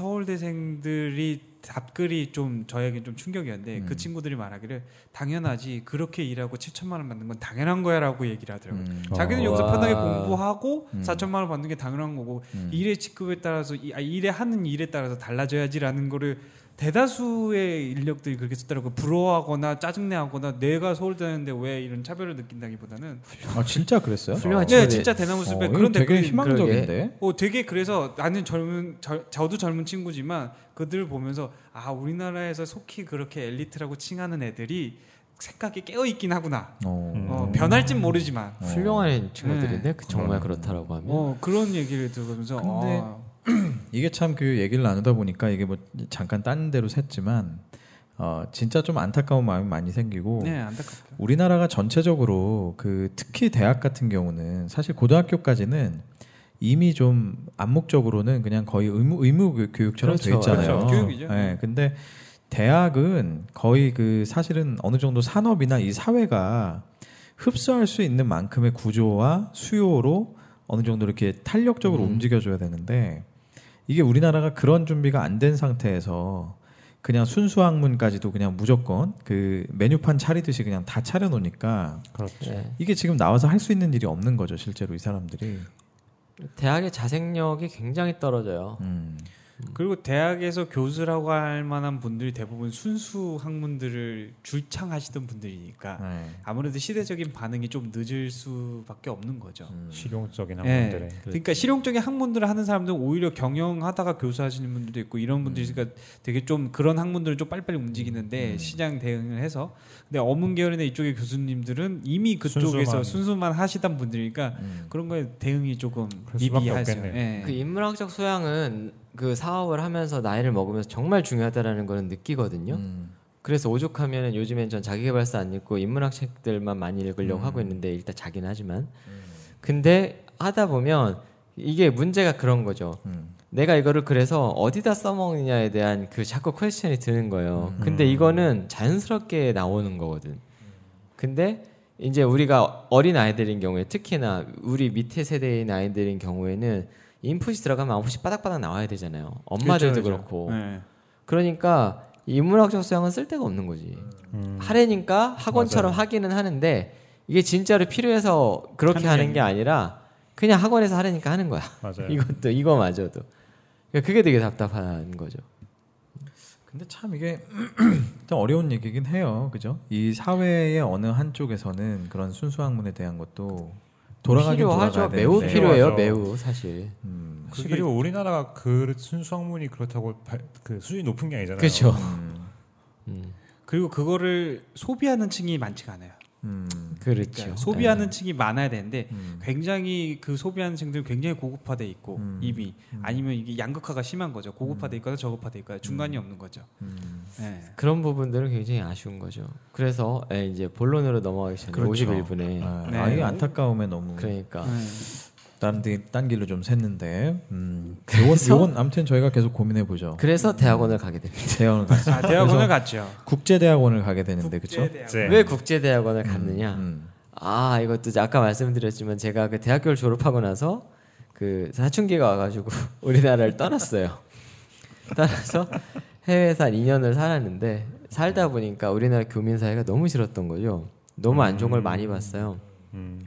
[SPEAKER 3] 서울대생들이 답글이 좀 저에겐 좀 충격이었는데
[SPEAKER 1] 음.
[SPEAKER 3] 그 친구들이 말하기를 당연하지 그렇게 일하고 7천만 원 받는 건 당연한 거야라고 얘기를 하더라고요.
[SPEAKER 1] 음.
[SPEAKER 3] 자기는
[SPEAKER 2] 어.
[SPEAKER 3] 여기서
[SPEAKER 2] 와.
[SPEAKER 3] 편하게 공부하고
[SPEAKER 1] 음.
[SPEAKER 3] 4천만 원 받는 게 당연한 거고
[SPEAKER 1] 음.
[SPEAKER 3] 일의 직급에 따라서 이- 아, 일에 하는 일에 따라서 달라져야지라는 거를 대다수의 인력들이 그렇게 썼더라고요. 부러워하거나 짜증내하거나 내가 서울대는데 왜 이런 차별을 느낀다기보다는
[SPEAKER 1] 아 진짜 그랬어요?
[SPEAKER 2] 훌륭한 친구들.
[SPEAKER 3] 네 진짜 대나무 숲에
[SPEAKER 1] 어, 이거
[SPEAKER 3] 그런
[SPEAKER 1] 되게
[SPEAKER 3] 댓글이
[SPEAKER 1] 희망적인데.
[SPEAKER 3] 어, 되게 그래서 나는 젊은 저, 저도 젊은 친구지만 그들을 보면서 아 우리나라에서 속히 그렇게 엘리트라고 칭하는 애들이 생각이 깨어 있긴 하구나.
[SPEAKER 1] 어.
[SPEAKER 3] 어,
[SPEAKER 4] 음.
[SPEAKER 3] 변할진 모르지만
[SPEAKER 1] 어.
[SPEAKER 2] 훌륭한 친구들인데
[SPEAKER 3] 네.
[SPEAKER 2] 그 정말 그렇다라고 하면
[SPEAKER 3] 어, 그런 얘기를 들으면서
[SPEAKER 1] 근데
[SPEAKER 3] 아,
[SPEAKER 1] 이게 참 그 얘기를 나누다 보니까 이게 뭐 잠깐 딴 데로 샜지만 어, 진짜 좀 안타까운 마음이 많이 생기고
[SPEAKER 3] 네 안타깝죠.
[SPEAKER 1] 우리나라가 전체적으로 그 특히 대학 같은 경우는 사실 고등학교까지는 이미 좀 암묵적으로는 그냥 거의 의무, 의무 교- 교육처럼 돼
[SPEAKER 2] 그렇죠.
[SPEAKER 1] 있잖아요.
[SPEAKER 3] 그렇죠. 교육이죠.
[SPEAKER 1] 예, 근데 대학은 거의 그 사실은 어느 정도 산업이나 이 사회가 흡수할 수 있는 만큼의 구조와 수요로 어느 정도 이렇게 탄력적으로 움직여줘야 되는데 이게 우리나라가 그런 준비가 안 된 상태에서 그냥 순수 학문까지도 그냥 무조건 그 메뉴판 차리듯이 그냥 다 차려놓으니까
[SPEAKER 4] 그렇죠.
[SPEAKER 2] 네.
[SPEAKER 1] 이게 지금 나와서 할 수 있는 일이 없는 거죠 실제로 이 사람들이.
[SPEAKER 2] 대학의 자생력이 굉장히 떨어져요.
[SPEAKER 1] 음.
[SPEAKER 3] 그리고 대학에서 교수라고 할 만한 분들이 대부분 순수 학문들을 줄창하시던 분들이니까
[SPEAKER 1] 네.
[SPEAKER 3] 아무래도 시대적인 반응이 좀 늦을 수밖에 없는 거죠.
[SPEAKER 1] 음.
[SPEAKER 4] 실용적인
[SPEAKER 3] 예.
[SPEAKER 4] 학문들의
[SPEAKER 3] 그러니까 실용적인 학문들을 하는 사람들은 오히려 경영하다가 교수하시는 분들도 있고 이런
[SPEAKER 4] 음.
[SPEAKER 3] 분들이 그러니까 되게 좀 그런 학문들을 좀 빨리빨리 움직이는데
[SPEAKER 1] 음.
[SPEAKER 3] 시장 대응을 해서 근데 업문 계열이나 이쪽의 교수님들은 이미
[SPEAKER 4] 순수만.
[SPEAKER 3] 그쪽에서 순수만 하시던 분들이니까
[SPEAKER 1] 음.
[SPEAKER 3] 그런 거에 대응이 조금
[SPEAKER 4] 그럴 수밖에
[SPEAKER 3] 미비하죠.
[SPEAKER 4] 없겠네요.
[SPEAKER 3] 예.
[SPEAKER 2] 그 인문학적 소양은 그 사업을 하면서 나이를 먹으면서 정말 중요하다라는 거는 느끼거든요.
[SPEAKER 1] 음.
[SPEAKER 2] 그래서 오죽하면 요즘엔 전 자기계발서 안 읽고 인문학 책들만 많이 읽으려고
[SPEAKER 3] 음.
[SPEAKER 2] 하고 있는데 일단 자기는 하지만 근데 하다 보면 이게 문제가 그런 거죠.
[SPEAKER 1] 음.
[SPEAKER 2] 내가 이거를 그래서 어디다 써먹느냐에 대한 그 자꾸 퀘스천이 드는 거예요.
[SPEAKER 3] 음.
[SPEAKER 2] 근데 이거는 자연스럽게 나오는 거거든. 근데 이제 우리가 어린 아이들인 경우에 특히나 우리 밑에 세대인 아이들인 경우에는 인풋이 들어가면 아웃풋이 바닥바닥 나와야 되잖아요. 엄마들도
[SPEAKER 3] 그렇죠,
[SPEAKER 2] 그
[SPEAKER 3] 그렇죠.
[SPEAKER 2] 렇고
[SPEAKER 3] 예.
[SPEAKER 2] 그러니까 인문학적 소양은 쓸데가 없는 거지.
[SPEAKER 4] 음.
[SPEAKER 2] 하래니까 학원처럼 하기는 하는데 이게 진짜로 필요해서 그렇게
[SPEAKER 3] 하는 게
[SPEAKER 2] 하는 게 아니라 그냥 학원에서 하래니까 하는 거야.
[SPEAKER 4] 맞아요.
[SPEAKER 2] 이것도 이거마저도. 그러니까 그게 되게 답답한 거죠.
[SPEAKER 1] 근데 참 이게 좀 어려운 얘기긴 해요. 그죠? 이 사회의 어느 한쪽에서는 그런 순수 학문에 대한 것도 돌아가긴
[SPEAKER 2] 필요하죠.
[SPEAKER 1] 돌아가야
[SPEAKER 2] 매우
[SPEAKER 1] 되는데. 네.
[SPEAKER 2] 필요해요.
[SPEAKER 4] 필요하죠.
[SPEAKER 2] 매우 사실.
[SPEAKER 1] 음.
[SPEAKER 4] 사실 그리고 우리나라가 그 순수 학문이 그렇다고 발- 그 수준이 높은 게 아니잖아요.
[SPEAKER 2] 그렇죠.
[SPEAKER 1] 음.
[SPEAKER 3] 그리고 그거를 소비하는 층이 많지가 않아요.
[SPEAKER 1] 음.
[SPEAKER 2] 그렇죠.
[SPEAKER 3] 그러니까 소비하는 층이 많아야 되는데 굉장히 그 소비하는 층들은 굉장히 고급화돼 있고
[SPEAKER 1] 음.
[SPEAKER 3] 이미 아니면 이게 양극화가 심한 거죠. 고급화돼 있거나 저급화돼 있거나 중간이 없는 거죠.
[SPEAKER 1] 음.
[SPEAKER 3] 예.
[SPEAKER 2] 네. 그런 부분들은 굉장히 아쉬운 거죠. 그래서 예, 이제 본론으로 넘어가기 전에
[SPEAKER 1] 그렇죠.
[SPEAKER 2] 51분에
[SPEAKER 1] 아,
[SPEAKER 3] 네.
[SPEAKER 1] 아이 안타까움에 너무
[SPEAKER 2] 그러니까
[SPEAKER 3] 예.
[SPEAKER 1] 다른 데- 딴 길로 좀 샜는데 음. 요건 요건 아무튼 저희가 계속 고민해 보죠.
[SPEAKER 2] 그래서 대학원을 가게 됩니다.
[SPEAKER 1] 대학원을 갔
[SPEAKER 3] 아, 대학원을 갔죠.
[SPEAKER 1] 국제 대학원을 가게 되는데 그렇죠?
[SPEAKER 3] 국제대학.
[SPEAKER 4] 네.
[SPEAKER 2] 왜 국제 대학원을 갔느냐?
[SPEAKER 1] 음.
[SPEAKER 2] 아 이것도 이제 아까 말씀드렸지만 제가 그 대학교를 졸업하고 나서 그 사춘기가 와가지고 우리나라를 떠났어요. 떠나서 해외에서 한 2년을 살았는데 살다 보니까 우리나라 교민 사회가 너무 싫었던 거죠. 너무 안 좋은 걸 많이 봤어요.
[SPEAKER 4] 음.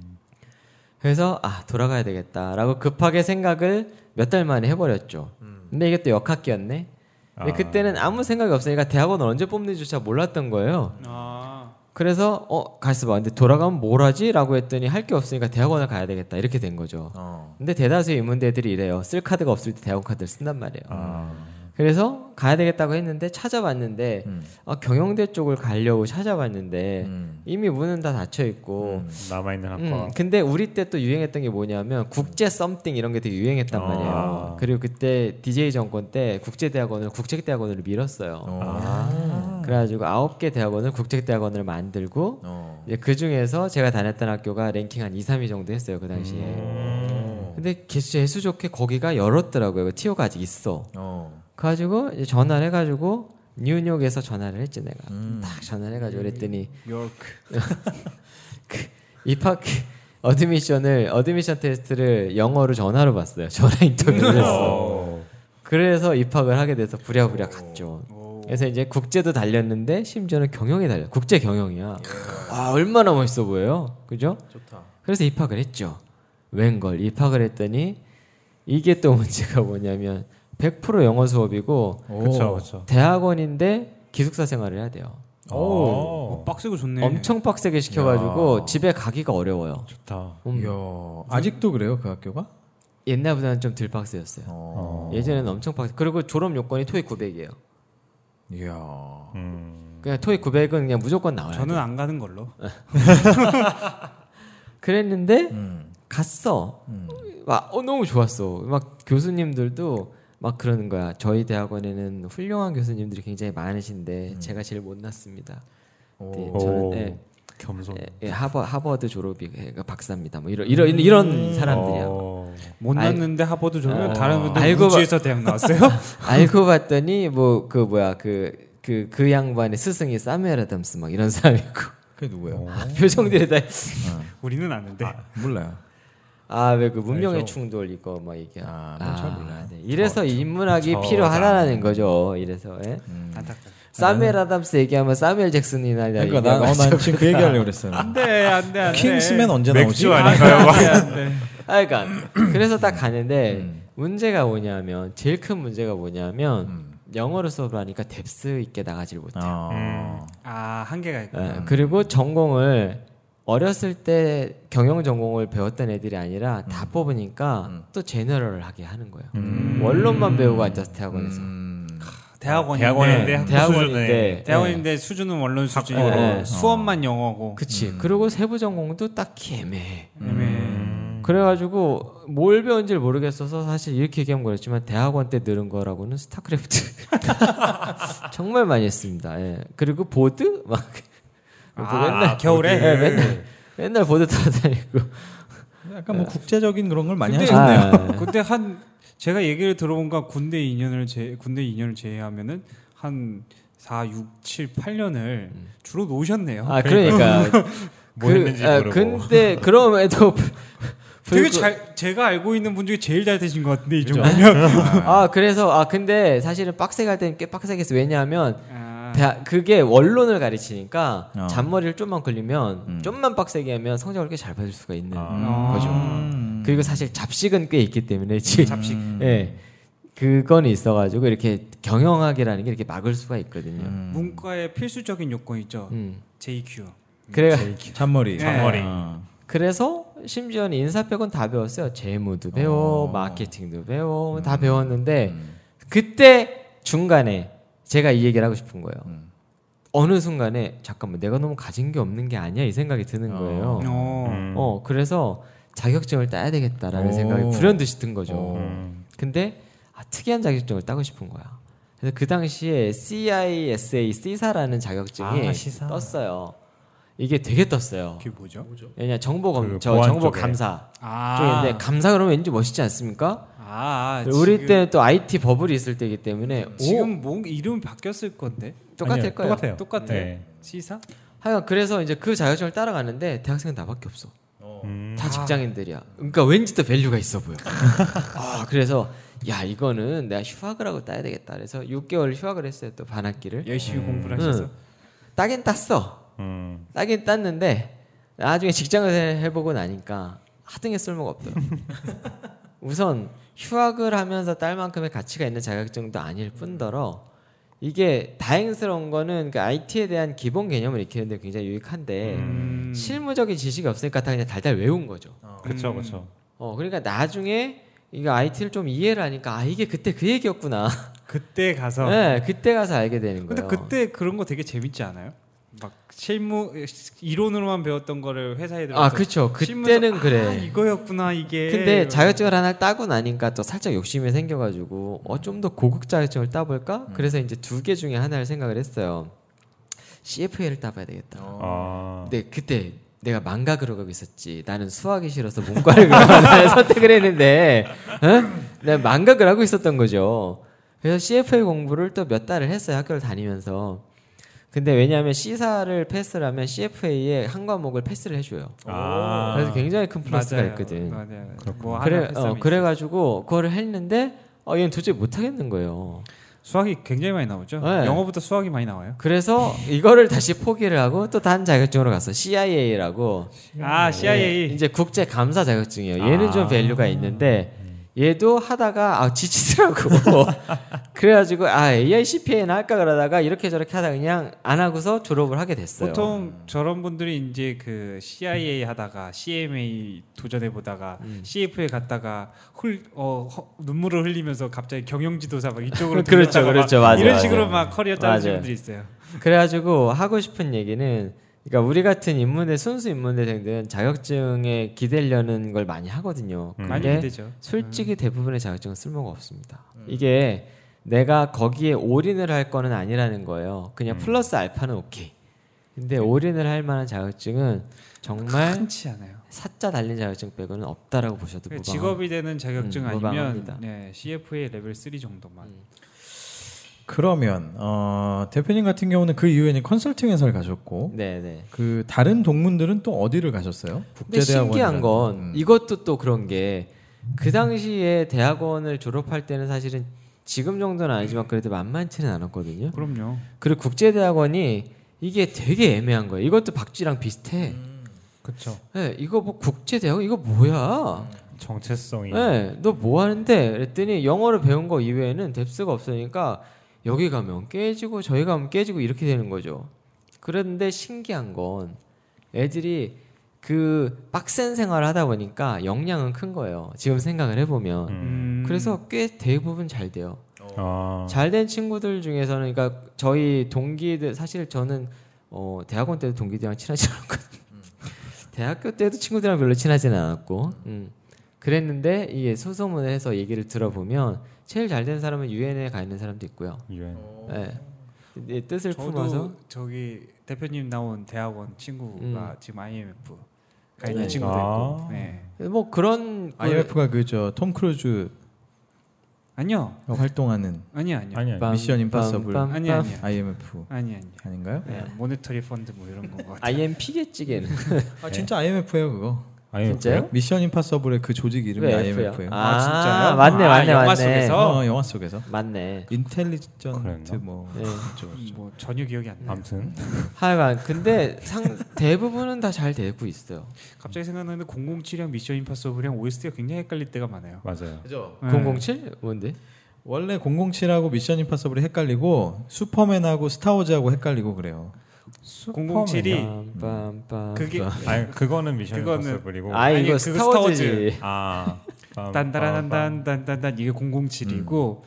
[SPEAKER 2] 그래서 아 돌아가야 되겠다라고 급하게 생각을 몇 달 만에 해버렸죠. 근데 이게 또 역학기였네. 근데
[SPEAKER 4] 아.
[SPEAKER 2] 그때는 아무 생각이 없으니까 대학원을 언제 뽑는지조차 몰랐던 거예요.
[SPEAKER 3] 아,
[SPEAKER 2] 그래서 어 가있어봐 근데 돌아가면 뭘 하지라고 했더니 할 게 없으니까 대학원을 가야 되겠다 이렇게 된 거죠
[SPEAKER 1] 어.
[SPEAKER 2] 근데 대다수의 인문대들이 이래요 쓸 카드가 없을 때 대학원 카드를 쓴단 말이에요
[SPEAKER 4] 아.
[SPEAKER 2] 그래서 가야 되겠다고 했는데 찾아봤는데
[SPEAKER 1] 음.
[SPEAKER 2] 아, 경영대 쪽을 가려고 찾아봤는데
[SPEAKER 1] 음.
[SPEAKER 2] 이미 문은 다 닫혀 있고
[SPEAKER 4] 남아 있는
[SPEAKER 2] 음.
[SPEAKER 4] 학과.
[SPEAKER 2] 근데 우리 때 또 유행했던 게 뭐냐면 국제 썸띵 이런 게 되게 유행했단
[SPEAKER 4] 아.
[SPEAKER 2] 말이에요 그리고 그때 DJ 정권 때 국제대학원을 국책대학원으로 밀었어요 아.
[SPEAKER 1] 어.
[SPEAKER 4] 음.
[SPEAKER 2] 그래가지고 아홉 개 대학원을 국책대학원으로 만들고
[SPEAKER 1] 어.
[SPEAKER 2] 예, 그 중에서 제가 다녔던 학교가 랭킹 한 2, 3위 정도 했어요 그 당시에. 근데 개수 재수 좋게 거기가 열었더라고요. 그 티오가 아직 있어.
[SPEAKER 1] 어.
[SPEAKER 2] 그래가지고 이제 전화를 해가지고 뉴욕에서 전화를 했지 내가.
[SPEAKER 1] 음.
[SPEAKER 2] 딱 전화를 해가지고 그랬더니 그
[SPEAKER 3] 요크.
[SPEAKER 2] 입학 어드미션을 어드미션 테스트를 영어로 전화로 봤어요. 전화 인터뷰를 했어. 그래서 입학을 하게 돼서 부랴부랴 갔죠.
[SPEAKER 3] 오.
[SPEAKER 2] 그래서 이제 국제도 달렸는데 심지어는 경영에 달려. 국제 경영이야. 와 얼마나 멋있어 보여요. 그죠?
[SPEAKER 1] 좋다.
[SPEAKER 2] 그래서 입학을 했죠. 웬걸 입학을 했더니 이게 또 문제가 뭐냐면 100% 영어 수업이고
[SPEAKER 4] 그렇죠, 그렇죠.
[SPEAKER 2] 대학원인데 기숙사 생활을 해야 돼요.
[SPEAKER 1] 아.
[SPEAKER 3] 오. 어, 빡세고 좋네.
[SPEAKER 2] 엄청 빡세게 시켜가지고
[SPEAKER 4] 야.
[SPEAKER 2] 집에 가기가 어려워요.
[SPEAKER 4] 아, 좋다.
[SPEAKER 2] 음,
[SPEAKER 1] 이야, 아직도 그래요 그 학교가?
[SPEAKER 2] 옛날보다는 좀 덜 빡세였어요.
[SPEAKER 1] 어.
[SPEAKER 2] 예전에는 엄청 빡세. 그리고 졸업 요건이 토익 900이에요.
[SPEAKER 1] 이야.
[SPEAKER 4] 음.
[SPEAKER 2] 그냥 토익 900은 그냥 무조건 나와요.
[SPEAKER 3] 저는 안 가는 걸로.
[SPEAKER 2] 그랬는데
[SPEAKER 1] 음.
[SPEAKER 2] 갔어.
[SPEAKER 1] 음.
[SPEAKER 2] 막 어, 너무 좋았어. 막 교수님들도 막 그러는 거야. 저희 대학원에는 훌륭한 교수님들이 굉장히 많으신데
[SPEAKER 1] 음.
[SPEAKER 2] 제가 제일 못났습니다. 네,
[SPEAKER 1] 오.
[SPEAKER 4] 어.
[SPEAKER 2] 저는
[SPEAKER 4] 오.
[SPEAKER 2] 예,
[SPEAKER 1] 어.
[SPEAKER 4] 겸손.
[SPEAKER 2] 예, 예, 하버 하버드 졸업이 예, 그 박사입니다. 뭐 이런 이런
[SPEAKER 1] 음.
[SPEAKER 2] 이런 사람들이야.
[SPEAKER 4] 어.
[SPEAKER 3] 못
[SPEAKER 2] 알-
[SPEAKER 3] 났는데 하버드 졸면
[SPEAKER 2] 어.
[SPEAKER 3] 다른 분들
[SPEAKER 2] 알고
[SPEAKER 3] 우주에서 대학 나왔어요.
[SPEAKER 2] 알고 봤더니 뭐 그 뭐야 그 그 그 양반의 스승이 사무엘 아담스 막 이런 사람이고
[SPEAKER 1] 그게 누구예요?
[SPEAKER 2] 표정들이
[SPEAKER 3] 우리는 아는데.
[SPEAKER 1] 몰라요.
[SPEAKER 2] 다아왜 그 문명의
[SPEAKER 4] 알죠.
[SPEAKER 2] 충돌 이거 막 얘기야.
[SPEAKER 1] 아, 난잘 몰라요.
[SPEAKER 2] 네. 이래서 이 인문학이
[SPEAKER 4] 저-
[SPEAKER 2] 필요하다는 거죠. 이래서 예.
[SPEAKER 3] 안타깝다.
[SPEAKER 2] 사무엘 아담스 얘기하면 사무엘 잭슨이나
[SPEAKER 1] 그러니까 난, 어, 난 지금 그 얘기하려고 그랬어요.
[SPEAKER 3] 안돼 안돼 안돼.
[SPEAKER 1] 킹스맨 언제 나오지?
[SPEAKER 4] 맥주 아니야?
[SPEAKER 3] 안돼 안돼.
[SPEAKER 2] 아, 그러니까 그래서 딱 가는데 문제가 뭐냐면 제일 큰 문제가 뭐냐면
[SPEAKER 1] 음.
[SPEAKER 2] 영어로 수업을 하니까 뎁스 있게 나가질 못해. 요
[SPEAKER 1] 어.
[SPEAKER 4] 음.
[SPEAKER 3] 아 한계가
[SPEAKER 1] 음.
[SPEAKER 3] 있고
[SPEAKER 2] 예, 그리고 전공을 어렸을 때 경영 전공을 배웠던 애들이 아니라 다 뽑으니까
[SPEAKER 1] 음.
[SPEAKER 2] 또 제너럴을 하게 하는 거예요.
[SPEAKER 4] 음.
[SPEAKER 2] 원론만 배우고 앉아서 대학원에서
[SPEAKER 1] 음.
[SPEAKER 3] 대학원인데
[SPEAKER 4] 대학원인데
[SPEAKER 2] 네.
[SPEAKER 4] 한국
[SPEAKER 2] 대학원인데 예.
[SPEAKER 3] 대학원인데 수준은 원론 수준이고
[SPEAKER 2] 예, 예.
[SPEAKER 3] 수업만
[SPEAKER 1] 음.
[SPEAKER 3] 영어고
[SPEAKER 2] 그치. 그리고 세부 전공도 딱히 애매해.
[SPEAKER 3] 애매해.
[SPEAKER 2] 그래가지고 뭘 배운지를 모르겠어서 사실 이렇게 얘기하면 그렇지만 대학원 때 늘은 거라고는 스타크래프트 정말 많이 했습니다. 예. 그리고 보드 막
[SPEAKER 3] 아,
[SPEAKER 2] 맨날
[SPEAKER 3] 겨울에?
[SPEAKER 2] 보드, 예, 맨날 맨날 보드 타러 다니고
[SPEAKER 1] 약간 뭐 국제적인 그런 걸 많이
[SPEAKER 3] 근데-
[SPEAKER 1] 하셨네요.
[SPEAKER 2] 아,
[SPEAKER 3] 근데 한 제가 얘기를 들어본가 군대 2년을 제 군대 2년을 제외하면은 한 4, 6, 7, 8년을 주로 노셨네요.
[SPEAKER 2] 아 그러니까
[SPEAKER 4] 뭐 했는지
[SPEAKER 2] 아,
[SPEAKER 4] 모르고.
[SPEAKER 2] 근데 그럼에도 불-
[SPEAKER 3] 되게
[SPEAKER 2] 불구-
[SPEAKER 3] 잘 제가 알고 있는 분 중에 제일 잘 되신 것 같은데 이쪽.
[SPEAKER 2] 아 그래서 아 근데 사실은 빡세게 할 때는 꽤 빡세게 했어 왜냐하면
[SPEAKER 3] 아,
[SPEAKER 2] 대학- 그게 원론을 가르치니까
[SPEAKER 1] 어.
[SPEAKER 2] 잔머리를 좀만 걸리면
[SPEAKER 1] 음.
[SPEAKER 2] 좀만 빡세게 하면 성적을 꽤 잘 받을 수가
[SPEAKER 1] 네.
[SPEAKER 2] 있는
[SPEAKER 4] 아.
[SPEAKER 2] 거죠.
[SPEAKER 1] 음.
[SPEAKER 2] 그리고 사실 잡식은 꽤 있기 때문에 지금
[SPEAKER 3] 잡식.
[SPEAKER 2] 예 그건 있어가지고 이렇게 경영학이라는 게 이렇게 막을 수가 있거든요.
[SPEAKER 1] 음.
[SPEAKER 2] 음.
[SPEAKER 3] 문과의 필수적인 요건 있죠. JQ.
[SPEAKER 2] 그래
[SPEAKER 1] 잔머리.
[SPEAKER 3] 네.
[SPEAKER 4] 잔머리.
[SPEAKER 1] 어.
[SPEAKER 2] 그래서 심지어는 인사백은 다 배웠어요. 재무도 배워,
[SPEAKER 1] 어.
[SPEAKER 2] 마케팅도 배워, 뭐 다 배웠는데
[SPEAKER 1] 음.
[SPEAKER 2] 그때 중간에 제가 이 얘기를 하고 싶은 거예요.
[SPEAKER 1] 음.
[SPEAKER 2] 어느 순간에 잠깐만 내가 너무 가진 게 없는 게 아니야 이 생각이 드는
[SPEAKER 1] 어.
[SPEAKER 2] 거예요.
[SPEAKER 3] 어.
[SPEAKER 4] 음.
[SPEAKER 2] 어 그래서 자격증을 따야 되겠다라는
[SPEAKER 1] 오. 어.
[SPEAKER 2] 생각이 불현듯이 든 거죠.
[SPEAKER 1] 오.
[SPEAKER 4] 음.
[SPEAKER 2] 근데 아, 특이한 자격증을 따고 싶은 거야. 그래서 그 당시에 CISA C사라는 자격증이
[SPEAKER 4] 아, 시사.
[SPEAKER 2] 떴어요. 이게 되게 떴어요.
[SPEAKER 3] 그게 뭐죠?
[SPEAKER 2] 왜냐 정보검
[SPEAKER 4] 그
[SPEAKER 2] 저
[SPEAKER 4] 보안
[SPEAKER 2] 정보
[SPEAKER 4] 쪽에.
[SPEAKER 2] 감사
[SPEAKER 3] 아.
[SPEAKER 2] 쪽인데 감사 그러면 왠지 멋있지 않습니까?
[SPEAKER 3] 아, 아,
[SPEAKER 2] 우리
[SPEAKER 3] 지금-
[SPEAKER 2] 때는 또 IT 버블이 있을 때이기 때문에 오
[SPEAKER 3] 지금 뭔 이름 바뀌었을 건데.
[SPEAKER 2] 똑같을 거예요.
[SPEAKER 4] 똑같아요.
[SPEAKER 3] 똑같아요?
[SPEAKER 4] 네.
[SPEAKER 3] 시사?
[SPEAKER 2] 하여간 그래서 이제 그 자격증을 따라가는데 대학생은 나밖에 없어.
[SPEAKER 4] 음.
[SPEAKER 2] 다 직장인들이야. 그러니까 왠지 또 밸류가 있어 보여. 아 그래서 야 이거는 내가 휴학을 하고 따야 되겠다. 그래서 6개월 휴학을 했어요. 또 반학기를.
[SPEAKER 3] 열심히 공부를
[SPEAKER 2] 음.
[SPEAKER 3] 하셔서.
[SPEAKER 2] 따긴 땄어.
[SPEAKER 4] 음.
[SPEAKER 2] 따긴 땄는데 나중에 직장을 해- 해보고 나니까 하등의 쓸모가 없더라고. 우선 휴학을 하면서 딸 만큼의 가치가 있는 자격증도 아닐 뿐더러 이게 다행스러운 거는 그 IT에 대한 기본 개념을 익히는데 굉장히 유익한데
[SPEAKER 3] 음.
[SPEAKER 2] 실무적인 지식이 없으니까 다 그냥 달달 외운 거죠.
[SPEAKER 4] 그렇죠, 그렇죠.
[SPEAKER 2] 어 그러니까 나중에 이거 IT를 좀 이해를 하니까 아 이게 그때 그 얘기였구나.
[SPEAKER 3] 그때 가서
[SPEAKER 2] 네, 그때 가서 알게 되는
[SPEAKER 3] 근데
[SPEAKER 2] 거예요.
[SPEAKER 3] 그때 그런 거 되게 재밌지 않아요? 막 실무 이론으로만 배웠던 거를 회사에 들어가서
[SPEAKER 2] 아 그렇죠.
[SPEAKER 3] 실무에서
[SPEAKER 2] 그때는 그래.
[SPEAKER 3] 아, 이거였구나 이게.
[SPEAKER 2] 근데 자격증을 하나 따고 나니까 또 살짝 욕심이 생겨가지고 어 좀 더 고급 자격증을
[SPEAKER 3] 음.
[SPEAKER 2] 따볼까? 그래서 이제 두 개 중에 하나를 생각을 했어요. CFA를 따봐야 되겠다.
[SPEAKER 3] 어.
[SPEAKER 4] 아.
[SPEAKER 2] 근데 그때 내가 망각으로 가고 있었지. 나는 수학이 싫어서 문과를 가는 선택을 했는데, 어? 내가 망각을 하고 있었던 거죠. 그래서 CFA 공부를 또 몇 달을 했어요. 학교를 다니면서. 근데 왜냐하면 C사를 패스를 하면 CFA에 한 과목을 패스를 해줘요.
[SPEAKER 4] 아.
[SPEAKER 2] 그래서 굉장히 큰 플러스가
[SPEAKER 3] 맞아요.
[SPEAKER 2] 있거든.
[SPEAKER 3] 맞아요. 뭐
[SPEAKER 2] 그래,
[SPEAKER 3] 하나
[SPEAKER 2] 어,
[SPEAKER 3] 패스하면 있어요.
[SPEAKER 2] 그래가지고 그거를 했는데 어, 얘는 도저히 못하겠는 거예요.
[SPEAKER 3] 수학이 굉장히 많이 나오죠.
[SPEAKER 2] 네.
[SPEAKER 3] 영어보다 수학이 많이 나와요.
[SPEAKER 2] 그래서 이거를 다시 포기를 하고 또 다른 자격증으로 갔어. CIA라고 네.
[SPEAKER 3] 아 CIA.
[SPEAKER 2] 이제 국제 감사 자격증이에요. 얘는 좀
[SPEAKER 4] 아.
[SPEAKER 2] 밸류가 있는데
[SPEAKER 3] 음.
[SPEAKER 2] 얘도 하다가 아 지치더라고. 그래가지고 아 AI CPA나 할까 그러다가 이렇게 저렇게 하다 그냥 안 하고서 졸업을 하게 됐어요.
[SPEAKER 3] 보통 저런 분들이 이제 그 CIA 하다가 CMA 도전해 보다가
[SPEAKER 2] 음.
[SPEAKER 3] CF에 갔다가 흘, 어, 허- 눈물을 흘리면서 갑자기 경영지도사 막 이쪽으로
[SPEAKER 2] 그렇죠,
[SPEAKER 3] 들렸다가 막
[SPEAKER 2] 그렇죠. 맞아요,
[SPEAKER 3] 이런
[SPEAKER 2] 맞아요.
[SPEAKER 3] 식으로 막 커리어 따는
[SPEAKER 2] 맞아요.
[SPEAKER 3] 분들이 있어요.
[SPEAKER 2] 그래가지고 하고 싶은 얘기는 그러니까 우리 같은 인문대 순수 인문대생들은 자격증에 기대려는 걸 많이 하거든요.
[SPEAKER 3] 음.
[SPEAKER 4] 음.
[SPEAKER 3] 많이
[SPEAKER 2] 근데
[SPEAKER 3] 기대죠.
[SPEAKER 2] 솔직히
[SPEAKER 1] 음.
[SPEAKER 2] 대부분의 자격증은 쓸모가 없습니다. 이게 내가 거기에 올인을 할 거는 아니라는 거예요.
[SPEAKER 1] 음.
[SPEAKER 2] 그냥 플러스 알파는 오케이. 근데 올인을 할 만한 자격증은 정말
[SPEAKER 3] 흔치 않아요.
[SPEAKER 2] 사자 달린 자격증 빼고는 없다라고 보셔도
[SPEAKER 3] 그래,
[SPEAKER 2] 무방.
[SPEAKER 3] 직업이 되는 자격증
[SPEAKER 2] 음,
[SPEAKER 3] 아니면
[SPEAKER 2] 무방합니다. 음.
[SPEAKER 3] 네, CFA 레벨 3 정도만.
[SPEAKER 1] 그러면 어, 대표님 같은 경우는 그 이후에는 컨설팅 회사를 가셨고
[SPEAKER 2] 네네.
[SPEAKER 1] 그 다른 동문들은 또 어디를 가셨어요?
[SPEAKER 2] 근데
[SPEAKER 1] 국제대학원.
[SPEAKER 2] 신기한 건
[SPEAKER 1] 음.
[SPEAKER 2] 이것도 또 그런 게 그 당시에 대학원을 졸업할 때는 사실은 지금 정도는 아니지만 그래도 만만치는 않았거든요.
[SPEAKER 3] 그럼요.
[SPEAKER 2] 그리고 국제대학원이 이게 되게 애매한 거예요. 이것도 박쥐랑 비슷해.
[SPEAKER 4] 음. 그렇죠.
[SPEAKER 2] 예, 이거 뭐 국제대학 이거 뭐야?
[SPEAKER 4] 정체성이
[SPEAKER 2] 네, 너 뭐 하는데? 그랬더니 영어를 배운 거 이외에는 뎁스가 없으니까 여기 가면 깨지고 저기 가면 깨지고 이렇게 되는 거죠. 그런데 신기한 건 애들이 그 빡센 생활을 하다 보니까 역량은 큰 거예요. 지금 생각을 해보면.
[SPEAKER 4] 음.
[SPEAKER 2] 그래서 꽤 대부분 잘 돼요.
[SPEAKER 1] 음. 어,
[SPEAKER 4] 아,
[SPEAKER 2] 잘 된 친구들 중에서는 그러니까 저희 동기들 사실 저는 어, 대학원 때도 동기들이랑 친하지 않았거든요.
[SPEAKER 3] 음.
[SPEAKER 2] 대학교 때도 친구들이랑 별로 친하지는 않았고, 음. 그랬는데 이게 소소문을 해서 얘기를 들어보면 제일 잘 된 사람은 유엔에 가 있는 사람도 있고요.
[SPEAKER 4] 유엔.
[SPEAKER 2] 예. 이 뜻을
[SPEAKER 3] 어. 저도
[SPEAKER 2] 품어서
[SPEAKER 3] 저기 대표님 나온 대학원 친구가
[SPEAKER 2] 음.
[SPEAKER 3] 지금 IMF 가 있는
[SPEAKER 2] 오.
[SPEAKER 3] 친구도
[SPEAKER 4] 아.
[SPEAKER 3] 있고. 네.
[SPEAKER 2] 뭐 그런
[SPEAKER 1] IMF가 그 저 톰 크루즈
[SPEAKER 3] 아니요.
[SPEAKER 1] 활동하는
[SPEAKER 3] 아니요, 아니요.
[SPEAKER 4] 아니 아니.
[SPEAKER 2] 빰,
[SPEAKER 1] 미션 임파서블.
[SPEAKER 2] 빰, 빰,
[SPEAKER 3] 아니요,
[SPEAKER 2] 빰.
[SPEAKER 3] 아니요.
[SPEAKER 1] IMF
[SPEAKER 3] 아니 아니.
[SPEAKER 1] 아닌가요?
[SPEAKER 3] 네, 모니터리 펀드 뭐 이런 거 같아.
[SPEAKER 2] IMP겠지게는
[SPEAKER 1] 아 진짜 IMF예요 그거.
[SPEAKER 4] 아니
[SPEAKER 2] 진짜요?
[SPEAKER 1] 미션 임파서블의 그 조직 이름이
[SPEAKER 2] 왜 F야?
[SPEAKER 1] IMF예요.
[SPEAKER 2] 아,
[SPEAKER 3] 아, 진짜요?
[SPEAKER 2] 맞네,
[SPEAKER 3] 아,
[SPEAKER 2] 맞네,
[SPEAKER 3] 영화
[SPEAKER 2] 맞네.
[SPEAKER 3] 속에서?
[SPEAKER 1] 어, 영화 속에서
[SPEAKER 2] 맞네.
[SPEAKER 1] 인텔리전트
[SPEAKER 4] 그랬나?
[SPEAKER 1] 뭐
[SPEAKER 2] 네.
[SPEAKER 1] 그쪽
[SPEAKER 3] 음, 뭐 전혀 기억이 안 나. 요
[SPEAKER 4] 아무튼
[SPEAKER 2] 하여간 근데 상 대부분은 다 잘 되고 있어요.
[SPEAKER 3] 갑자기 생각나는데 007이랑 미션 임파서블이랑 OST가 굉장히 헷갈릴 때가 많아요.
[SPEAKER 4] 맞아요.
[SPEAKER 1] 그죠.
[SPEAKER 3] 네.
[SPEAKER 2] 007 뭔데?
[SPEAKER 1] 원래 007하고 미션 임파서블이 헷갈리고 슈퍼맨하고 스타워즈하고 헷갈리고 그래요.
[SPEAKER 3] 007이
[SPEAKER 2] 빰빰빰.
[SPEAKER 3] 그게
[SPEAKER 1] 그러니까.
[SPEAKER 4] 아니 그거는 미션
[SPEAKER 3] 그거는-
[SPEAKER 4] 임파서블이고.
[SPEAKER 2] 아
[SPEAKER 3] 아니,
[SPEAKER 2] 이거
[SPEAKER 3] 그거
[SPEAKER 2] 스타워즈.
[SPEAKER 4] 아. 빰,
[SPEAKER 1] 음,
[SPEAKER 4] 빰,
[SPEAKER 3] 딴따라단단단단단 이게 007이고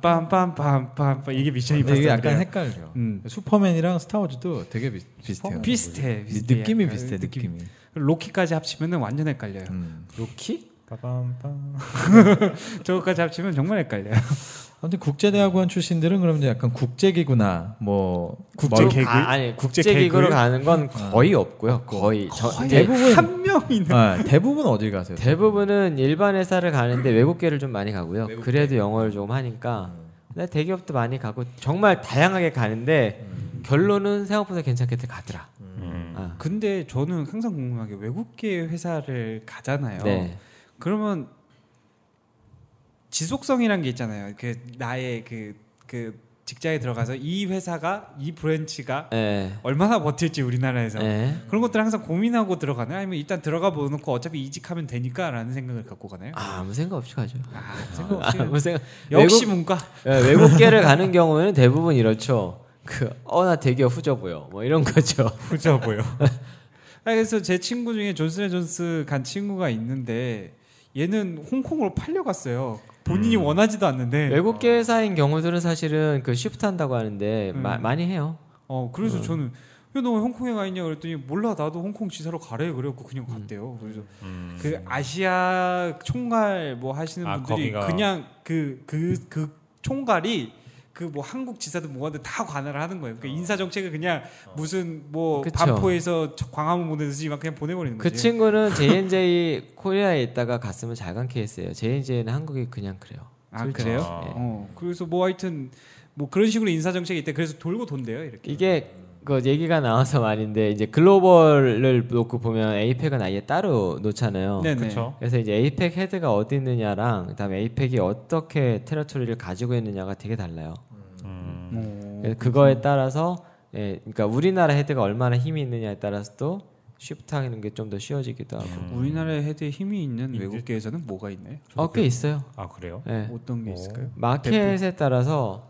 [SPEAKER 3] 빰빰빰빰빰빰빰 이게 미션
[SPEAKER 1] 근데 음. 아, 이게
[SPEAKER 3] 임파서블이에요.
[SPEAKER 1] 약간 헷갈려.
[SPEAKER 3] 음.
[SPEAKER 1] 슈퍼맨이랑 스타워즈도 되게 비, 비슷해요. 네.
[SPEAKER 3] 비슷해. 비슷해.
[SPEAKER 1] 느낌이
[SPEAKER 3] 약간
[SPEAKER 1] 비슷해 느낌이.
[SPEAKER 3] 로키까지 합치면은 완전 헷갈려요.
[SPEAKER 1] 음.
[SPEAKER 2] 로키?
[SPEAKER 4] 빰. 빰빰빰.
[SPEAKER 3] 저거까지 합치면 정말 헷갈려요.
[SPEAKER 1] 아무튼 국제대학원 출신들은 그럼 이제 약간 국제기구나 뭐
[SPEAKER 4] 국제
[SPEAKER 1] 멀-
[SPEAKER 4] 개그?
[SPEAKER 2] 가, 아니
[SPEAKER 4] 국제
[SPEAKER 2] 국제기구로
[SPEAKER 4] 개그?
[SPEAKER 2] 가는 건 거의 없고요. 네. 거의, 저- 대,
[SPEAKER 1] 대부분
[SPEAKER 3] 한 명이
[SPEAKER 1] 아, 대부분 어딜 가세요?
[SPEAKER 2] 대부분은 일반 회사를 가는데 외국계를 좀 많이 가고요.
[SPEAKER 1] 외국계.
[SPEAKER 2] 그래도 영어를 좀 하니까. 근데 대기업도 많이 가고 정말 다양하게 가는데 결론은 생각보다 괜찮게 가더라.
[SPEAKER 4] 음.
[SPEAKER 2] 아.
[SPEAKER 3] 근데 저는 항상 궁금한 게 외국계 회사를 가잖아요.
[SPEAKER 2] 네.
[SPEAKER 3] 그러면 지속성이란 게 있잖아요. 그 나의 그 그 직장에 들어가서 이 회사가 이 브랜치가
[SPEAKER 2] 네.
[SPEAKER 3] 얼마나 버틸지 우리나라에서
[SPEAKER 2] 네.
[SPEAKER 3] 그런 것들 항상 고민하고 들어가나요? 아니면 일단 들어가 보놓고 어차피 이직하면 되니까라는 생각을 갖고 가나요?
[SPEAKER 2] 아, 아무 생각 없이 가죠.
[SPEAKER 3] 아, 생각 없이
[SPEAKER 2] 아무 생각.
[SPEAKER 3] 역시 문과. 아,
[SPEAKER 2] 예, 외국계를 가는 경우에는 대부분 이렇죠. 그 어나 대기업 후져 보여. 뭐 이런 거죠.
[SPEAKER 4] 후져 보여.
[SPEAKER 3] 아, 그래서 제 친구 중에 존슨앤존스 간 친구가 있는데 얘는 홍콩으로 팔려갔어요. 본인이
[SPEAKER 2] 음.
[SPEAKER 3] 원하지도 않는데.
[SPEAKER 2] 외국계 회사인 경우들은 사실은 그 쉬프트 한다고 하는데 마-
[SPEAKER 3] 음.
[SPEAKER 2] 많이 해요.
[SPEAKER 3] 어 그래서
[SPEAKER 4] 음.
[SPEAKER 3] 저는 야, 너왜 홍콩에 가 있냐 그랬더니 몰라 나도 홍콩 지사로 가래 그래갖고 그냥 갔대요. 그래서
[SPEAKER 4] 음.
[SPEAKER 3] 그 아시아 총괄 뭐 하시는
[SPEAKER 4] 아,
[SPEAKER 3] 분들이
[SPEAKER 4] 거기가-
[SPEAKER 3] 그냥 그 그 그 총괄이 그 뭐 한국 지사든 뭐하든 다 관할을 하는 거예요.
[SPEAKER 4] 어.
[SPEAKER 3] 그러니까 인사 정책을 그냥 무슨 뭐
[SPEAKER 2] 그쵸.
[SPEAKER 3] 반포에서 저- 광화문 음, 보내듯이 막 그냥 보내버리는
[SPEAKER 2] 그
[SPEAKER 3] 거지.
[SPEAKER 2] 친구는 JNJ 코리아에 있다가 갔으면 잘 간 케이스예요. JNJ는 한국이 그냥 그래요.
[SPEAKER 3] 아
[SPEAKER 2] 솔직히.
[SPEAKER 3] 그래요?
[SPEAKER 4] 아.
[SPEAKER 3] 어 그래서 뭐 하여튼 뭐 그런 식으로 인사 정책이 있대. 그래서 돌고 돈대요 이렇게.
[SPEAKER 2] 이게 그 얘기가 나와서 말인데 이제 글로벌을 놓고 보면 에이펙은 아예 따로 놓잖아요.
[SPEAKER 3] 네네.
[SPEAKER 4] 그쵸.
[SPEAKER 2] 그래서 이제 에이펙 헤드가 어디 있느냐랑 그다음에 에이펙이 어떻게 테러토리를 가지고 있느냐가 되게 달라요.
[SPEAKER 4] 음.
[SPEAKER 3] 어,
[SPEAKER 2] 그래서 그거에 따라서 예, 그러니까 우리나라 헤드가 얼마나 힘이 있느냐에 따라서 또 쉬프트 하는 게 좀 더 쉬워지기도
[SPEAKER 3] 음,
[SPEAKER 2] 하고.
[SPEAKER 3] 우리나라의 헤드에 힘이 있는
[SPEAKER 4] 이제-
[SPEAKER 3] 외국계에서는 뭐가 있나요? 음,
[SPEAKER 2] 어, 꽤 있어요.
[SPEAKER 4] 아 그래요?
[SPEAKER 2] 예.
[SPEAKER 3] 어떤 게
[SPEAKER 4] 어.
[SPEAKER 3] 있을까요?
[SPEAKER 2] 마켓에 따라서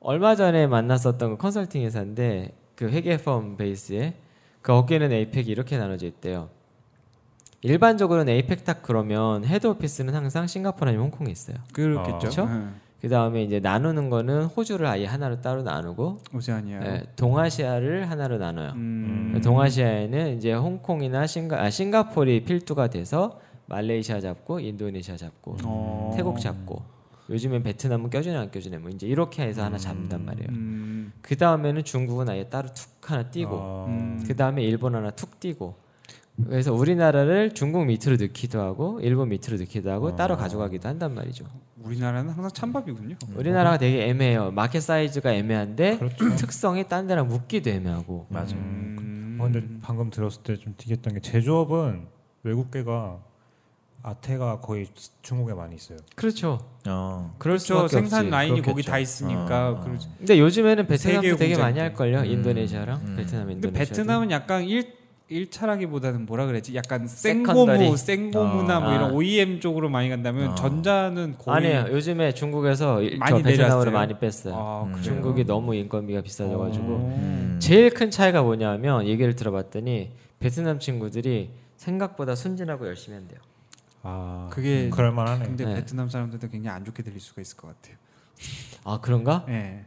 [SPEAKER 2] 얼마 전에 만났었던 그 컨설팅 회사인데 그 회계 펌 베이스에 그 어깨는 에이펙이 이렇게 나눠져 있대요. 일반적으로는 에이펙 딱 그러면 헤드 오피스는 항상 싱가포르 아니면 홍콩에 있어요.
[SPEAKER 4] 그렇겠죠.
[SPEAKER 3] 그렇겠죠. 네.
[SPEAKER 2] 그 다음에 이제 나누는 거는 호주를 아예 하나로 따로 나누고
[SPEAKER 3] 오세아니아.
[SPEAKER 2] 예, 동아시아를 하나로 나눠요.
[SPEAKER 3] 음.
[SPEAKER 2] 동아시아에는 이제 홍콩이나 싱가 아, 싱가포르이 필두가 돼서 말레이시아 잡고 인도네시아 잡고
[SPEAKER 3] 어.
[SPEAKER 2] 태국 잡고 요즘엔 베트남은 껴주냐 안 껴주냐 뭐 이제 이렇게 해서 하나 잡는단 말이에요.
[SPEAKER 3] 음.
[SPEAKER 2] 그 다음에는 중국은 아예 따로 툭 하나 띄고
[SPEAKER 4] 아,
[SPEAKER 3] 음.
[SPEAKER 2] 그 다음에 일본 하나 툭 띄고 그래서 우리나라를 중국 밑으로 넣기도 하고 일본 밑으로 넣기도 하고
[SPEAKER 3] 아.
[SPEAKER 2] 따로 가져가기도 한단 말이죠.
[SPEAKER 3] 음. 우리나라는 항상 찬밥이군요.
[SPEAKER 2] 우리나라가 되게 애매해요. 마켓 사이즈가 애매한데
[SPEAKER 3] 그렇죠.
[SPEAKER 2] 특성이 딴 데랑 묶기도 애매하고
[SPEAKER 1] 맞아. 요
[SPEAKER 3] 음.
[SPEAKER 4] 어, 근데 방금 들었을 때 좀 특이했던 게 제조업은 외국계가 아태가 거의 중국에 많이 있어요.
[SPEAKER 2] 그렇죠.
[SPEAKER 3] 음.
[SPEAKER 1] 어.
[SPEAKER 2] 그럴
[SPEAKER 3] 그렇죠.
[SPEAKER 2] 수밖에
[SPEAKER 3] 생산
[SPEAKER 2] 없지.
[SPEAKER 3] 라인이 거기
[SPEAKER 1] 그렇겠죠.
[SPEAKER 3] 다 있으니까.
[SPEAKER 1] 어, 어.
[SPEAKER 3] 그렇죠.
[SPEAKER 2] 근데 요즘에는 베트남도
[SPEAKER 3] 세계
[SPEAKER 2] 되게
[SPEAKER 3] 공장.
[SPEAKER 2] 많이 할 걸요.
[SPEAKER 1] 음.
[SPEAKER 2] 인도네시아랑
[SPEAKER 1] 음.
[SPEAKER 2] 베트남,
[SPEAKER 3] 근데
[SPEAKER 2] 인도네시아.
[SPEAKER 3] 베트남은 약간 일 1차라기보다는 뭐라 그랬지? 약간
[SPEAKER 2] 세컨더리.
[SPEAKER 3] 생고무, 생고무나 뭐
[SPEAKER 2] 아.
[SPEAKER 3] 이런 OEM 쪽으로 많이 간다면
[SPEAKER 1] 아.
[SPEAKER 3] 전자는 거의
[SPEAKER 2] 아니에요. 요즘에 중국에서 일-
[SPEAKER 3] 많이
[SPEAKER 2] 저 베트남으로
[SPEAKER 3] 내렸어요?
[SPEAKER 2] 많이 뺐어요.
[SPEAKER 3] 아, 그래요?
[SPEAKER 2] 중국이 너무 인건비가 비싸져가지고
[SPEAKER 3] 어.
[SPEAKER 1] 음.
[SPEAKER 2] 제일 큰 차이가 뭐냐면 얘기를 들어봤더니 베트남 친구들이 생각보다 순진하고 열심히 한대요.
[SPEAKER 4] 아
[SPEAKER 3] 그게
[SPEAKER 4] 그럴만하네. 음.
[SPEAKER 3] 근데
[SPEAKER 2] 네.
[SPEAKER 3] 베트남 사람들도 굉장히 안 좋게 들릴 수가 있을 것 같아요.
[SPEAKER 2] 아 그런가?
[SPEAKER 3] 예.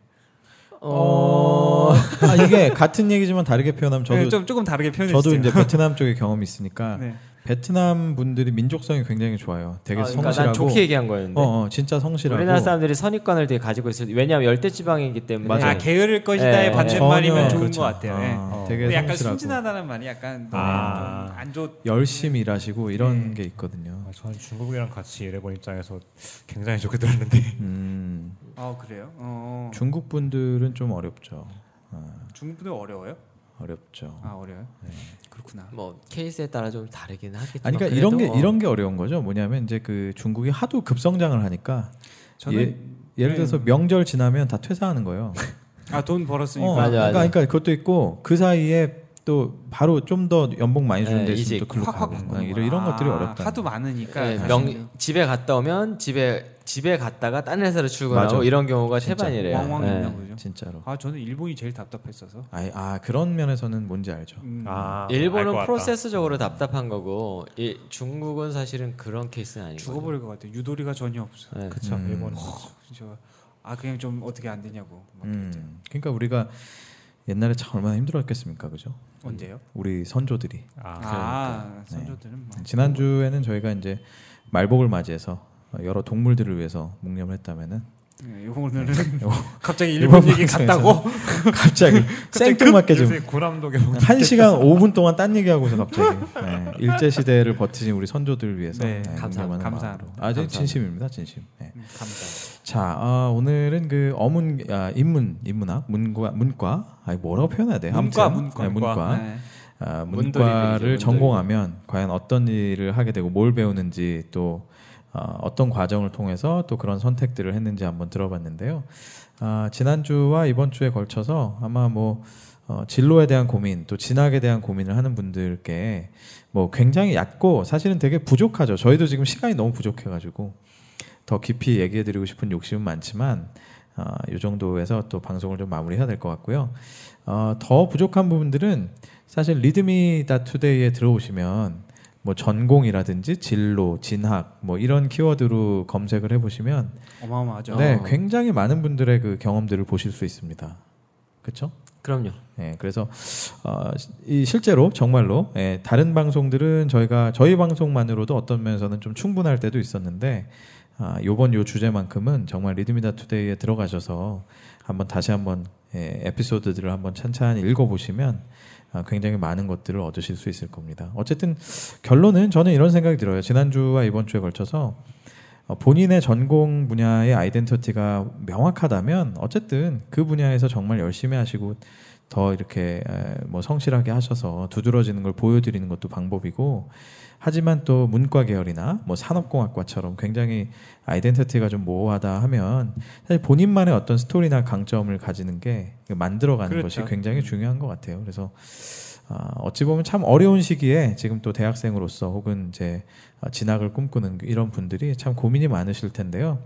[SPEAKER 2] 어.
[SPEAKER 1] 어... 아, 이게 같은 얘기지만 다르게 표현하면 네, 저도
[SPEAKER 3] 예, 좀 조금 다르게 표현해
[SPEAKER 1] 저도
[SPEAKER 3] 주세요.
[SPEAKER 1] 이제 베트남 쪽에 경험이 있으니까
[SPEAKER 3] 네.
[SPEAKER 1] 베트남 분들이 민족성이 굉장히 좋아요. 되게
[SPEAKER 2] 아, 그러니까 난
[SPEAKER 1] 성실하고
[SPEAKER 2] 좋게 얘기한 거였는데.
[SPEAKER 1] 어, 어, 진짜 성실하고
[SPEAKER 2] 우리나라 사람들이 선입관을 되게 가지고 있을 왜냐하면 열대 지방이기 때문에
[SPEAKER 1] 맞아요. 네,
[SPEAKER 3] 아 게으를 것이다의
[SPEAKER 2] 예,
[SPEAKER 3] 반대말이면
[SPEAKER 1] 전혀
[SPEAKER 3] 좋은
[SPEAKER 1] 그렇지
[SPEAKER 3] 것 같아요.
[SPEAKER 1] 않-
[SPEAKER 3] 예.
[SPEAKER 1] 아,
[SPEAKER 4] 어.
[SPEAKER 1] 되게
[SPEAKER 3] 근데 약간
[SPEAKER 1] 성실하고
[SPEAKER 3] 순진하다는 말이 약간
[SPEAKER 4] 아.
[SPEAKER 3] 안 좋.
[SPEAKER 1] 열심히 일하시고 이런
[SPEAKER 3] 네.
[SPEAKER 1] 게 있거든요.
[SPEAKER 4] 아, 저는 중국이랑 같이 일해본 입장에서 굉장히 좋게 들었는데
[SPEAKER 1] 음,
[SPEAKER 3] 아 그래요? 네. 어.
[SPEAKER 1] 중국 분들은 좀 어렵죠. 아,
[SPEAKER 3] 중국분들 어려워요?
[SPEAKER 1] 어렵죠.
[SPEAKER 3] 아 어려요?
[SPEAKER 1] 네.
[SPEAKER 3] 그렇구나.
[SPEAKER 2] 뭐 케이스에 따라 좀 다르긴 하겠지만
[SPEAKER 1] 아니, 그러니까 이런 게
[SPEAKER 2] 그래도 어,
[SPEAKER 1] 이런 게 어려운 거죠. 뭐냐면 이제 그 중국이 하도 급성장을 하니까 예, 예를 들어서 명절 지나면 다 퇴사하는 거예요.
[SPEAKER 3] 아돈 벌었으니까
[SPEAKER 1] 어,
[SPEAKER 2] 네. 맞아,
[SPEAKER 1] 그러니까,
[SPEAKER 2] 맞아.
[SPEAKER 1] 그러니까 그것도 있고 그 사이에 또 바로 좀 더 연봉 많이 주는
[SPEAKER 2] 예,
[SPEAKER 1] 데 있으면
[SPEAKER 2] 이직.
[SPEAKER 1] 또 글로
[SPEAKER 3] 네, 확확
[SPEAKER 1] 가고
[SPEAKER 3] 바꾸는
[SPEAKER 1] 아, 이런, 이런
[SPEAKER 3] 거야.
[SPEAKER 1] 것들이
[SPEAKER 3] 아,
[SPEAKER 1] 어렵다.
[SPEAKER 3] 하도 많으니까
[SPEAKER 2] 예,
[SPEAKER 3] 사실은
[SPEAKER 2] 명 집에 갔다 오면 집에 집에 갔다가 딴 회사로 출근하고
[SPEAKER 1] 맞아.
[SPEAKER 2] 이런 경우가
[SPEAKER 1] 진짜.
[SPEAKER 2] 태반이래요.
[SPEAKER 3] 왕왕
[SPEAKER 2] 예.
[SPEAKER 3] 있나 보죠.
[SPEAKER 1] 진짜로.
[SPEAKER 3] 아 저는 일본이 제일 답답했어서.
[SPEAKER 1] 아, 아 그런 면에서는 뭔지 알죠.
[SPEAKER 3] 음.
[SPEAKER 4] 아, 알것
[SPEAKER 2] 일본은
[SPEAKER 4] 같다.
[SPEAKER 2] 프로세스적으로 답답한 거고 이 중국은 사실은 그런 케이스는 아니고
[SPEAKER 3] 죽어버릴 것 같아. 요 유도리가 전혀 없어.
[SPEAKER 2] 네.
[SPEAKER 4] 그쵸
[SPEAKER 1] 음.
[SPEAKER 4] 일본
[SPEAKER 3] 진짜 아 그냥 좀 어떻게 안 되냐고. 막 그랬죠.
[SPEAKER 1] 음, 그러니까 우리가 옛날에 참 얼마나 힘들었겠습니까, 그죠?
[SPEAKER 3] 언제요?
[SPEAKER 1] 우리 선조들이
[SPEAKER 4] 아,
[SPEAKER 3] 아, 선조들은 막
[SPEAKER 1] 지난 주에는 저희가 이제 말복을 맞이해서 여러 동물들을 위해서 묵념을 했다면은
[SPEAKER 3] 예, 오늘은 갑자기
[SPEAKER 1] 일본
[SPEAKER 3] 일본 네, 얘기
[SPEAKER 1] 방송에서.
[SPEAKER 3] 갔다고
[SPEAKER 1] 갑자기 생뚱맞게 지금
[SPEAKER 4] 요새 고남도 계속
[SPEAKER 1] 한 시간 5분 동안 딴 얘기하고서 갑자기 네, 일제 시대를 버티신 우리 선조들 위해서
[SPEAKER 3] 네,
[SPEAKER 2] 감사-
[SPEAKER 1] 감사하는
[SPEAKER 3] 감사합니다.
[SPEAKER 1] 마음으로. 아, 저
[SPEAKER 2] 감사합니다.
[SPEAKER 1] 진심입니다, 진심. 네.
[SPEAKER 3] 음, 감사.
[SPEAKER 1] 자, 아, 오늘은 그 어문, 아, 인문, 인문학, 문과, 문과, 아니 뭐라고 표현해야 돼?
[SPEAKER 3] 문과
[SPEAKER 1] 아무튼,
[SPEAKER 3] 문과
[SPEAKER 1] 네, 문과,
[SPEAKER 3] 네.
[SPEAKER 1] 아,
[SPEAKER 2] 문돌이들이죠,
[SPEAKER 1] 문과를
[SPEAKER 2] 문돌이.
[SPEAKER 1] 전공하면 과연 어떤 일을 하게 되고 뭘 배우는지 또 어, 어떤 과정을 통해서 또 그런 선택들을 했는지 한번 들어봤는데요. 아, 지난주와 이번 주에 걸쳐서 아마 뭐 어, 진로에 대한 고민 또 진학에 대한 고민을 하는 분들께 뭐 굉장히 얕고 사실은 되게 부족하죠. 저희도 지금 시간이 너무 부족해가지고 더 깊이 얘기해드리고 싶은 욕심은 많지만 아, 이 정도에서 또 방송을 좀 마무리해야 될 것 같고요. 어, 더 부족한 부분들은 사실 리드미다 투데이에 들어오시면 뭐 전공이라든지 진로, 진학 뭐 이런 키워드로 검색을 해보시면
[SPEAKER 3] 어마어마하죠.
[SPEAKER 1] 네 굉장히 많은 분들의 그 경험들을 보실 수 있습니다. 그렇죠?
[SPEAKER 2] 그럼요.
[SPEAKER 1] 예, 그래서 어, 이 실제로 정말로 예, 다른 방송들은 저희가 저희 방송만으로도 어떤 면에서는 좀 충분할 때도 있었는데 아, 요번 요 주제만큼은 정말 리드미다 투데이에 들어가셔서 한번 다시 한번 예, 에피소드들을 한번 찬찬히 읽어보시면 아, 굉장히 많은 것들을 얻으실 수 있을 겁니다. 어쨌든 결론은 저는 이런 생각이 들어요. 지난주와 이번 주에 걸쳐서 어, 본인의 전공 분야의 아이덴티티가 명확하다면 어쨌든 그 분야에서 정말 열심히 하시고 더 이렇게 에, 뭐 성실하게 하셔서 두드러지는 걸 보여드리는 것도 방법이고 하지만 또 문과 계열이나 뭐 산업공학과처럼 굉장히 아이덴티티가 좀 모호하다 하면 사실 본인만의 어떤 스토리나 강점을 가지는 게 만들어가는
[SPEAKER 3] 그렇죠.
[SPEAKER 1] 것이 굉장히 중요한 것 같아요. 그래서 아, 어찌 보면 참 어려운 시기에 지금 또 대학생으로서 혹은 이제 아, 진학을 꿈꾸는 이런 분들이 참 고민이 많으실 텐데요.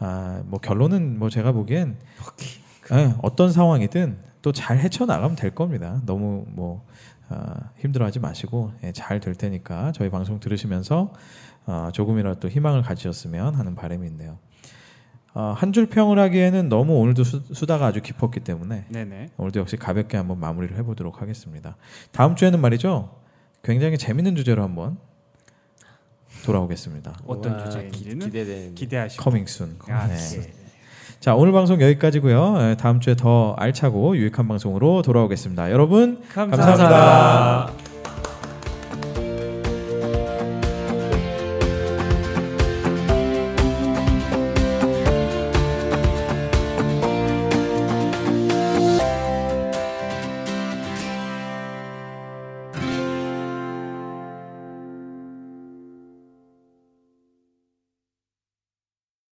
[SPEAKER 1] 아, 뭐 결론은 뭐 제가 보기엔 예, 어떤 상황이든 또 잘 헤쳐나가면 될 겁니다. 너무 뭐 아, 힘들어하지 마시고 예, 잘 될 테니까 저희 방송 들으시면서 아, 조금이라도 또 희망을 가지셨으면 하는 바람이 있네요. 아, 한줄 평을 하기에는 너무 오늘도 수, 수다가 아주 깊었기 때문에
[SPEAKER 3] 네네.
[SPEAKER 1] 오늘도 역시 가볍게 한번 마무리를 해보도록 하겠습니다. 다음 주에는 말이죠. 굉장히 재밌는 주제로 한번 돌아오겠습니다.
[SPEAKER 3] 어떤
[SPEAKER 2] 우와, 기-
[SPEAKER 3] 주제인지는
[SPEAKER 2] 기대되는.
[SPEAKER 3] 기대하시고.
[SPEAKER 1] 커밍 순.
[SPEAKER 3] 아,
[SPEAKER 1] 네.
[SPEAKER 3] 네.
[SPEAKER 1] 자 오늘 방송 여기까지고요. 예, 에, 다음 주에 더 알차고 유익한 방송으로 돌아오겠습니다. 여러분
[SPEAKER 3] 감사합니다.
[SPEAKER 1] 감사합니다.